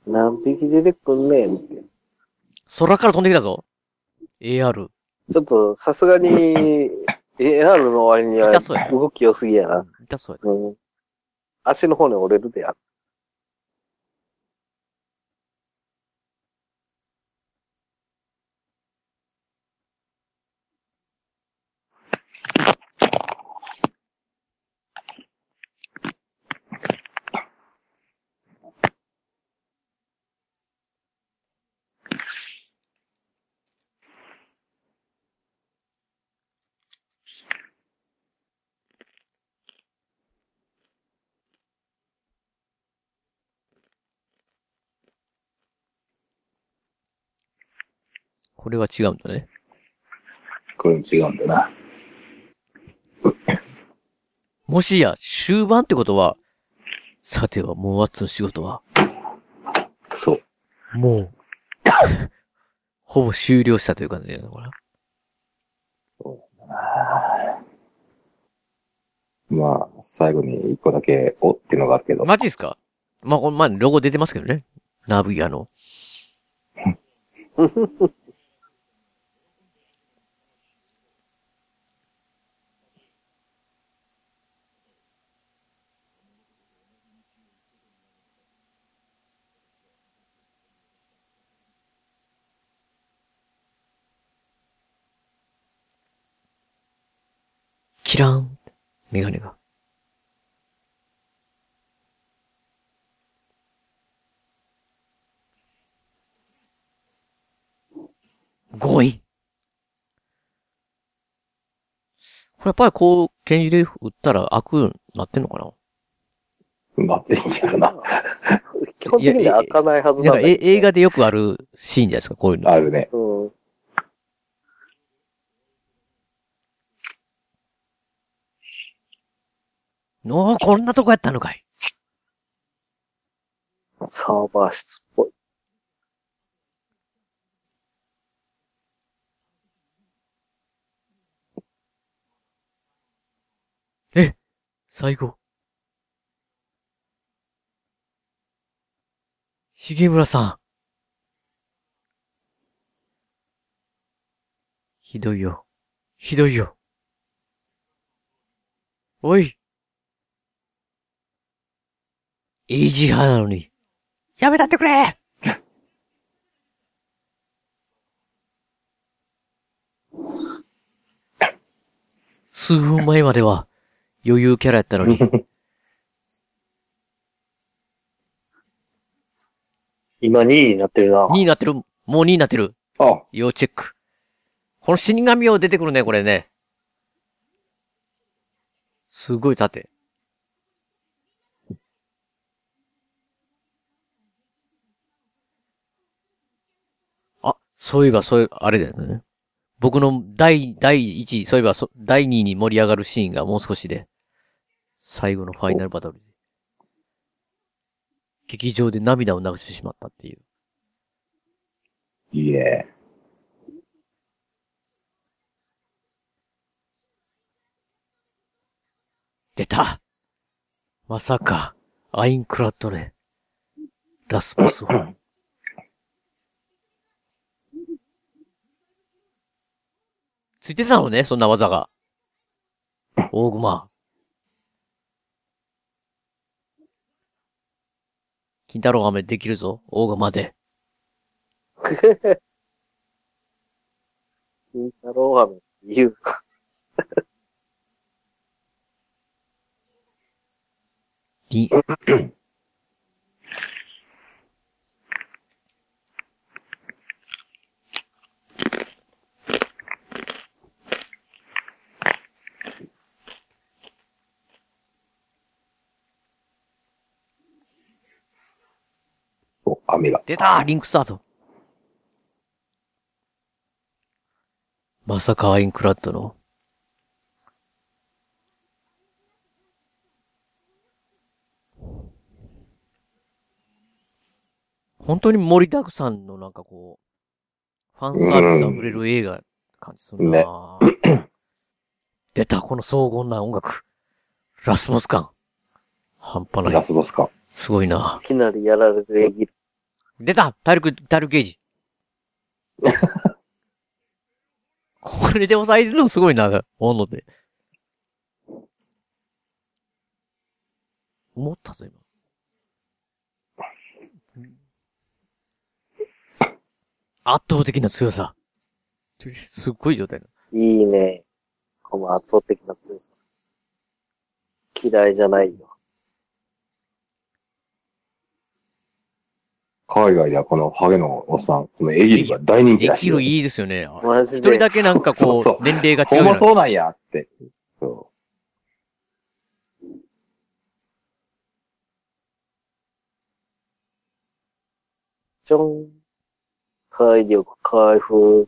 E: 何匹出てくんねえって。
A: 空から飛んできたぞ。AR。
E: ちょっと、さすがに、
A: *laughs*
E: AR の割には
A: 痛そうや
E: 動き良すぎやな。
A: 痛そうや。
E: うん。足の方に折れるでや。
A: これは違うんだね。
F: これも違うんだな。
A: もしや、終盤ってことは、さては、もうワッツの仕事は、
F: そう。
A: もう、 *laughs* ほぼ終了したという感じだよね、これ。
F: まあ、最後に一個だけ、おっていうのがあるけど。
A: マジっすかまあ、この前にロゴ出てますけどね。ナビアの。 *laughs* キラーン。メガネが。強引。これやっぱりこう、剣入れ打ったら開くようになってんのかな
F: 待っていいんやろな。
E: 基本的には開かないはず
A: な
E: なんん
A: か
E: だ
A: え
E: けど
A: 映画でよくあるシーンじゃないですか、こういうの。
F: あるね。
E: うん。
A: おーこんなとこやったのかい。
E: サーバー室っぽい。
A: 最後。重村さん。ひどいよ。ひどいよ。おい。イージー派なのに。やめたってくれ数分前までは余裕キャラやったのに。
E: 今2位になってるな。
A: 2になってる。もう2になってる。
F: あ、
A: 要チェック。この死神を出てくるね、これね。すごい盾。あ、そういえば、そういう、あれだよね。僕の第、第1位、そういえばそ、第2位に盛り上がるシーンがもう少しで、最後のファイナルバトルで。劇場で涙を流してしまったっていう。
F: いいね。
A: 出たまさか、アインクラッドね。ラスボスは。ついてたのね、そんな技が。大熊。金太郎飴できるぞ、大熊で。
E: 金太郎飴って言うか。
A: に。
F: 雨が。
A: 出たリンクスタートまさかアインクラッドの。本当に盛りだくさんのなんかこう、ファンサービス溢れる映画感じするな、 *clears throat* 出た、この荘厳な音楽。ラスボス感。半端な
F: ラ
A: い。
F: スボスか。
A: すごいない
E: きなりやられていき
A: 出た体力、体力
F: *laughs*
A: ゲージ。これで抑えるのすごいな、おんので。思ったぞ、今。圧倒的な強さ。すっごい状態だ。
E: いいね。この圧倒的な強さ。嫌いじゃないよ。
F: 海外ではこのハゲのおっさん、そのエギルが大人気
A: で
F: らしい
A: き
F: よ。
A: るいいですよね。
E: マジ
A: 一人
E: で。
A: だけなんか
F: そうそ
A: こ
F: う
A: う、年齢が
F: ほ
A: 強い
F: んま
A: の。
F: そうなんやって。そ
E: ちょん。体力回復。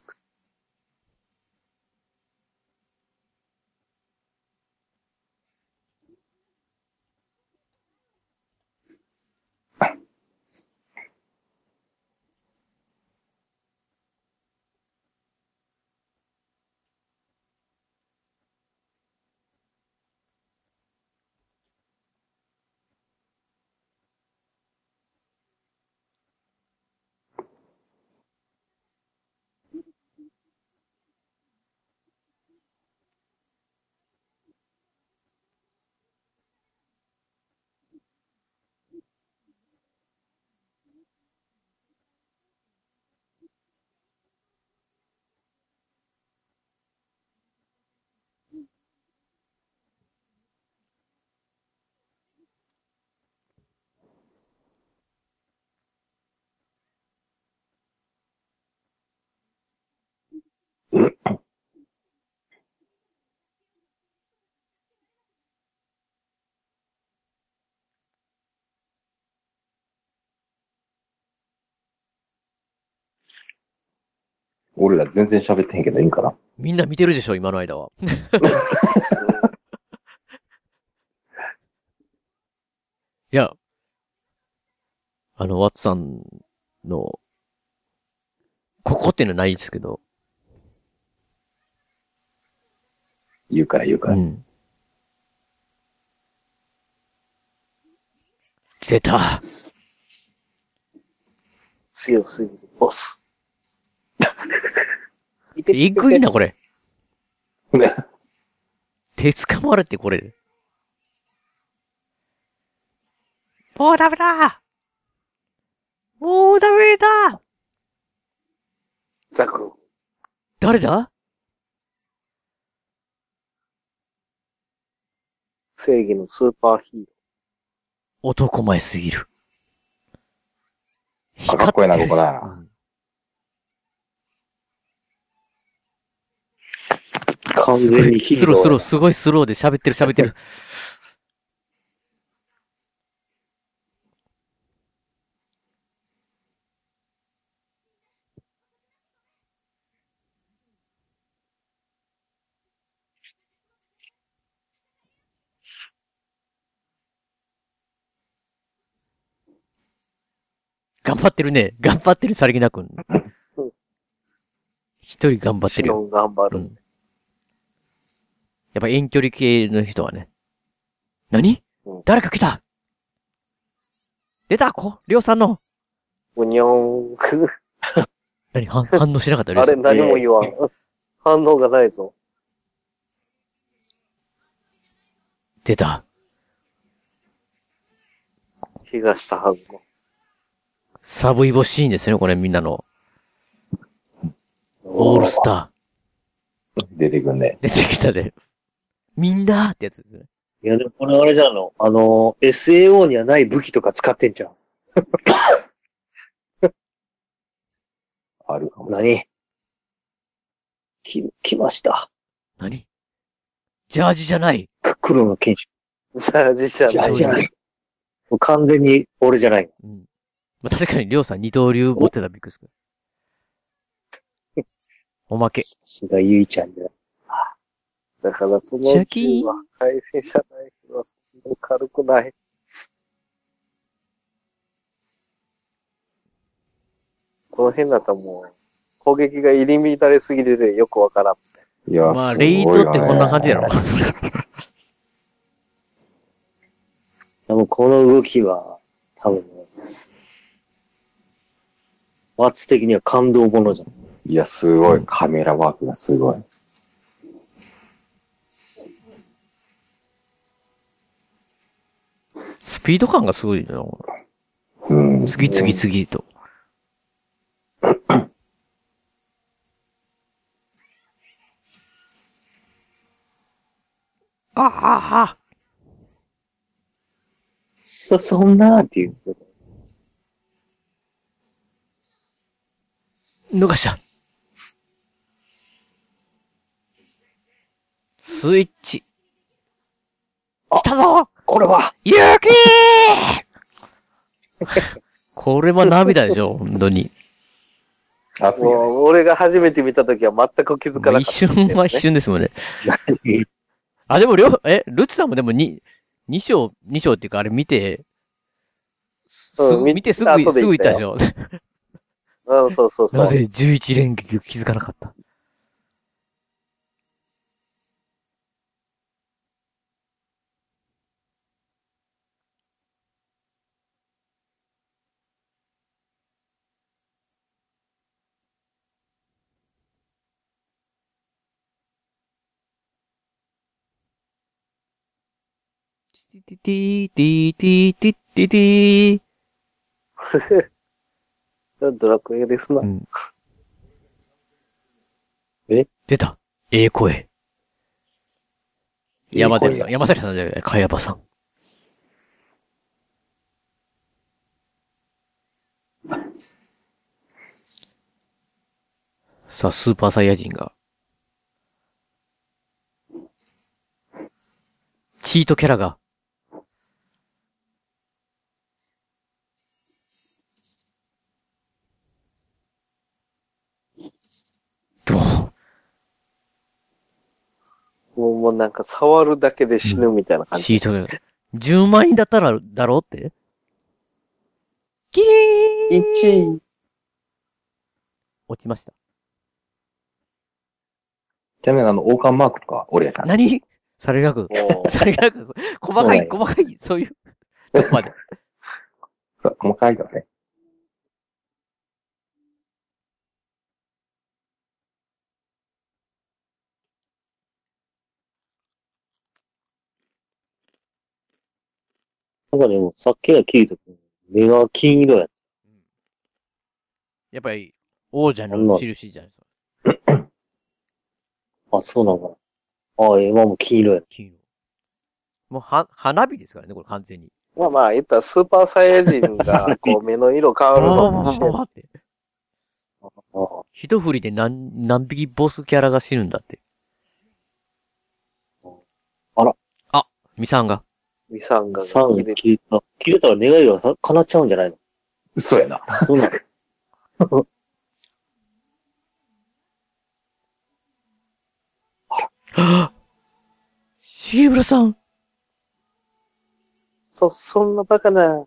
F: う。俺ら全然喋ってへんけどいいんかな。
A: みんな見てるでしょ、今の間は。いや、あの、ワッツさんの、ここっていうのはないですけど、
F: 言うから言うか
A: う
F: ら。
A: ん。出た。
E: 強すぎる。ボス。
A: えぐいな、こ
F: *laughs*
A: れ。
F: ね
A: 手掴まれて、これ。もうダメだもうダメだ
E: ザク。
A: 誰だ
E: 正義のスーパーヒーロ
A: 男前すぎる。
F: あかっこええな
A: 光てるし
F: ここな
A: うん
E: ー。完全にヒ
A: ス
E: ー
A: ロー、
E: ロー。
A: スロー、すごいスローで喋ってる、喋ってる。頑張ってるね。頑張ってる、さりげなく。一人頑張ってるよ。
E: シノン頑張
A: う
E: る。
A: ん。やっぱ遠距離系の人はね。何、
E: うん
A: 誰か来た出たこりょうさんの。
E: むにょーん。
A: 何反 *laughs* 反応しなかった
E: あれ
A: りょう
E: 何も言わん。反応がない
A: さ
E: ぞ。
A: ん出た。
E: 怪我したはずの。
A: サブイボシーンですよね、これみんなの。オールスタ
F: 出てくんね。
A: ー。出てきたで。みんなってやつですね。
E: いや、でもこれあれじゃんの。あの、SAO にはない武器とか使ってんじゃん。
F: あるかも。
E: 何き、来ました。
A: 何ジャージじゃない。
E: く、黒の剣士。
D: じゃあ、自社
E: じゃ
D: ない
E: あ、
A: い
E: じゃあ、もう完全に俺じゃない。
A: うん。まあ、確かにりょうさん二刀流持ってたらびっくり
E: *laughs*
A: する。おまけ。
E: さすがゆいちゃんで。
D: だからその
A: シャキーン
D: 銃は配戦車ナイフはそんな軽くない。この辺だったらもう、攻撃が入り乱れすぎててよくわからん。
F: いや、
A: まあ、レイトってこんな感じやろ。
E: でもこの動きは、多分ね、罰的には感動ものじゃん。
F: いや、すごい。カメラワークがすごい。
A: スピード感がすごいよ。
F: うん。
A: 次々次々と。 *coughs* ああ、ああ、
E: そ、そんなーっていう。
A: 逃した。スイッチ。来たぞ
E: これは
A: ゆきー *laughs* これは涙でしょ、本当に。
F: 熱いよね。
D: もう俺が初めて見たときは全く気づかなかっ
A: 一
D: た。
A: 瞬は一瞬です
D: *laughs*
A: もんね。あ、でも、りょう、え、ルチさんもでもに二章、二章っていうか、あれ見て、す
D: うん
A: ぐ、
D: 見
A: 見てす
D: 見た
A: ぐ、
D: 後です
A: ぐ行
D: 行
A: っ
D: ったた
A: でしょ。
D: うん、そうそうそ
A: な
D: う。
A: ぜ11連撃を気づかなかったティティティティティティティ
D: ドラクエですな
A: う。ん。
E: え
A: 出た。ええ声。
F: ええ声
A: 山寺さん。
F: が
A: 山寺さんじゃない。かやばさん。さあ、スーパーサイヤ人が。チートキャラが。ドーン
D: もうもうなんか触るだけで死ぬみたいな感
A: シ
D: じ。
A: ートが。10万円だったら、だろうってキリーン
D: 1位。
A: 落ちました。
F: ちなみに、あの、王冠マークとか、俺やから。
A: 何さりげなく、
D: も
A: さりげなく、細かい、細かい、そういう、どこまで。
F: そう細かいからね。
E: なんかでも、さっきが聞いた時に目が金色やっ
A: やっぱり、王者の印じゃないですか。
E: た。あ、そうなんかな。あ、今も金色やっ
A: 金色。もう、は、花火ですからね、これ完全に。
D: うまあまあ、言ったらスーパーサイヤ人がこう目の色変わるのかもしれない。
A: あって。
E: たな。
A: 一振りで何、何匹ボスキャラが死ぬんだって。
E: あら。
A: あ、ミサンが。
D: ミサンガが
E: 3
D: 切れ
E: 位切れた。切れたら願いがさ叶っちゃうんじゃないの
F: 嘘やな。
E: どうなの
A: シーブラさん。
D: そ、そんなバカな。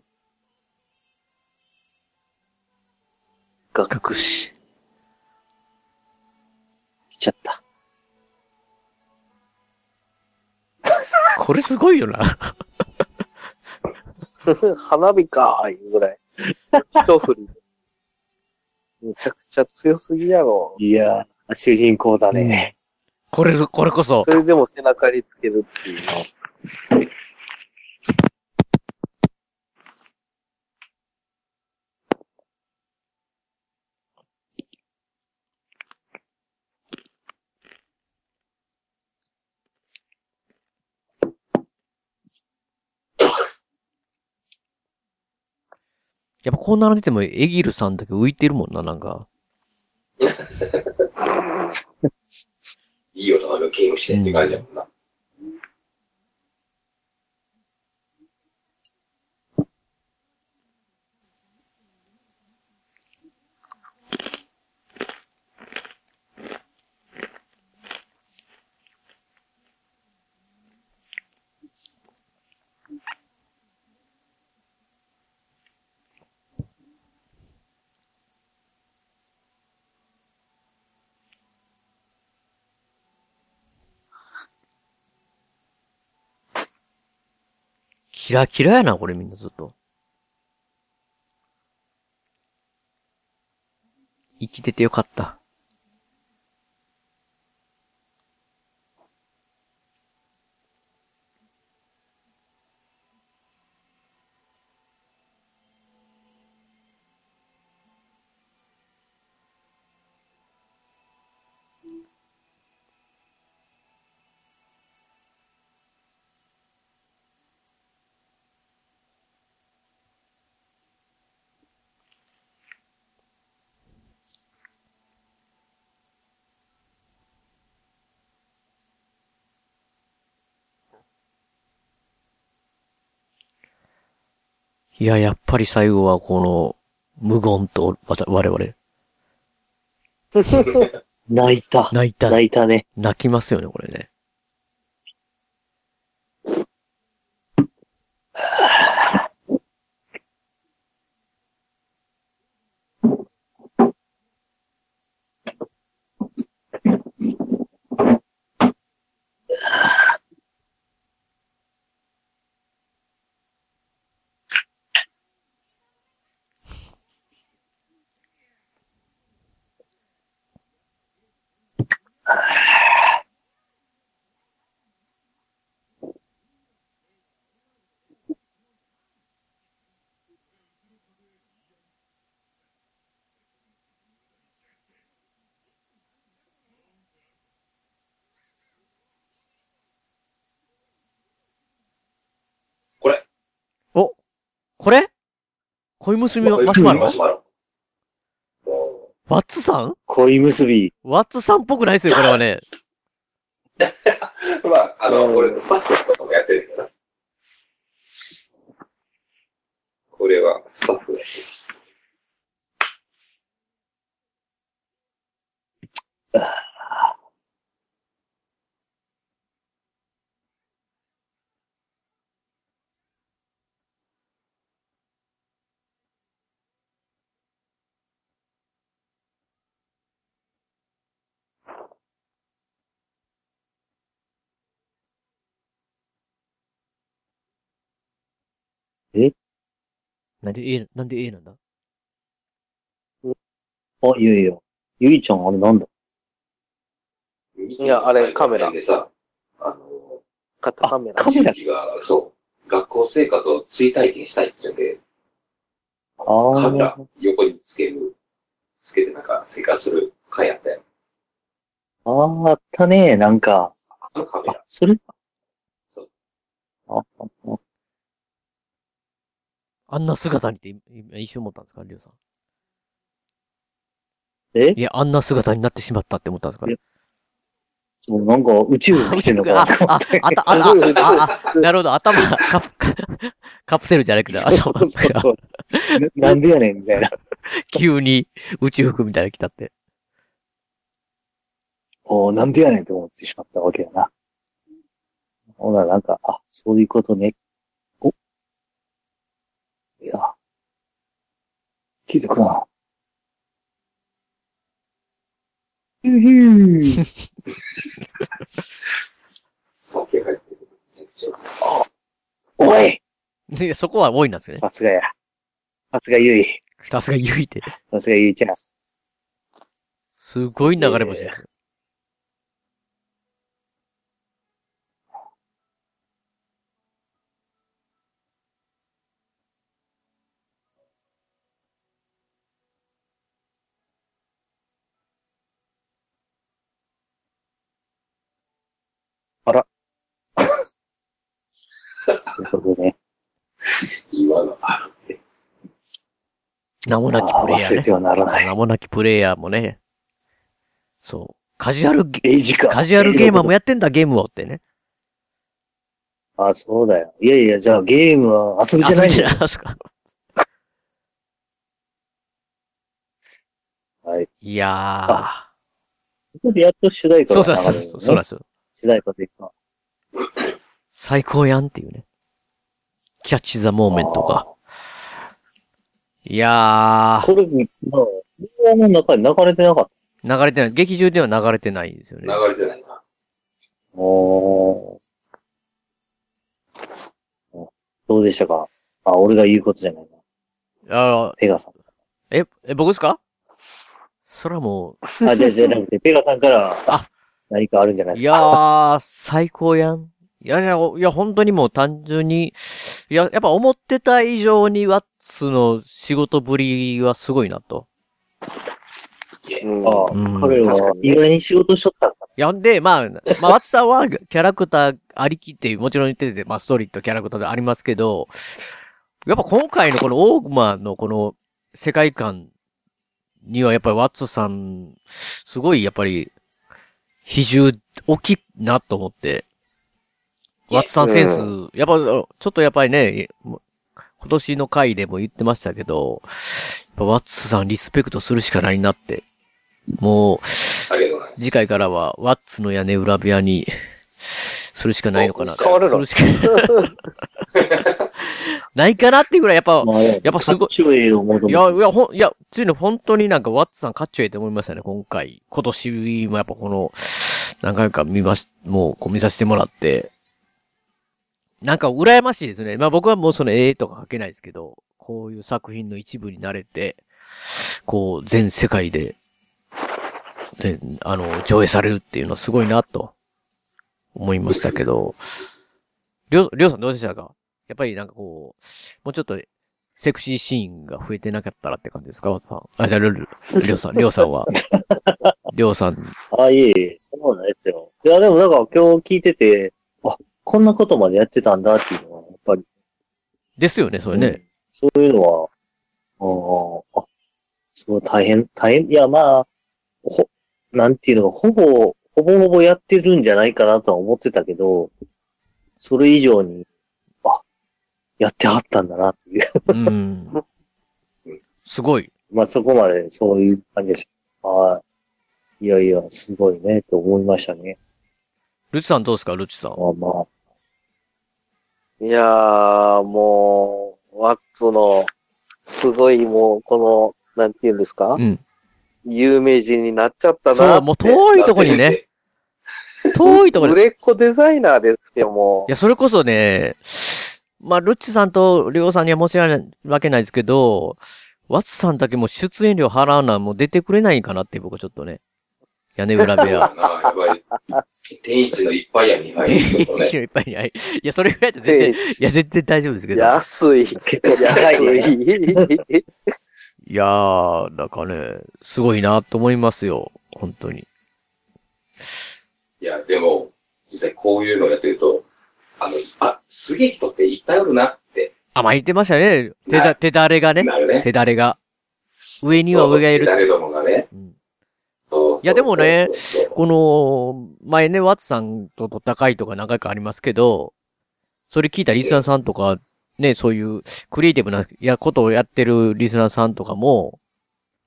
E: 隠し。来ちゃった。
A: これすごいよな。
D: 花火かーいうぐらい。一振りで。めちゃくちゃ強すぎやろ。
E: いやー、主人公だね。
A: これぞ、これこそ
D: そ。れでも背中につけるっていう
A: やっぱこう並んでても、エギルさんだけ浮いてるもんな、なんか。
F: いい大人がゲームして
A: って感じや
F: もんな。
A: キラキラやな、これみんなずっと。生きててよかった。いや、やっぱり最後はこの、無言と、わた我々、
E: 泣いた。
A: 泣いた、
E: 泣いたね。
A: 泣きますよね、これね。
C: これ。
A: おこれ恋娘はマシュマロ
C: ュマロ。
A: ワッツさん
E: 恋結び。
A: ワッツさんっぽくないですよ、これはね。
C: まあ、あの、俺のスタッフとかもやってるから。これはスタッフがやってます。
A: なんで A、なんで A なんだ
E: あ、いやいや。ゆいちゃん、あれなんだ
C: い
D: やあれカメラ
C: でさ、あの、
D: カタカメラ。
E: カメラ
C: ゆうきが、そう、学校生活を追体験したいって言うんで、
E: あー
C: カメラ横につける、つけてなんか生活する会やったよ。
E: あーあったね、なんか。
C: あのカメ
E: あ
C: ラ。、
E: それ
C: そう。
E: あ、ああ
A: あんな姿にって今一瞬思ったんですか、りょうさん。
E: え
A: いや、あんな姿になってしまったって思ったんですか
E: いやそうなんか宇宙来てんのか
A: あ
E: なと、思
A: あ
E: っ、て。
A: あ、あ、あ、あ、あ、なるほど、頭、カプ、 *laughs* カプセルじゃなくて、
E: そう
A: 頭
E: そうそうななんでやねん、みたいな。
A: 急に宇宙服みたいなの着たって。
E: おーなんでやねんと思ってしまったわけやな。ほら、なんか、あ、そういうことね。おいや。聞いてくな。ヒューヒュー。
C: そう、気が入ってる。
E: おい
A: でそこは多いなんですよね。
E: さすがや。さすがゆい。
A: さすがゆいて。
E: さすがゆいちゃん。
A: すごい流れ星ですよ。
E: そういうことね。
C: 言わなあ
A: 名もなきプ
E: ああ、
A: レイヤ
E: 忘れ
A: ー
E: てはならな
A: ね。
E: い。
A: 名もなきプレイヤーもね。そう。カジュアルゲ、
E: エイジか。
A: カジュアルゲーマーも
E: や
A: やってんだ、ゲームをってね。
E: あ、そうだよ。いやいや、じゃあゲームは遊びじゃないんだよ。
A: いですか。
E: はい。
A: いや
E: ここでやっと主題
A: ー。そ
E: 歌が
A: う
E: 流れ
A: だ、
E: る
A: そ
E: よ
A: う
E: ね
A: だそうなんですよ。
E: 主題歌でいくか。
A: 最高やんっていうね。キャッチザモーメントが。いやー、
E: これ、まあ、動画の中に流れてなかった。
A: 流れてない。劇中では流れてないんですよね。
C: 流れてないな。
E: おー。どうでしたかあ、俺が言うことじゃないな。
A: ああ、
E: ペガさ
A: え、え、僕ですかそらも
E: ん。あ、じゃあじゃなくて、ペガさんから、
A: あ、
E: 何かあるんじゃないうで
A: い
E: すか。
A: やー、最高やん。いやいや、おいや、本当にもう単純に、いや、やっぱ思ってた以上にワッツの仕事ぶりはすごいなと。
D: うん
E: ああ
A: うん
E: 彼
D: 確か
E: は
D: にね
E: 意外に仕事しとったんだ。
A: いや、ほんで、まあ、まあ、ワッツさんはキャラクターありきっていう、もちろん言ってて、まあ、ストーリーとキャラクターでありますけど、やっぱ今回のこのオーグマのこの世界観にはやっぱりワッツさん、すごいやっぱり、比重大きいなと思って、ワッツさんセンス、やっぱ、ちょっとやっぱりね、今年の回でも言ってましたけど、やっぱワッツさんリスペクトするしかないなって、もう、
F: ありがとうございます。
A: 次回からは、ワッツの屋根裏部屋に、するしかないのかな。
D: 変わるの
A: す
D: *laughs*
A: るしかないかなっていうぐらい、やっぱ、
E: まあ、や
A: やっぱすごい
E: い。中を求め
A: い
E: て
A: や、いや、ほん、いや、ついに本当になんか、ワッツさん勝っちゃいいと思いましたね、今回。今年もやっぱこの、何回か見まし、もう、こう見させてもらって。なんか、羨ましいですね。まあ僕はもうその絵とか描けないですけど、こういう作品の一部になれて、こう、全世界で、で、あの、上映されるっていうのはすごいな、と、思いましたけど、りょう、りょうさんどうでしたかやっぱりなんかこう、もうちょっとセクシーシーンが増えてなかったらって感じですかワトさん。あ、じゃあ、りょりょりょうさん、りょうさんは。りょうさん。
E: ああ、いえいえ、そうなんですよ。いや、でもなんか今日聞いてて、あ、こんなことまでやってたんだっていうのは、やっぱり、
A: ですよね、それね。
E: そういうのは、あーあ、すごい大変、大変、いや、まあ、ほ、なんていうのか、ほぼ、ほぼほぼやってるんじゃないかなとは思ってたけど、それ以上に、あ、やってはったんだなっていう。 *laughs*
A: うん。すごい。
E: まあそこまでそういう感じでした。はい。いやいや、すごいね、と思いましたね。
A: ルチさんどうですかルチさん。
E: まあまあ。
D: いやー、もう、ワッツの、すごいもう、この、なんて言うんですか、
A: うん。
D: 有名人になっちゃったな
A: そ
D: って。
A: う、もう遠いとこにね。遠いとこに
D: 売。れっ子デザイナーですよ、も
A: いや、それこそね、まあ、ルッチさんとりょうさんには申し訳ないわけないですけど、ワッツさんだけもう出演料払わな、もう出てくれないんかなって、僕はちょっとね。屋根裏部
F: そうだ
C: *laughs*
F: *laughs*
A: 屋。
F: な、やばい。天一の一杯や二杯ちょっとね
A: 一。緒いっぱいに。はいいや、それぐらいだ
D: う。
A: と全然、い
D: 定位置
A: や、全然大丈夫ですけど。
D: 安い。安 *laughs* い。
A: いやー、なんかね、すごいなと思いますよ。本当に。
F: いや、でも、実際こういうのをやってると、あの、あ、すげえ人っていっぱいおるなって
A: あ、まあ、言ってましたね。手だ、手だれがね。
F: なるね。
A: 手だれが。上には上がいる。
F: 誰どもがね。
A: うん
F: そうそう
A: いやでもね
F: そうそう
A: この、前ね、ワッツさんとの戦いとか何回かありますけど、それ聞いたリスナーさんとか、ね、そういうクリエイティブなやことをやってるリスナーさんとかも、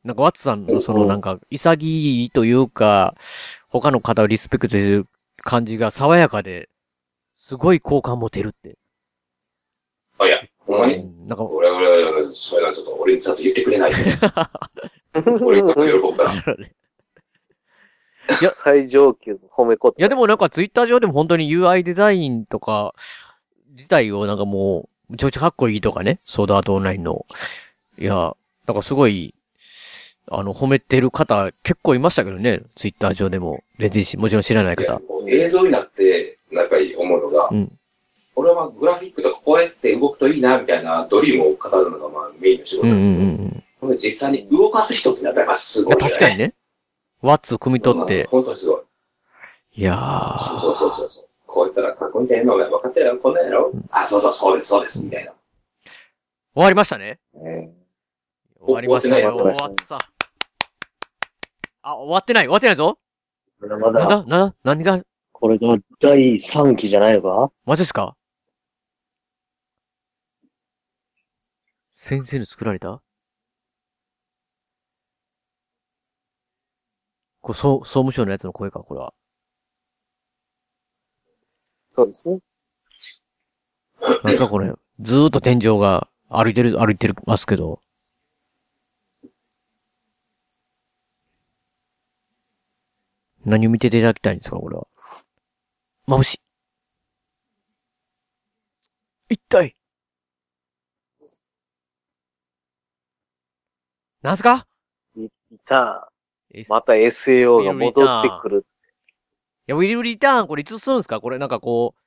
A: なんかワッツさんのそ
E: うん
A: の
E: うん
A: なんか潔いというか、他の方をリスペクトする感じが爽やかで、すごい好感持てるって。
F: あ、いや、ほんまに。
A: なんか、 *laughs*
F: 俺、俺、俺、俺それがちょっと俺にちゃんと言ってくれないと。俺が喜ぶから。
D: 最上級の褒め言葉。
A: いやでもなんかツイッター上でも本当に UI デザインとか自体をなんかもう、めちゃくちゃかっこいいとかね、ソードアートオンラインの。いや、なんかすごい、あの、褒めてる方結構いましたけどね、ツイッター上でも。全然し、もちろん知らない
F: いや
A: 方。
F: こう映像になって、なんか思うのが、
A: うん。
F: 俺はグラフィックとかこうやって動くといいな、みたいなドリームを語るのがまあメインの仕
A: う
F: 事
A: んう
F: なんん
A: う
F: で
A: ん
F: ほんで実際に動かす人ってなったらやっぱす
A: うん。
F: ご
A: い
F: いよ
A: や
F: ね。
A: 確かにね。ワッツ組み取って。
F: 本当にすごい。
A: いや
F: そう
A: ー。
F: そうそうそうそう。こうやったらかっこいいんだよな、お前分かったやろ、こんなんやろ。あ、そうそう、そうです、そうです、みたいな。
A: 終わりましたね。
D: ね
A: 終わりましたね。
F: 終
A: 終
D: わってない
A: わってた。あ、終わってない。終わってないぞ。
E: まだま
A: な
E: だ、
A: だ、なだ、何が、
E: これが第3期じゃないのか
A: マジですか先生に作られたこれ、総総務省のやつの声か、これは。
D: そうですね。
A: なんですか、これ。ずーっと天井が歩いてる、歩いてますけど。何を見てていただきたいんですか、これは。眩しい。一体、なんすか
D: いた。
A: えい
D: また SAO が戻ってくる。
A: や、ウィル・リターン、これいつするんですかこれなんかこう、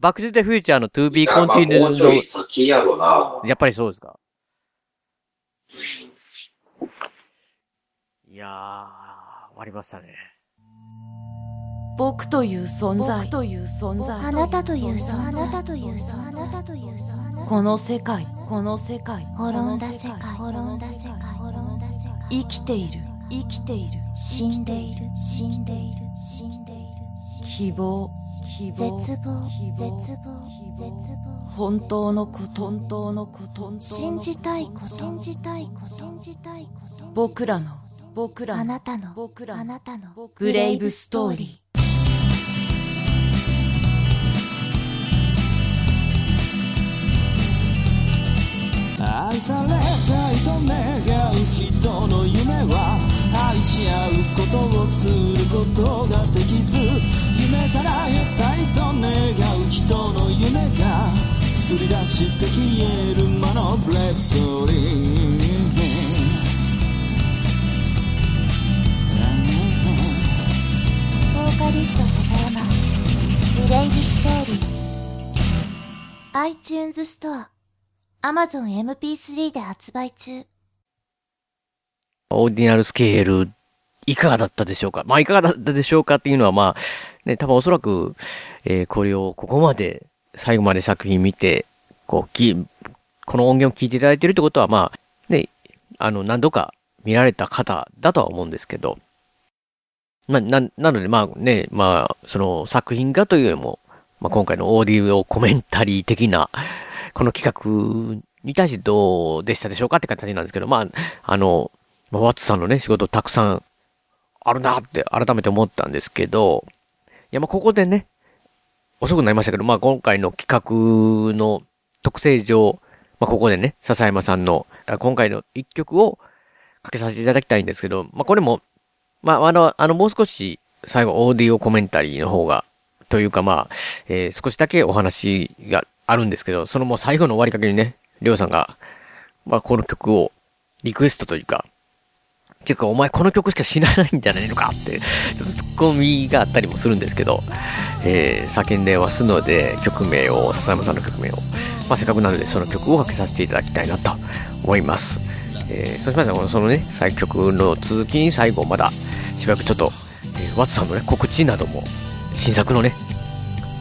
A: バック・トゥ・ザ・フューチャーの To be
F: やまあ
A: continued
F: もうちょい
A: の、
F: 先やろな。
A: やっぱりそうですかいやー、終わりましたね。
G: 僕という存在という存在
H: あなたという存在あなたという存在あなたという存在
G: この世界この世界
H: 滅んだ世界滅んだ世界滅んだ世界
G: 生きている生きている
H: 死んでいる死んでいる死んでいる
G: 希望希
H: 絶
G: 望
H: 望
G: 希
H: 絶望
G: 望
H: 絶望
G: 本当のこと本当のこと本当のこと
H: 信じたいこと信じたいこと信じたいこと
G: 僕らの僕らの
H: あなたの
G: 僕らの
H: あなたの
G: ブレイブストーリー
B: 愛されたいと願う人の夢は愛し合うことをすることができず夢から得たいと願う人の夢が作り出して消える魔のブレイクストーリー
H: ボーカリスト笹山ブレイブストーリー iTunes ストア Amazon MP3 で発売中
A: オーディナルスケール、いかがだったでしょうかまあ、いかがだったでしょうかっていうのは、まあ、ね、多分おそらく、えーこれをここまで、最後まで作品見て、こう、き、この音源を聞いていただいているってことは、まあ、ね、あの、何度か見られた方だとは思うんですけど、まあ、な、なので、まあね、まあ、その作品がというよりも、まあ、今回のオーディオコメンタリー的な、この企画に対してどうでしたでしょうかって形なんですけど、まあ、あの、まあ、ワッツさんのね、仕事たくさんあるなって改めて思ったんですけど、いや、まあ、ここでね、遅くなりましたけど、まあ、今回の企画の特性上、まあ、ここでね、笹山さんの、あ今回の一曲をかけさせていただきたいんですけど、まあ、これも、まあ、あの、あの、もう少し、最後、オーディオコメンタリーの方が、というか、まあ、えー少しだけお話があるんですけど、そのもう最後の終わりかけにね、りょうさんが、まあ、この曲を、リクエストというか、ていうか、お前この曲しか知らないんじゃないのかって、ちょっとツッコミがあったりもするんですけど、えー叫んでますので、曲名を、笹山さんの曲名を、まあ、せっかくなのでその曲をかけさせていただきたいなと思います。えーそうしましたら、このそのね、最曲の続きに最後まだ、しばらくちょっと、えーワッツさんのね、告知なども、新作のね、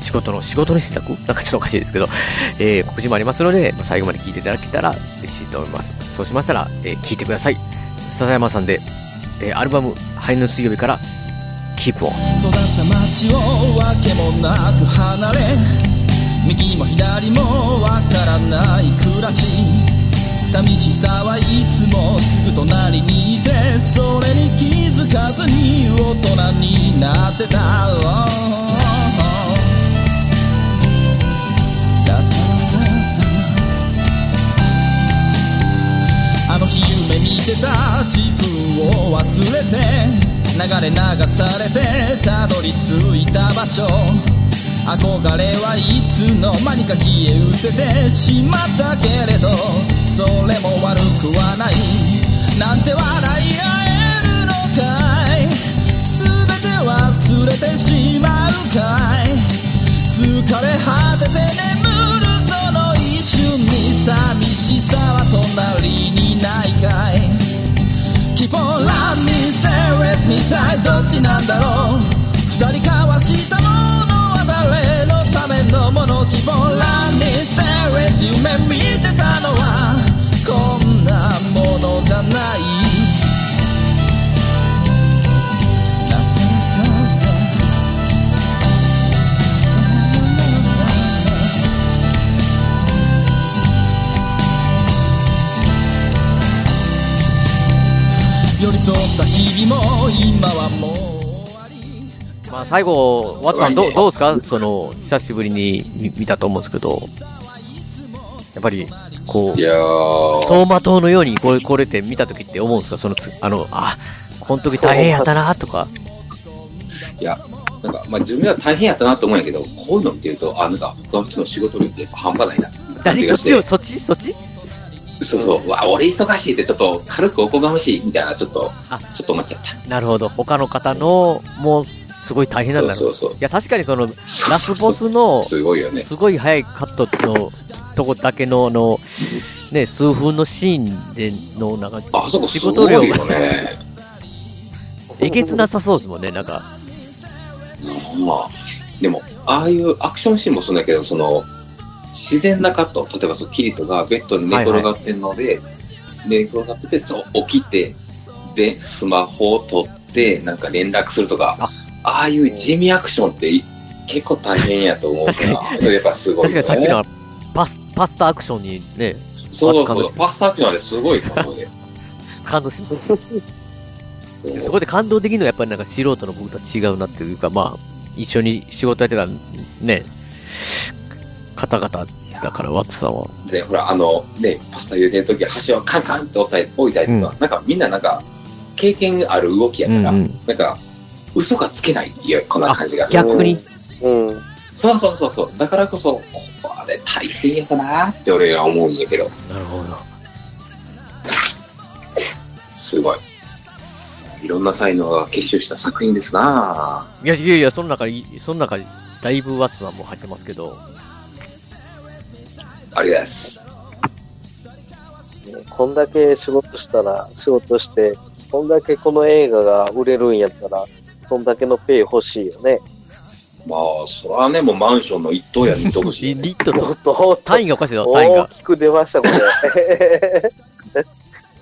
A: 仕事の、仕事の新作なんかちょっとおかしいですけど、えー告知もありますので、まあ最後まで聞いていただけたら嬉しいと思います。そうしましたら、えー聞いてください。笹山さんで、えーアルバム「ハイの水曜日」から「キープオン
B: 育った街をわけもなく離れ右も左もわからない暮らし寂しさはいつもすぐ隣にいてそれに気づかずに大人になってただだだだあの日夢見てた自分を忘れて流れ流されてたどり着いた場所憧れはいつの間にか消え失せてしまったけれどそれも悪くはないなんて笑い合えるのかい全て忘れてしまうかい疲れ果てて眠るその一瞬に寂しさは隣にないかい Keep on loving me, stay with me たいどっちなんだろう二人交わしたものは誰のためのもの Keep on loving me, stay with you 夢見てたのはこんなものじゃないラタラタラタ寄り添った日々も今はもう終わり」
A: まあ最後ワッツさんどう
F: す
A: どう
F: ご
A: ですかその久しぶりに見見たと思うんですけどやっぱりこう
F: いやー、
A: 走馬灯のようにこれこれって見た時って思うんですかそのつあのあこの時大変やったなとか
F: いや、なんか、まあ自分は大変やったなと思うんやけど、こういうの見てると、あ、なんか、そっちの仕事量ってやっぱ半端ないな。
A: 何そっち
F: を
A: をそっちそっち
C: そうそう、うわ、俺忙しいってちょっと軽くおこがましいみたいな、ちょっと、
A: あ
C: ちょっと思っちゃった。
A: なるほど。他の方の、もう、すごい大変なんだろう。
C: そうそうそう。
A: いや、確かにその、
C: そう
A: ラスボ
C: そう
A: スの、
C: すごいよね。
A: すごい早いカットのとこだけの、あの、ね、数分のシーンでの、なんか
C: あ、そこ、
A: 仕
C: すご
A: 事量
C: いよ
A: が、
C: ね。
A: えげつなさそうですもんね、なんか。
C: まあ、でも、ああいうアクションシーンもそうだけど、その、自然なカット、例えばそう、キリトがベッドに寝転がってるので、寝転がってて、そう、起きて、で、スマホを取って、なんか連絡するとか、
A: あ
C: ああいう地味アクションってい結構大変やと思うから、やっぱすごい、
A: 確か
C: ね。
A: にさっきのあのパス、パスタアクションにね、
C: そうそう
A: パス
C: そう、パスタアクションあれすごい感動で。
A: 感動します。
C: そう
A: そこで感動できるのはやっぱりなんか素人の僕とは違うなっていうか、まあ、一緒に仕事やってたね、方々だから、ワッツさんは。
C: で、ほら、あの、ね、パスタ茹でるとき、箸をカンカンって置いたり置いたりとか、なんかみんななんか、経験ある動きや
A: う
C: から、
A: んうん。
C: なんか、嘘がつけないいやこんな感じがする。
A: 逆に、
D: うん。
C: そうそうそうそう。だからこそ、こあれ大変やったなって俺は思うんやけど、
A: なるほど。
C: すごい。いろんな才能が結集した作品ですない
A: やいやいや、その中に、その中に、だいぶワッツさんも入ってますけど、
C: ありがとうございます。
D: ねこんだけ仕事したら、仕事して、こんだけこの映画が売れるんやったら、そんだけのペイ欲しいよね。
C: まあ、そらね、もうマンションの一棟や二棟欲し
A: *laughs* リ
C: い、ね。
A: リット
D: お
A: の
D: っと、おっと
A: 単位がおかしいぞ、単位
D: 大
A: が。
D: きく出ました、これ。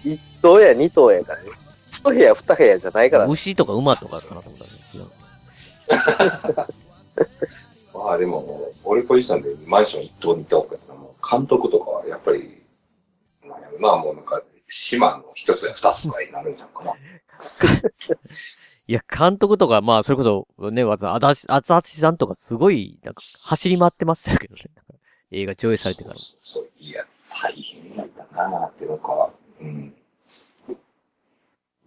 D: 一等や二等やからね。一部屋二部屋じゃないから。
A: 牛とか馬とかかなと思ったんですけど
C: まあでももう、俺ポジションでマンション一棟二棟かやったらもう監督とかはやっぱり、まあまあもうなんか、島の一つや二つとかになるんじゃんか
A: い
C: な。
A: や、監督とか、まあ、それこそ、ね、わざ、あだし、あつあしさんとかすごい、なんか、走り回ってましたけどね。なんか映画上映されてから。
C: そうそうそういや、大変だったなぁって、なんか、うん。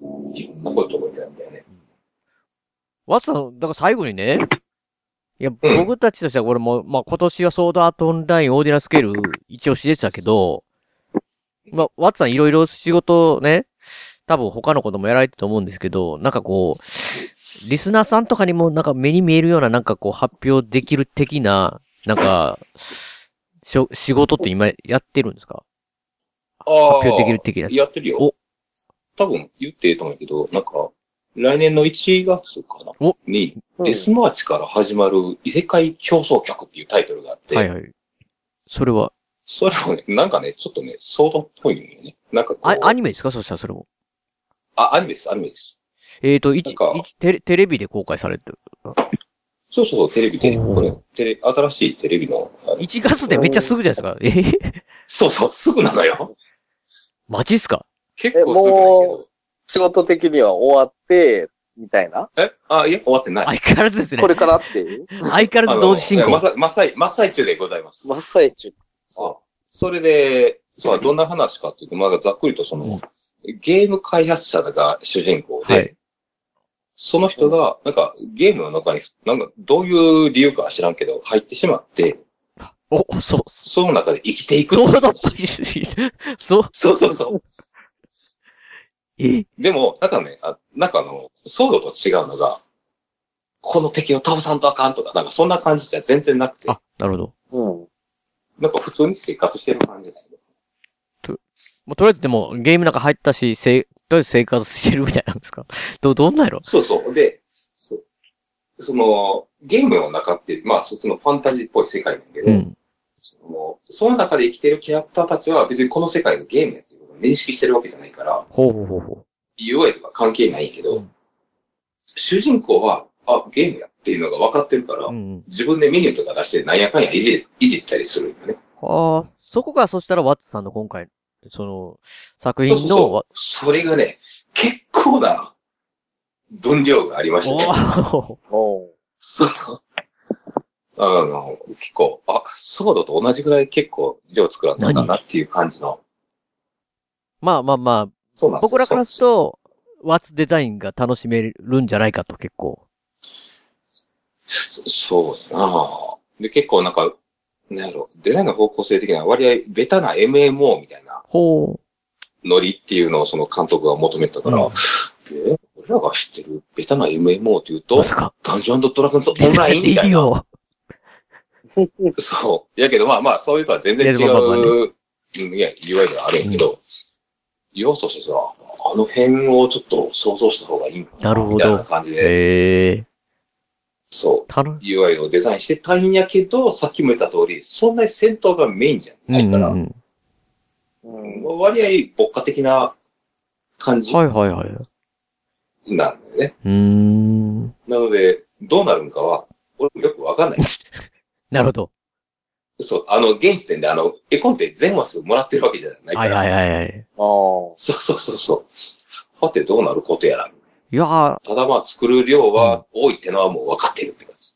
C: いろんなこと覚えてたんだよね。
A: ワッツさん、だから最後にね、いや、
C: うん
A: 僕たちとしては、これも、まあ、今年はソードアートオンラインオーディナースケール一押しでしたけど、まあ、ワッツさんいろいろ仕事ね、多分他のこともやられてると思うんですけど、なんかこう、リスナーさんとかにもなんか目に見えるようななんかこう発表できる的な、なんか、しょ、仕事って今やってるんですか
C: ああ
A: 発表できる的なやつ
C: やってるよ
A: お。
C: 多分言っていいと思うけど、なんか、来年の1月かな
A: お
C: に、デスマーチから始まる異世界競争曲っていうタイトルがあって、
A: はいはい。それは、
C: それもね、なんかね、ちょっとね、ソードっぽいのよね。なんかこう、
A: あアニメですかそしたらそれも。
C: あ、アニメです、アニメです。
A: えっ、ー、と、一
C: なんか
A: 一テレ、テレビで公開されてる。
C: そうそうそう、テレビ、テレビ、
A: おー
C: これ、テレ新しいテレビの、あの
A: 1月でめっちゃすぐじゃないですか。えー
C: そうそう、すぐなのよ。
A: マジっすか
C: 結構すぐなんやけ
D: えも
C: ど
D: う。仕事的には終わって、みたいな。
C: えあ、いや、終わってない。
A: 相変わらずですね
D: こ。れからっていう。
A: 相変わらず同時進
C: あのいや
A: 行。
C: 真っ最真っ最真っ最中でございます。
D: 真っ最中。
C: あそれで、そう、どんな話かっていうと、まだざっくりとその、ゲーム開発者が主人公で、
A: はい
C: その人が、なんか、ゲームの中に、なんか、どういう理由かは知らんけど、入ってしまって、
A: お、そう、そ
C: その中で生きていくっていうう
A: だっ
C: 話
A: たりしてそう、
C: そうそうそう。
A: え
C: でも、なんかね、あなんかあの、ソードと違うのが、この敵を倒さんとあかんとか、なんかそんな感じじゃ全然なくて、
A: あ、なるほど。
D: うん。
C: なんか普通に生活してる感じだよね。
A: もうとりあえずでも、ゲームなんか入ったし、せい、とりあえず生活してるみたいなんですかど、どんなんやろ
C: そうそう。で、そうその、ゲームの中って、まあ、そっちのファンタジーっぽい世界なんだけど、
A: うん。
C: そのその中で生きてるキャラクターたちは別にこの世界がゲームやっていうことを認識してるわけじゃないから、
A: ほうほうほうほ
C: UI とか関係ないんやけど、
A: うん
C: 主人公は、あ、ゲームやっていうのが分かってるから、
A: う。うんうん。
C: 自分でメニューとか出してなんやかんやいじいじったりするよね。
A: ああ、そこがそしたらワッツさんの今回、その、作
C: そうそ
A: 品
C: う
A: のわ
C: そ、う。それがね、結構な分量がありましたね。
A: おー *laughs*
D: おう
C: そうそう。あの、結構、あ、ソードと同じぐらい結構量作らんのかなっていう感じの。
A: まあまあまあ、
C: そうなんです
A: 僕
C: よ
A: らからすると、ワッツデザインが楽しめるんじゃないかと結構。
C: そそうやなで、結構なんか、なんやろ、デザインの方向性的な割合、ベタな MMO みたいな
A: ほ
C: ノリっていうのをその監督が求めてたから、
A: うん
C: で、俺らが知ってるベタな MMO という
A: う。
C: と
A: ま、さか。
C: ダンジョンドラゴンズオンラインみたいな。
A: オ。
C: そう。やけどまあまあ、そういうとは全然
A: い
C: 違
A: やまあまあね
C: う、うん、いや、UI があるんやけど、要素としてさ、あの辺をちょっと想像した方がいいんか
A: なるほど
C: みたいな感じで、
A: へえ。
C: そう。
A: たる。
C: UI をデザインしてたんやけど、さっきも言った通り、そんなに戦闘がメインじゃ
A: うん
C: ないか
A: う
C: ら、
A: ん
D: うん。
C: 割合、牧歌的な感
A: うん。
C: じ
A: はいはいはい。う
C: なんだよね。
A: ーん。
C: なので、どうなるんかは、俺もよくわか
A: *laughs*
C: んない。
A: なるほど。
C: そう、あの、現時点で、あの、絵コンテ全話数もらってるわけじゃないから。
A: はいはいはいはい。
D: ああ。
C: そうそうそうそう。はて、どうなることやら。
A: いやー、
C: ただまあ、作る量は多いってのはもう分かってるって感じ。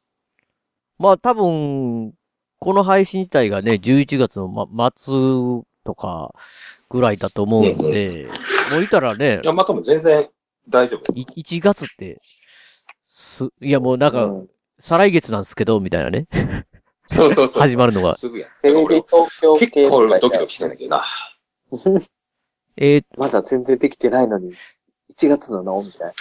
A: まあ多分、この配信自体がね、11月の、ま、末とかぐらいだと思うんで、もういたらね
C: い、や、まあ、とも全然大丈夫。
A: い1月って、す、いやもうなん
D: う
A: か、
D: ん
A: 再来月なんですけど、みたいなね、
C: そうそうそう。
A: 始まるのが。
C: *laughs* すぐや。
D: テレビ東京系
C: 結構俺ドキドキしてんだけどな。
A: えー、
D: まだ全然できてないのに、1月なのみたいな。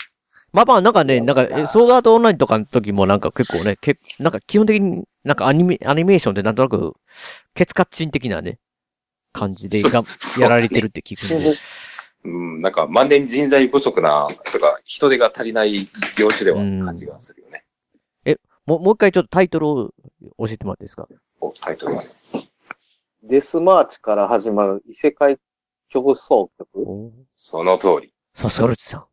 A: まあまあなんかね、なんか、えソードアートオンラインとかの時もなんか結構ね、けなんか基本的になんかアニメ、アニメーションでなんとなく、ケツカッチン的なね、感じでが、やられてるって聞くんで。
C: うん、なんか、万年人材不足な、とか、人手が足りない業種では感じがするよね。
A: もう、もう一回ちょっとタイトルを教えてもらっていいですか
C: おタイトルはね。
D: デスマーチから始まる異世界競争曲
C: その通り。
A: さすがルチさん。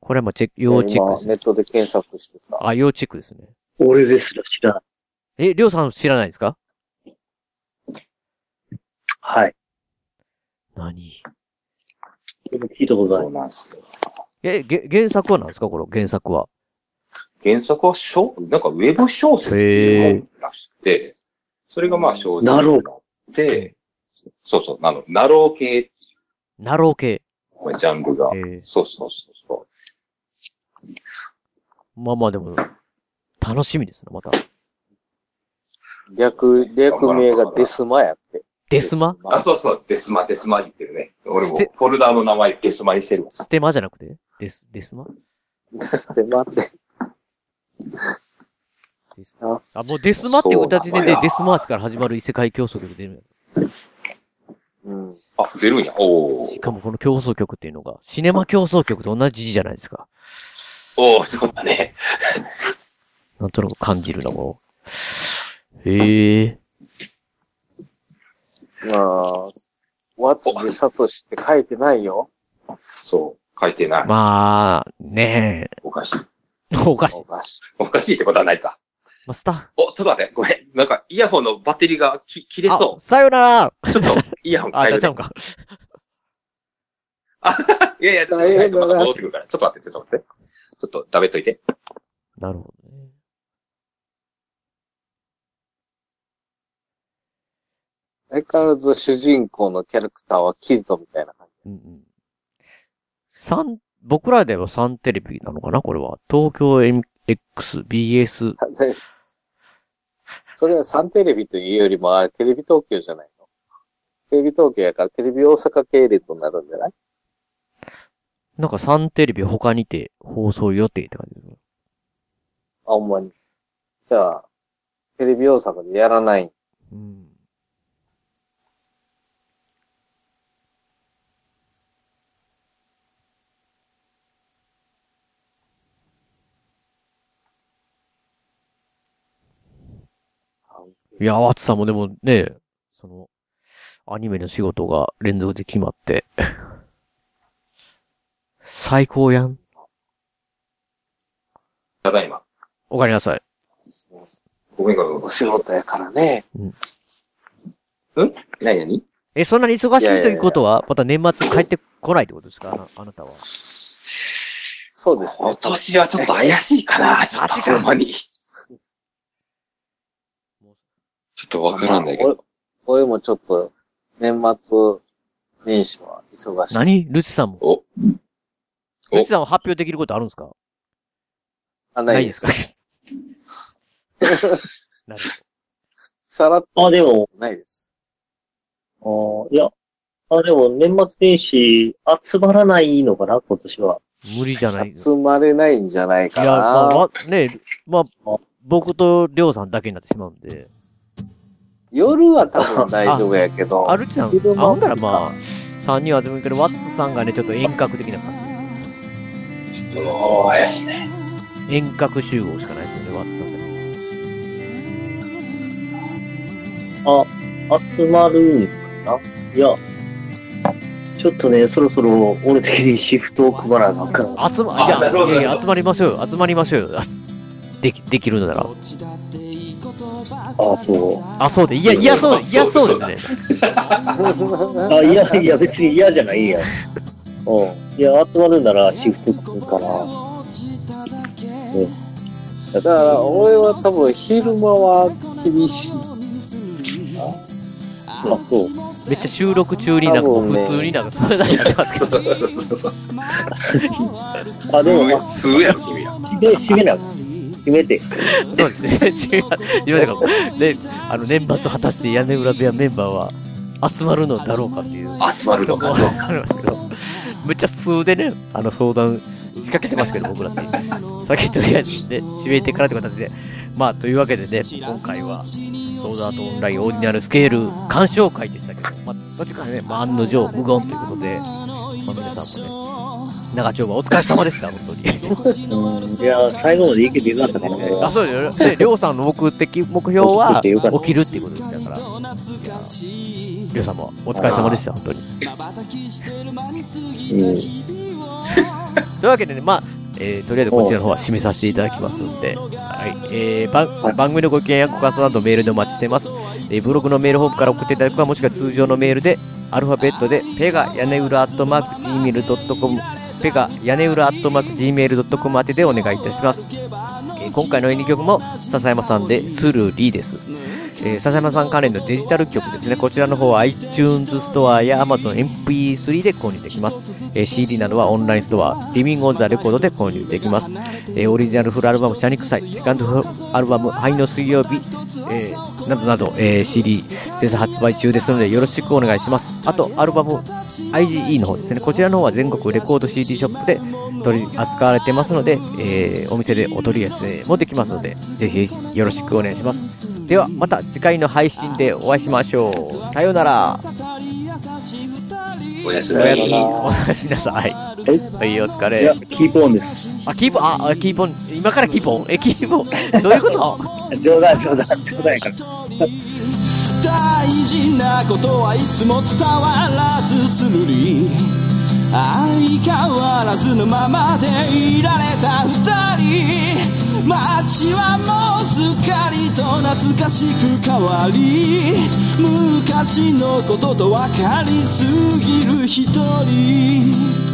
A: これはもうチェック、要チェックで
D: 今
A: すね。
D: ネットで検索してた。
A: あ、要チェックですね。
E: 俺ですら知らない。
A: え、りょうさん知らないですか
E: はい。
A: 何
E: でも聞いたことない。
C: うなんですよ。
A: え、げ原作は何ですかこの原作は。
C: 原作は小、なんかウェブ小説っていう本らしくて、それがまあ小説
E: なろ
C: で、そうそう、あの、ナロー系ってい
A: ナロー系。
C: うジャンルが
A: え、ー
C: そうそうそうそ
A: まあまあでも、楽しみですね、また。
D: 略、略名がデスマやって。
A: デスマ
C: う。あ、そうそう、デスマ、デスマ言ってるね。俺も
A: ステ
C: フォルダーの名前デスマにしてるわ。
A: ステマじゃなくてデス、デスマ
D: って待って。
A: デス
D: あ
A: あ、もうデスマっていう形で
C: そうなん
A: ね
C: だ、
A: デスマーチから始まる異世界競争曲出る。
D: うん。
C: あ、出るんや。お
A: し
C: ー。
A: かもこの競争曲っていうのが、シネマ競争曲と同じじゃないですか。
C: おー、そうだね。
A: なんとなく感じるな、もう。へえ。
D: まあ、ワッツサトシって書いてないよ。
C: そう。書いてない。
A: まあ、ね
C: おかしい。
A: え。おかしい。
D: おかしい。
C: おかしいってことはないか。
A: まあ、スタッフ。
C: お、ちょっと待って、ごめん。なんか、イヤホンのバッテリーがき切れそ
A: あさよなら
C: う。ちょっと、イヤホン
A: あ、
C: 変
A: や
C: え
A: っちゃ
C: る
A: うん
C: ね。
A: か。
C: いやいや、ちょっと待って、ちょっと待って戻ってくるから。ちょっと待って、ちょっと待って。ちょっと、食べといて。
A: なるほどね。
D: 相変わらず主人公のキャラクターはキルトみたいな感
A: うんうん。三、僕らでは3テレビなのかなこれは。東京 MX、BS。
D: じ。で *laughs* それはサンテレビというよりも、あれテレビ東京じゃないのテレビ東京やからテレビ大阪系列になるんじゃない
A: なんか3テレビ他にて放送予定って感じ。
D: あ、ほんまに。じゃあ、テレビ大阪でやらない。
A: うん。いや、ワツさんもでもね、その、アニメの仕事が連続で決まって、最高やん。
C: ただいま。
A: おかえりなさい。
C: ごめんごめんごめ
D: お仕事やからね。
C: ん。なになに
A: え、そんなに忙し
D: いや
A: い
D: いや
A: と
D: いや
A: いうことは、また年末帰ってこないってことですかあなあなたは。
D: そうですね
C: 今。年はちょっと怪しいかな。ちょっとほんまに。ちょっとわからんないけど。
D: これもちょっと、年末年始は忙しい。
A: 何ルチさんも。
C: お、お
A: ルチさんは発表できることあるんですか
D: あ、ないです。
A: ないですかなるほど
D: さらっ
E: あ、でも、
D: とないです。
E: あーいや、あ、でも年末年始集まらないのかな、今年は。
A: 無理じゃない。い
D: 集まれないんじゃないか
A: や、まあ、
D: な。
A: わね、まあ、僕とりょうさんだけになってしまうんで。
D: 夜は多分大丈夫やけ *laughs* ど。
A: あるちゃん、会
D: 車
A: うんならまあ、3人は集めるけど、ワッツさんがね、ちょっと遠隔的な感じですよ。
F: もう、怪しいね。
A: 遠隔集合しかないですよね、ワッツさんだ
E: 集まるんかないや、ちょっとね、そろそろ俺的にシフトを配らなあかん。
A: け。集ま、い
F: あなるほど
A: や、いや
F: な
A: い
F: るほど
A: や集まりましょうよ、集まりましょうよ。 *laughs* でき、できるのなら。
E: あ、そう。
A: あ、そうで、いや、いや、そう、いや、そうですね。
E: *laughs* あ、いや、 *laughs* いや、別に嫌じゃ *laughs* ないやん。うん。いや、集まるならシフト組むから。ね。だ
D: だから、俺は多分昼間は厳しい。
E: あ、そう。
A: めっちゃ収録中になんか
D: 多分ね
A: 普通になんかそれなりにやってますけど。
D: *laughs*
E: あ、でも、まあ、
F: すぐやろ、君は。
E: 締め、締めな。決めて。
A: そう *laughs* ですね。違う、違うから、ね、あの、年末果たして屋根裏部屋メンバーは集まるのだろうかっていう。
F: 集まるのか
A: *laughs* わかりますけど、めっちゃ数でね、あの、相談仕掛けてますけど、僕らって。先とりあえずね、締めてからって形で。まあ、というわけでね、今回は、ソードアートオンラインオーディナルスケール鑑賞会でしたけど、まあ、途中からね、まあ、案の定無言ということで、まあ、皆さんもね、長丁場お疲れ様でした、本当に。
E: うん。いや、最後までいけてよかったかな、俺
A: あ、
E: は。
A: そうだよ *laughs* ね。りょうさんの目的、目標は、起きるっていうことですだから。りょうさんも、お疲れ様でした、本当に。
E: うん。
A: というわけでね、まあ、えーとりあえずこちらの方は締めさせていただきますので、はい、えー番、番組のご意見やご感想などメールでお待ちしています。えーブログのメールフォームから送っていただくか、もしくは通常のメールで、アルファベットで、ペガ屋根裏アットマーク Gmail.com、ペガ屋根裏アットマーク Gmail.com 宛てでお願いいたします。えー今回の演技曲も、笹山さんで、スルリーです。えー笹山さん関連のデジタル曲ですね。こちらの方は iTunes ストアや Amazon MP3 で購入できます。えー CD などはオンラインストア、リビングオンザレコードで購入できます。えーオリジナルフルアルバム、シャニクサイ、セカンドフルアルバム、愛の水曜日、えーなどなど、えー CD 絶賛発売中ですので、よろしくお願いします。あと、アルバム、IGE の方ですね。こちらの方は全国レコード CD ショップで取り扱われてますので、えーお店でお取り寄せもできますので、ぜひよろしくお願いします。では、また次回の配信でお会いしましょう。さようなら。
F: おやす
A: お
F: み
A: やすみ。おやすみなさい。はい、お疲
E: い
A: れ
E: や、。キープオンです。
A: あ、キーボン、あ、あキーボン、今からキーボン、え、キーボン、どういうこと
E: 冗談、冗談、冗談やから。
B: 大事なことはいつも伝わらずするり相変わらずのままでいられた二人街はもうすっかりと懐かしく変わり昔のことと分かりすぎる一人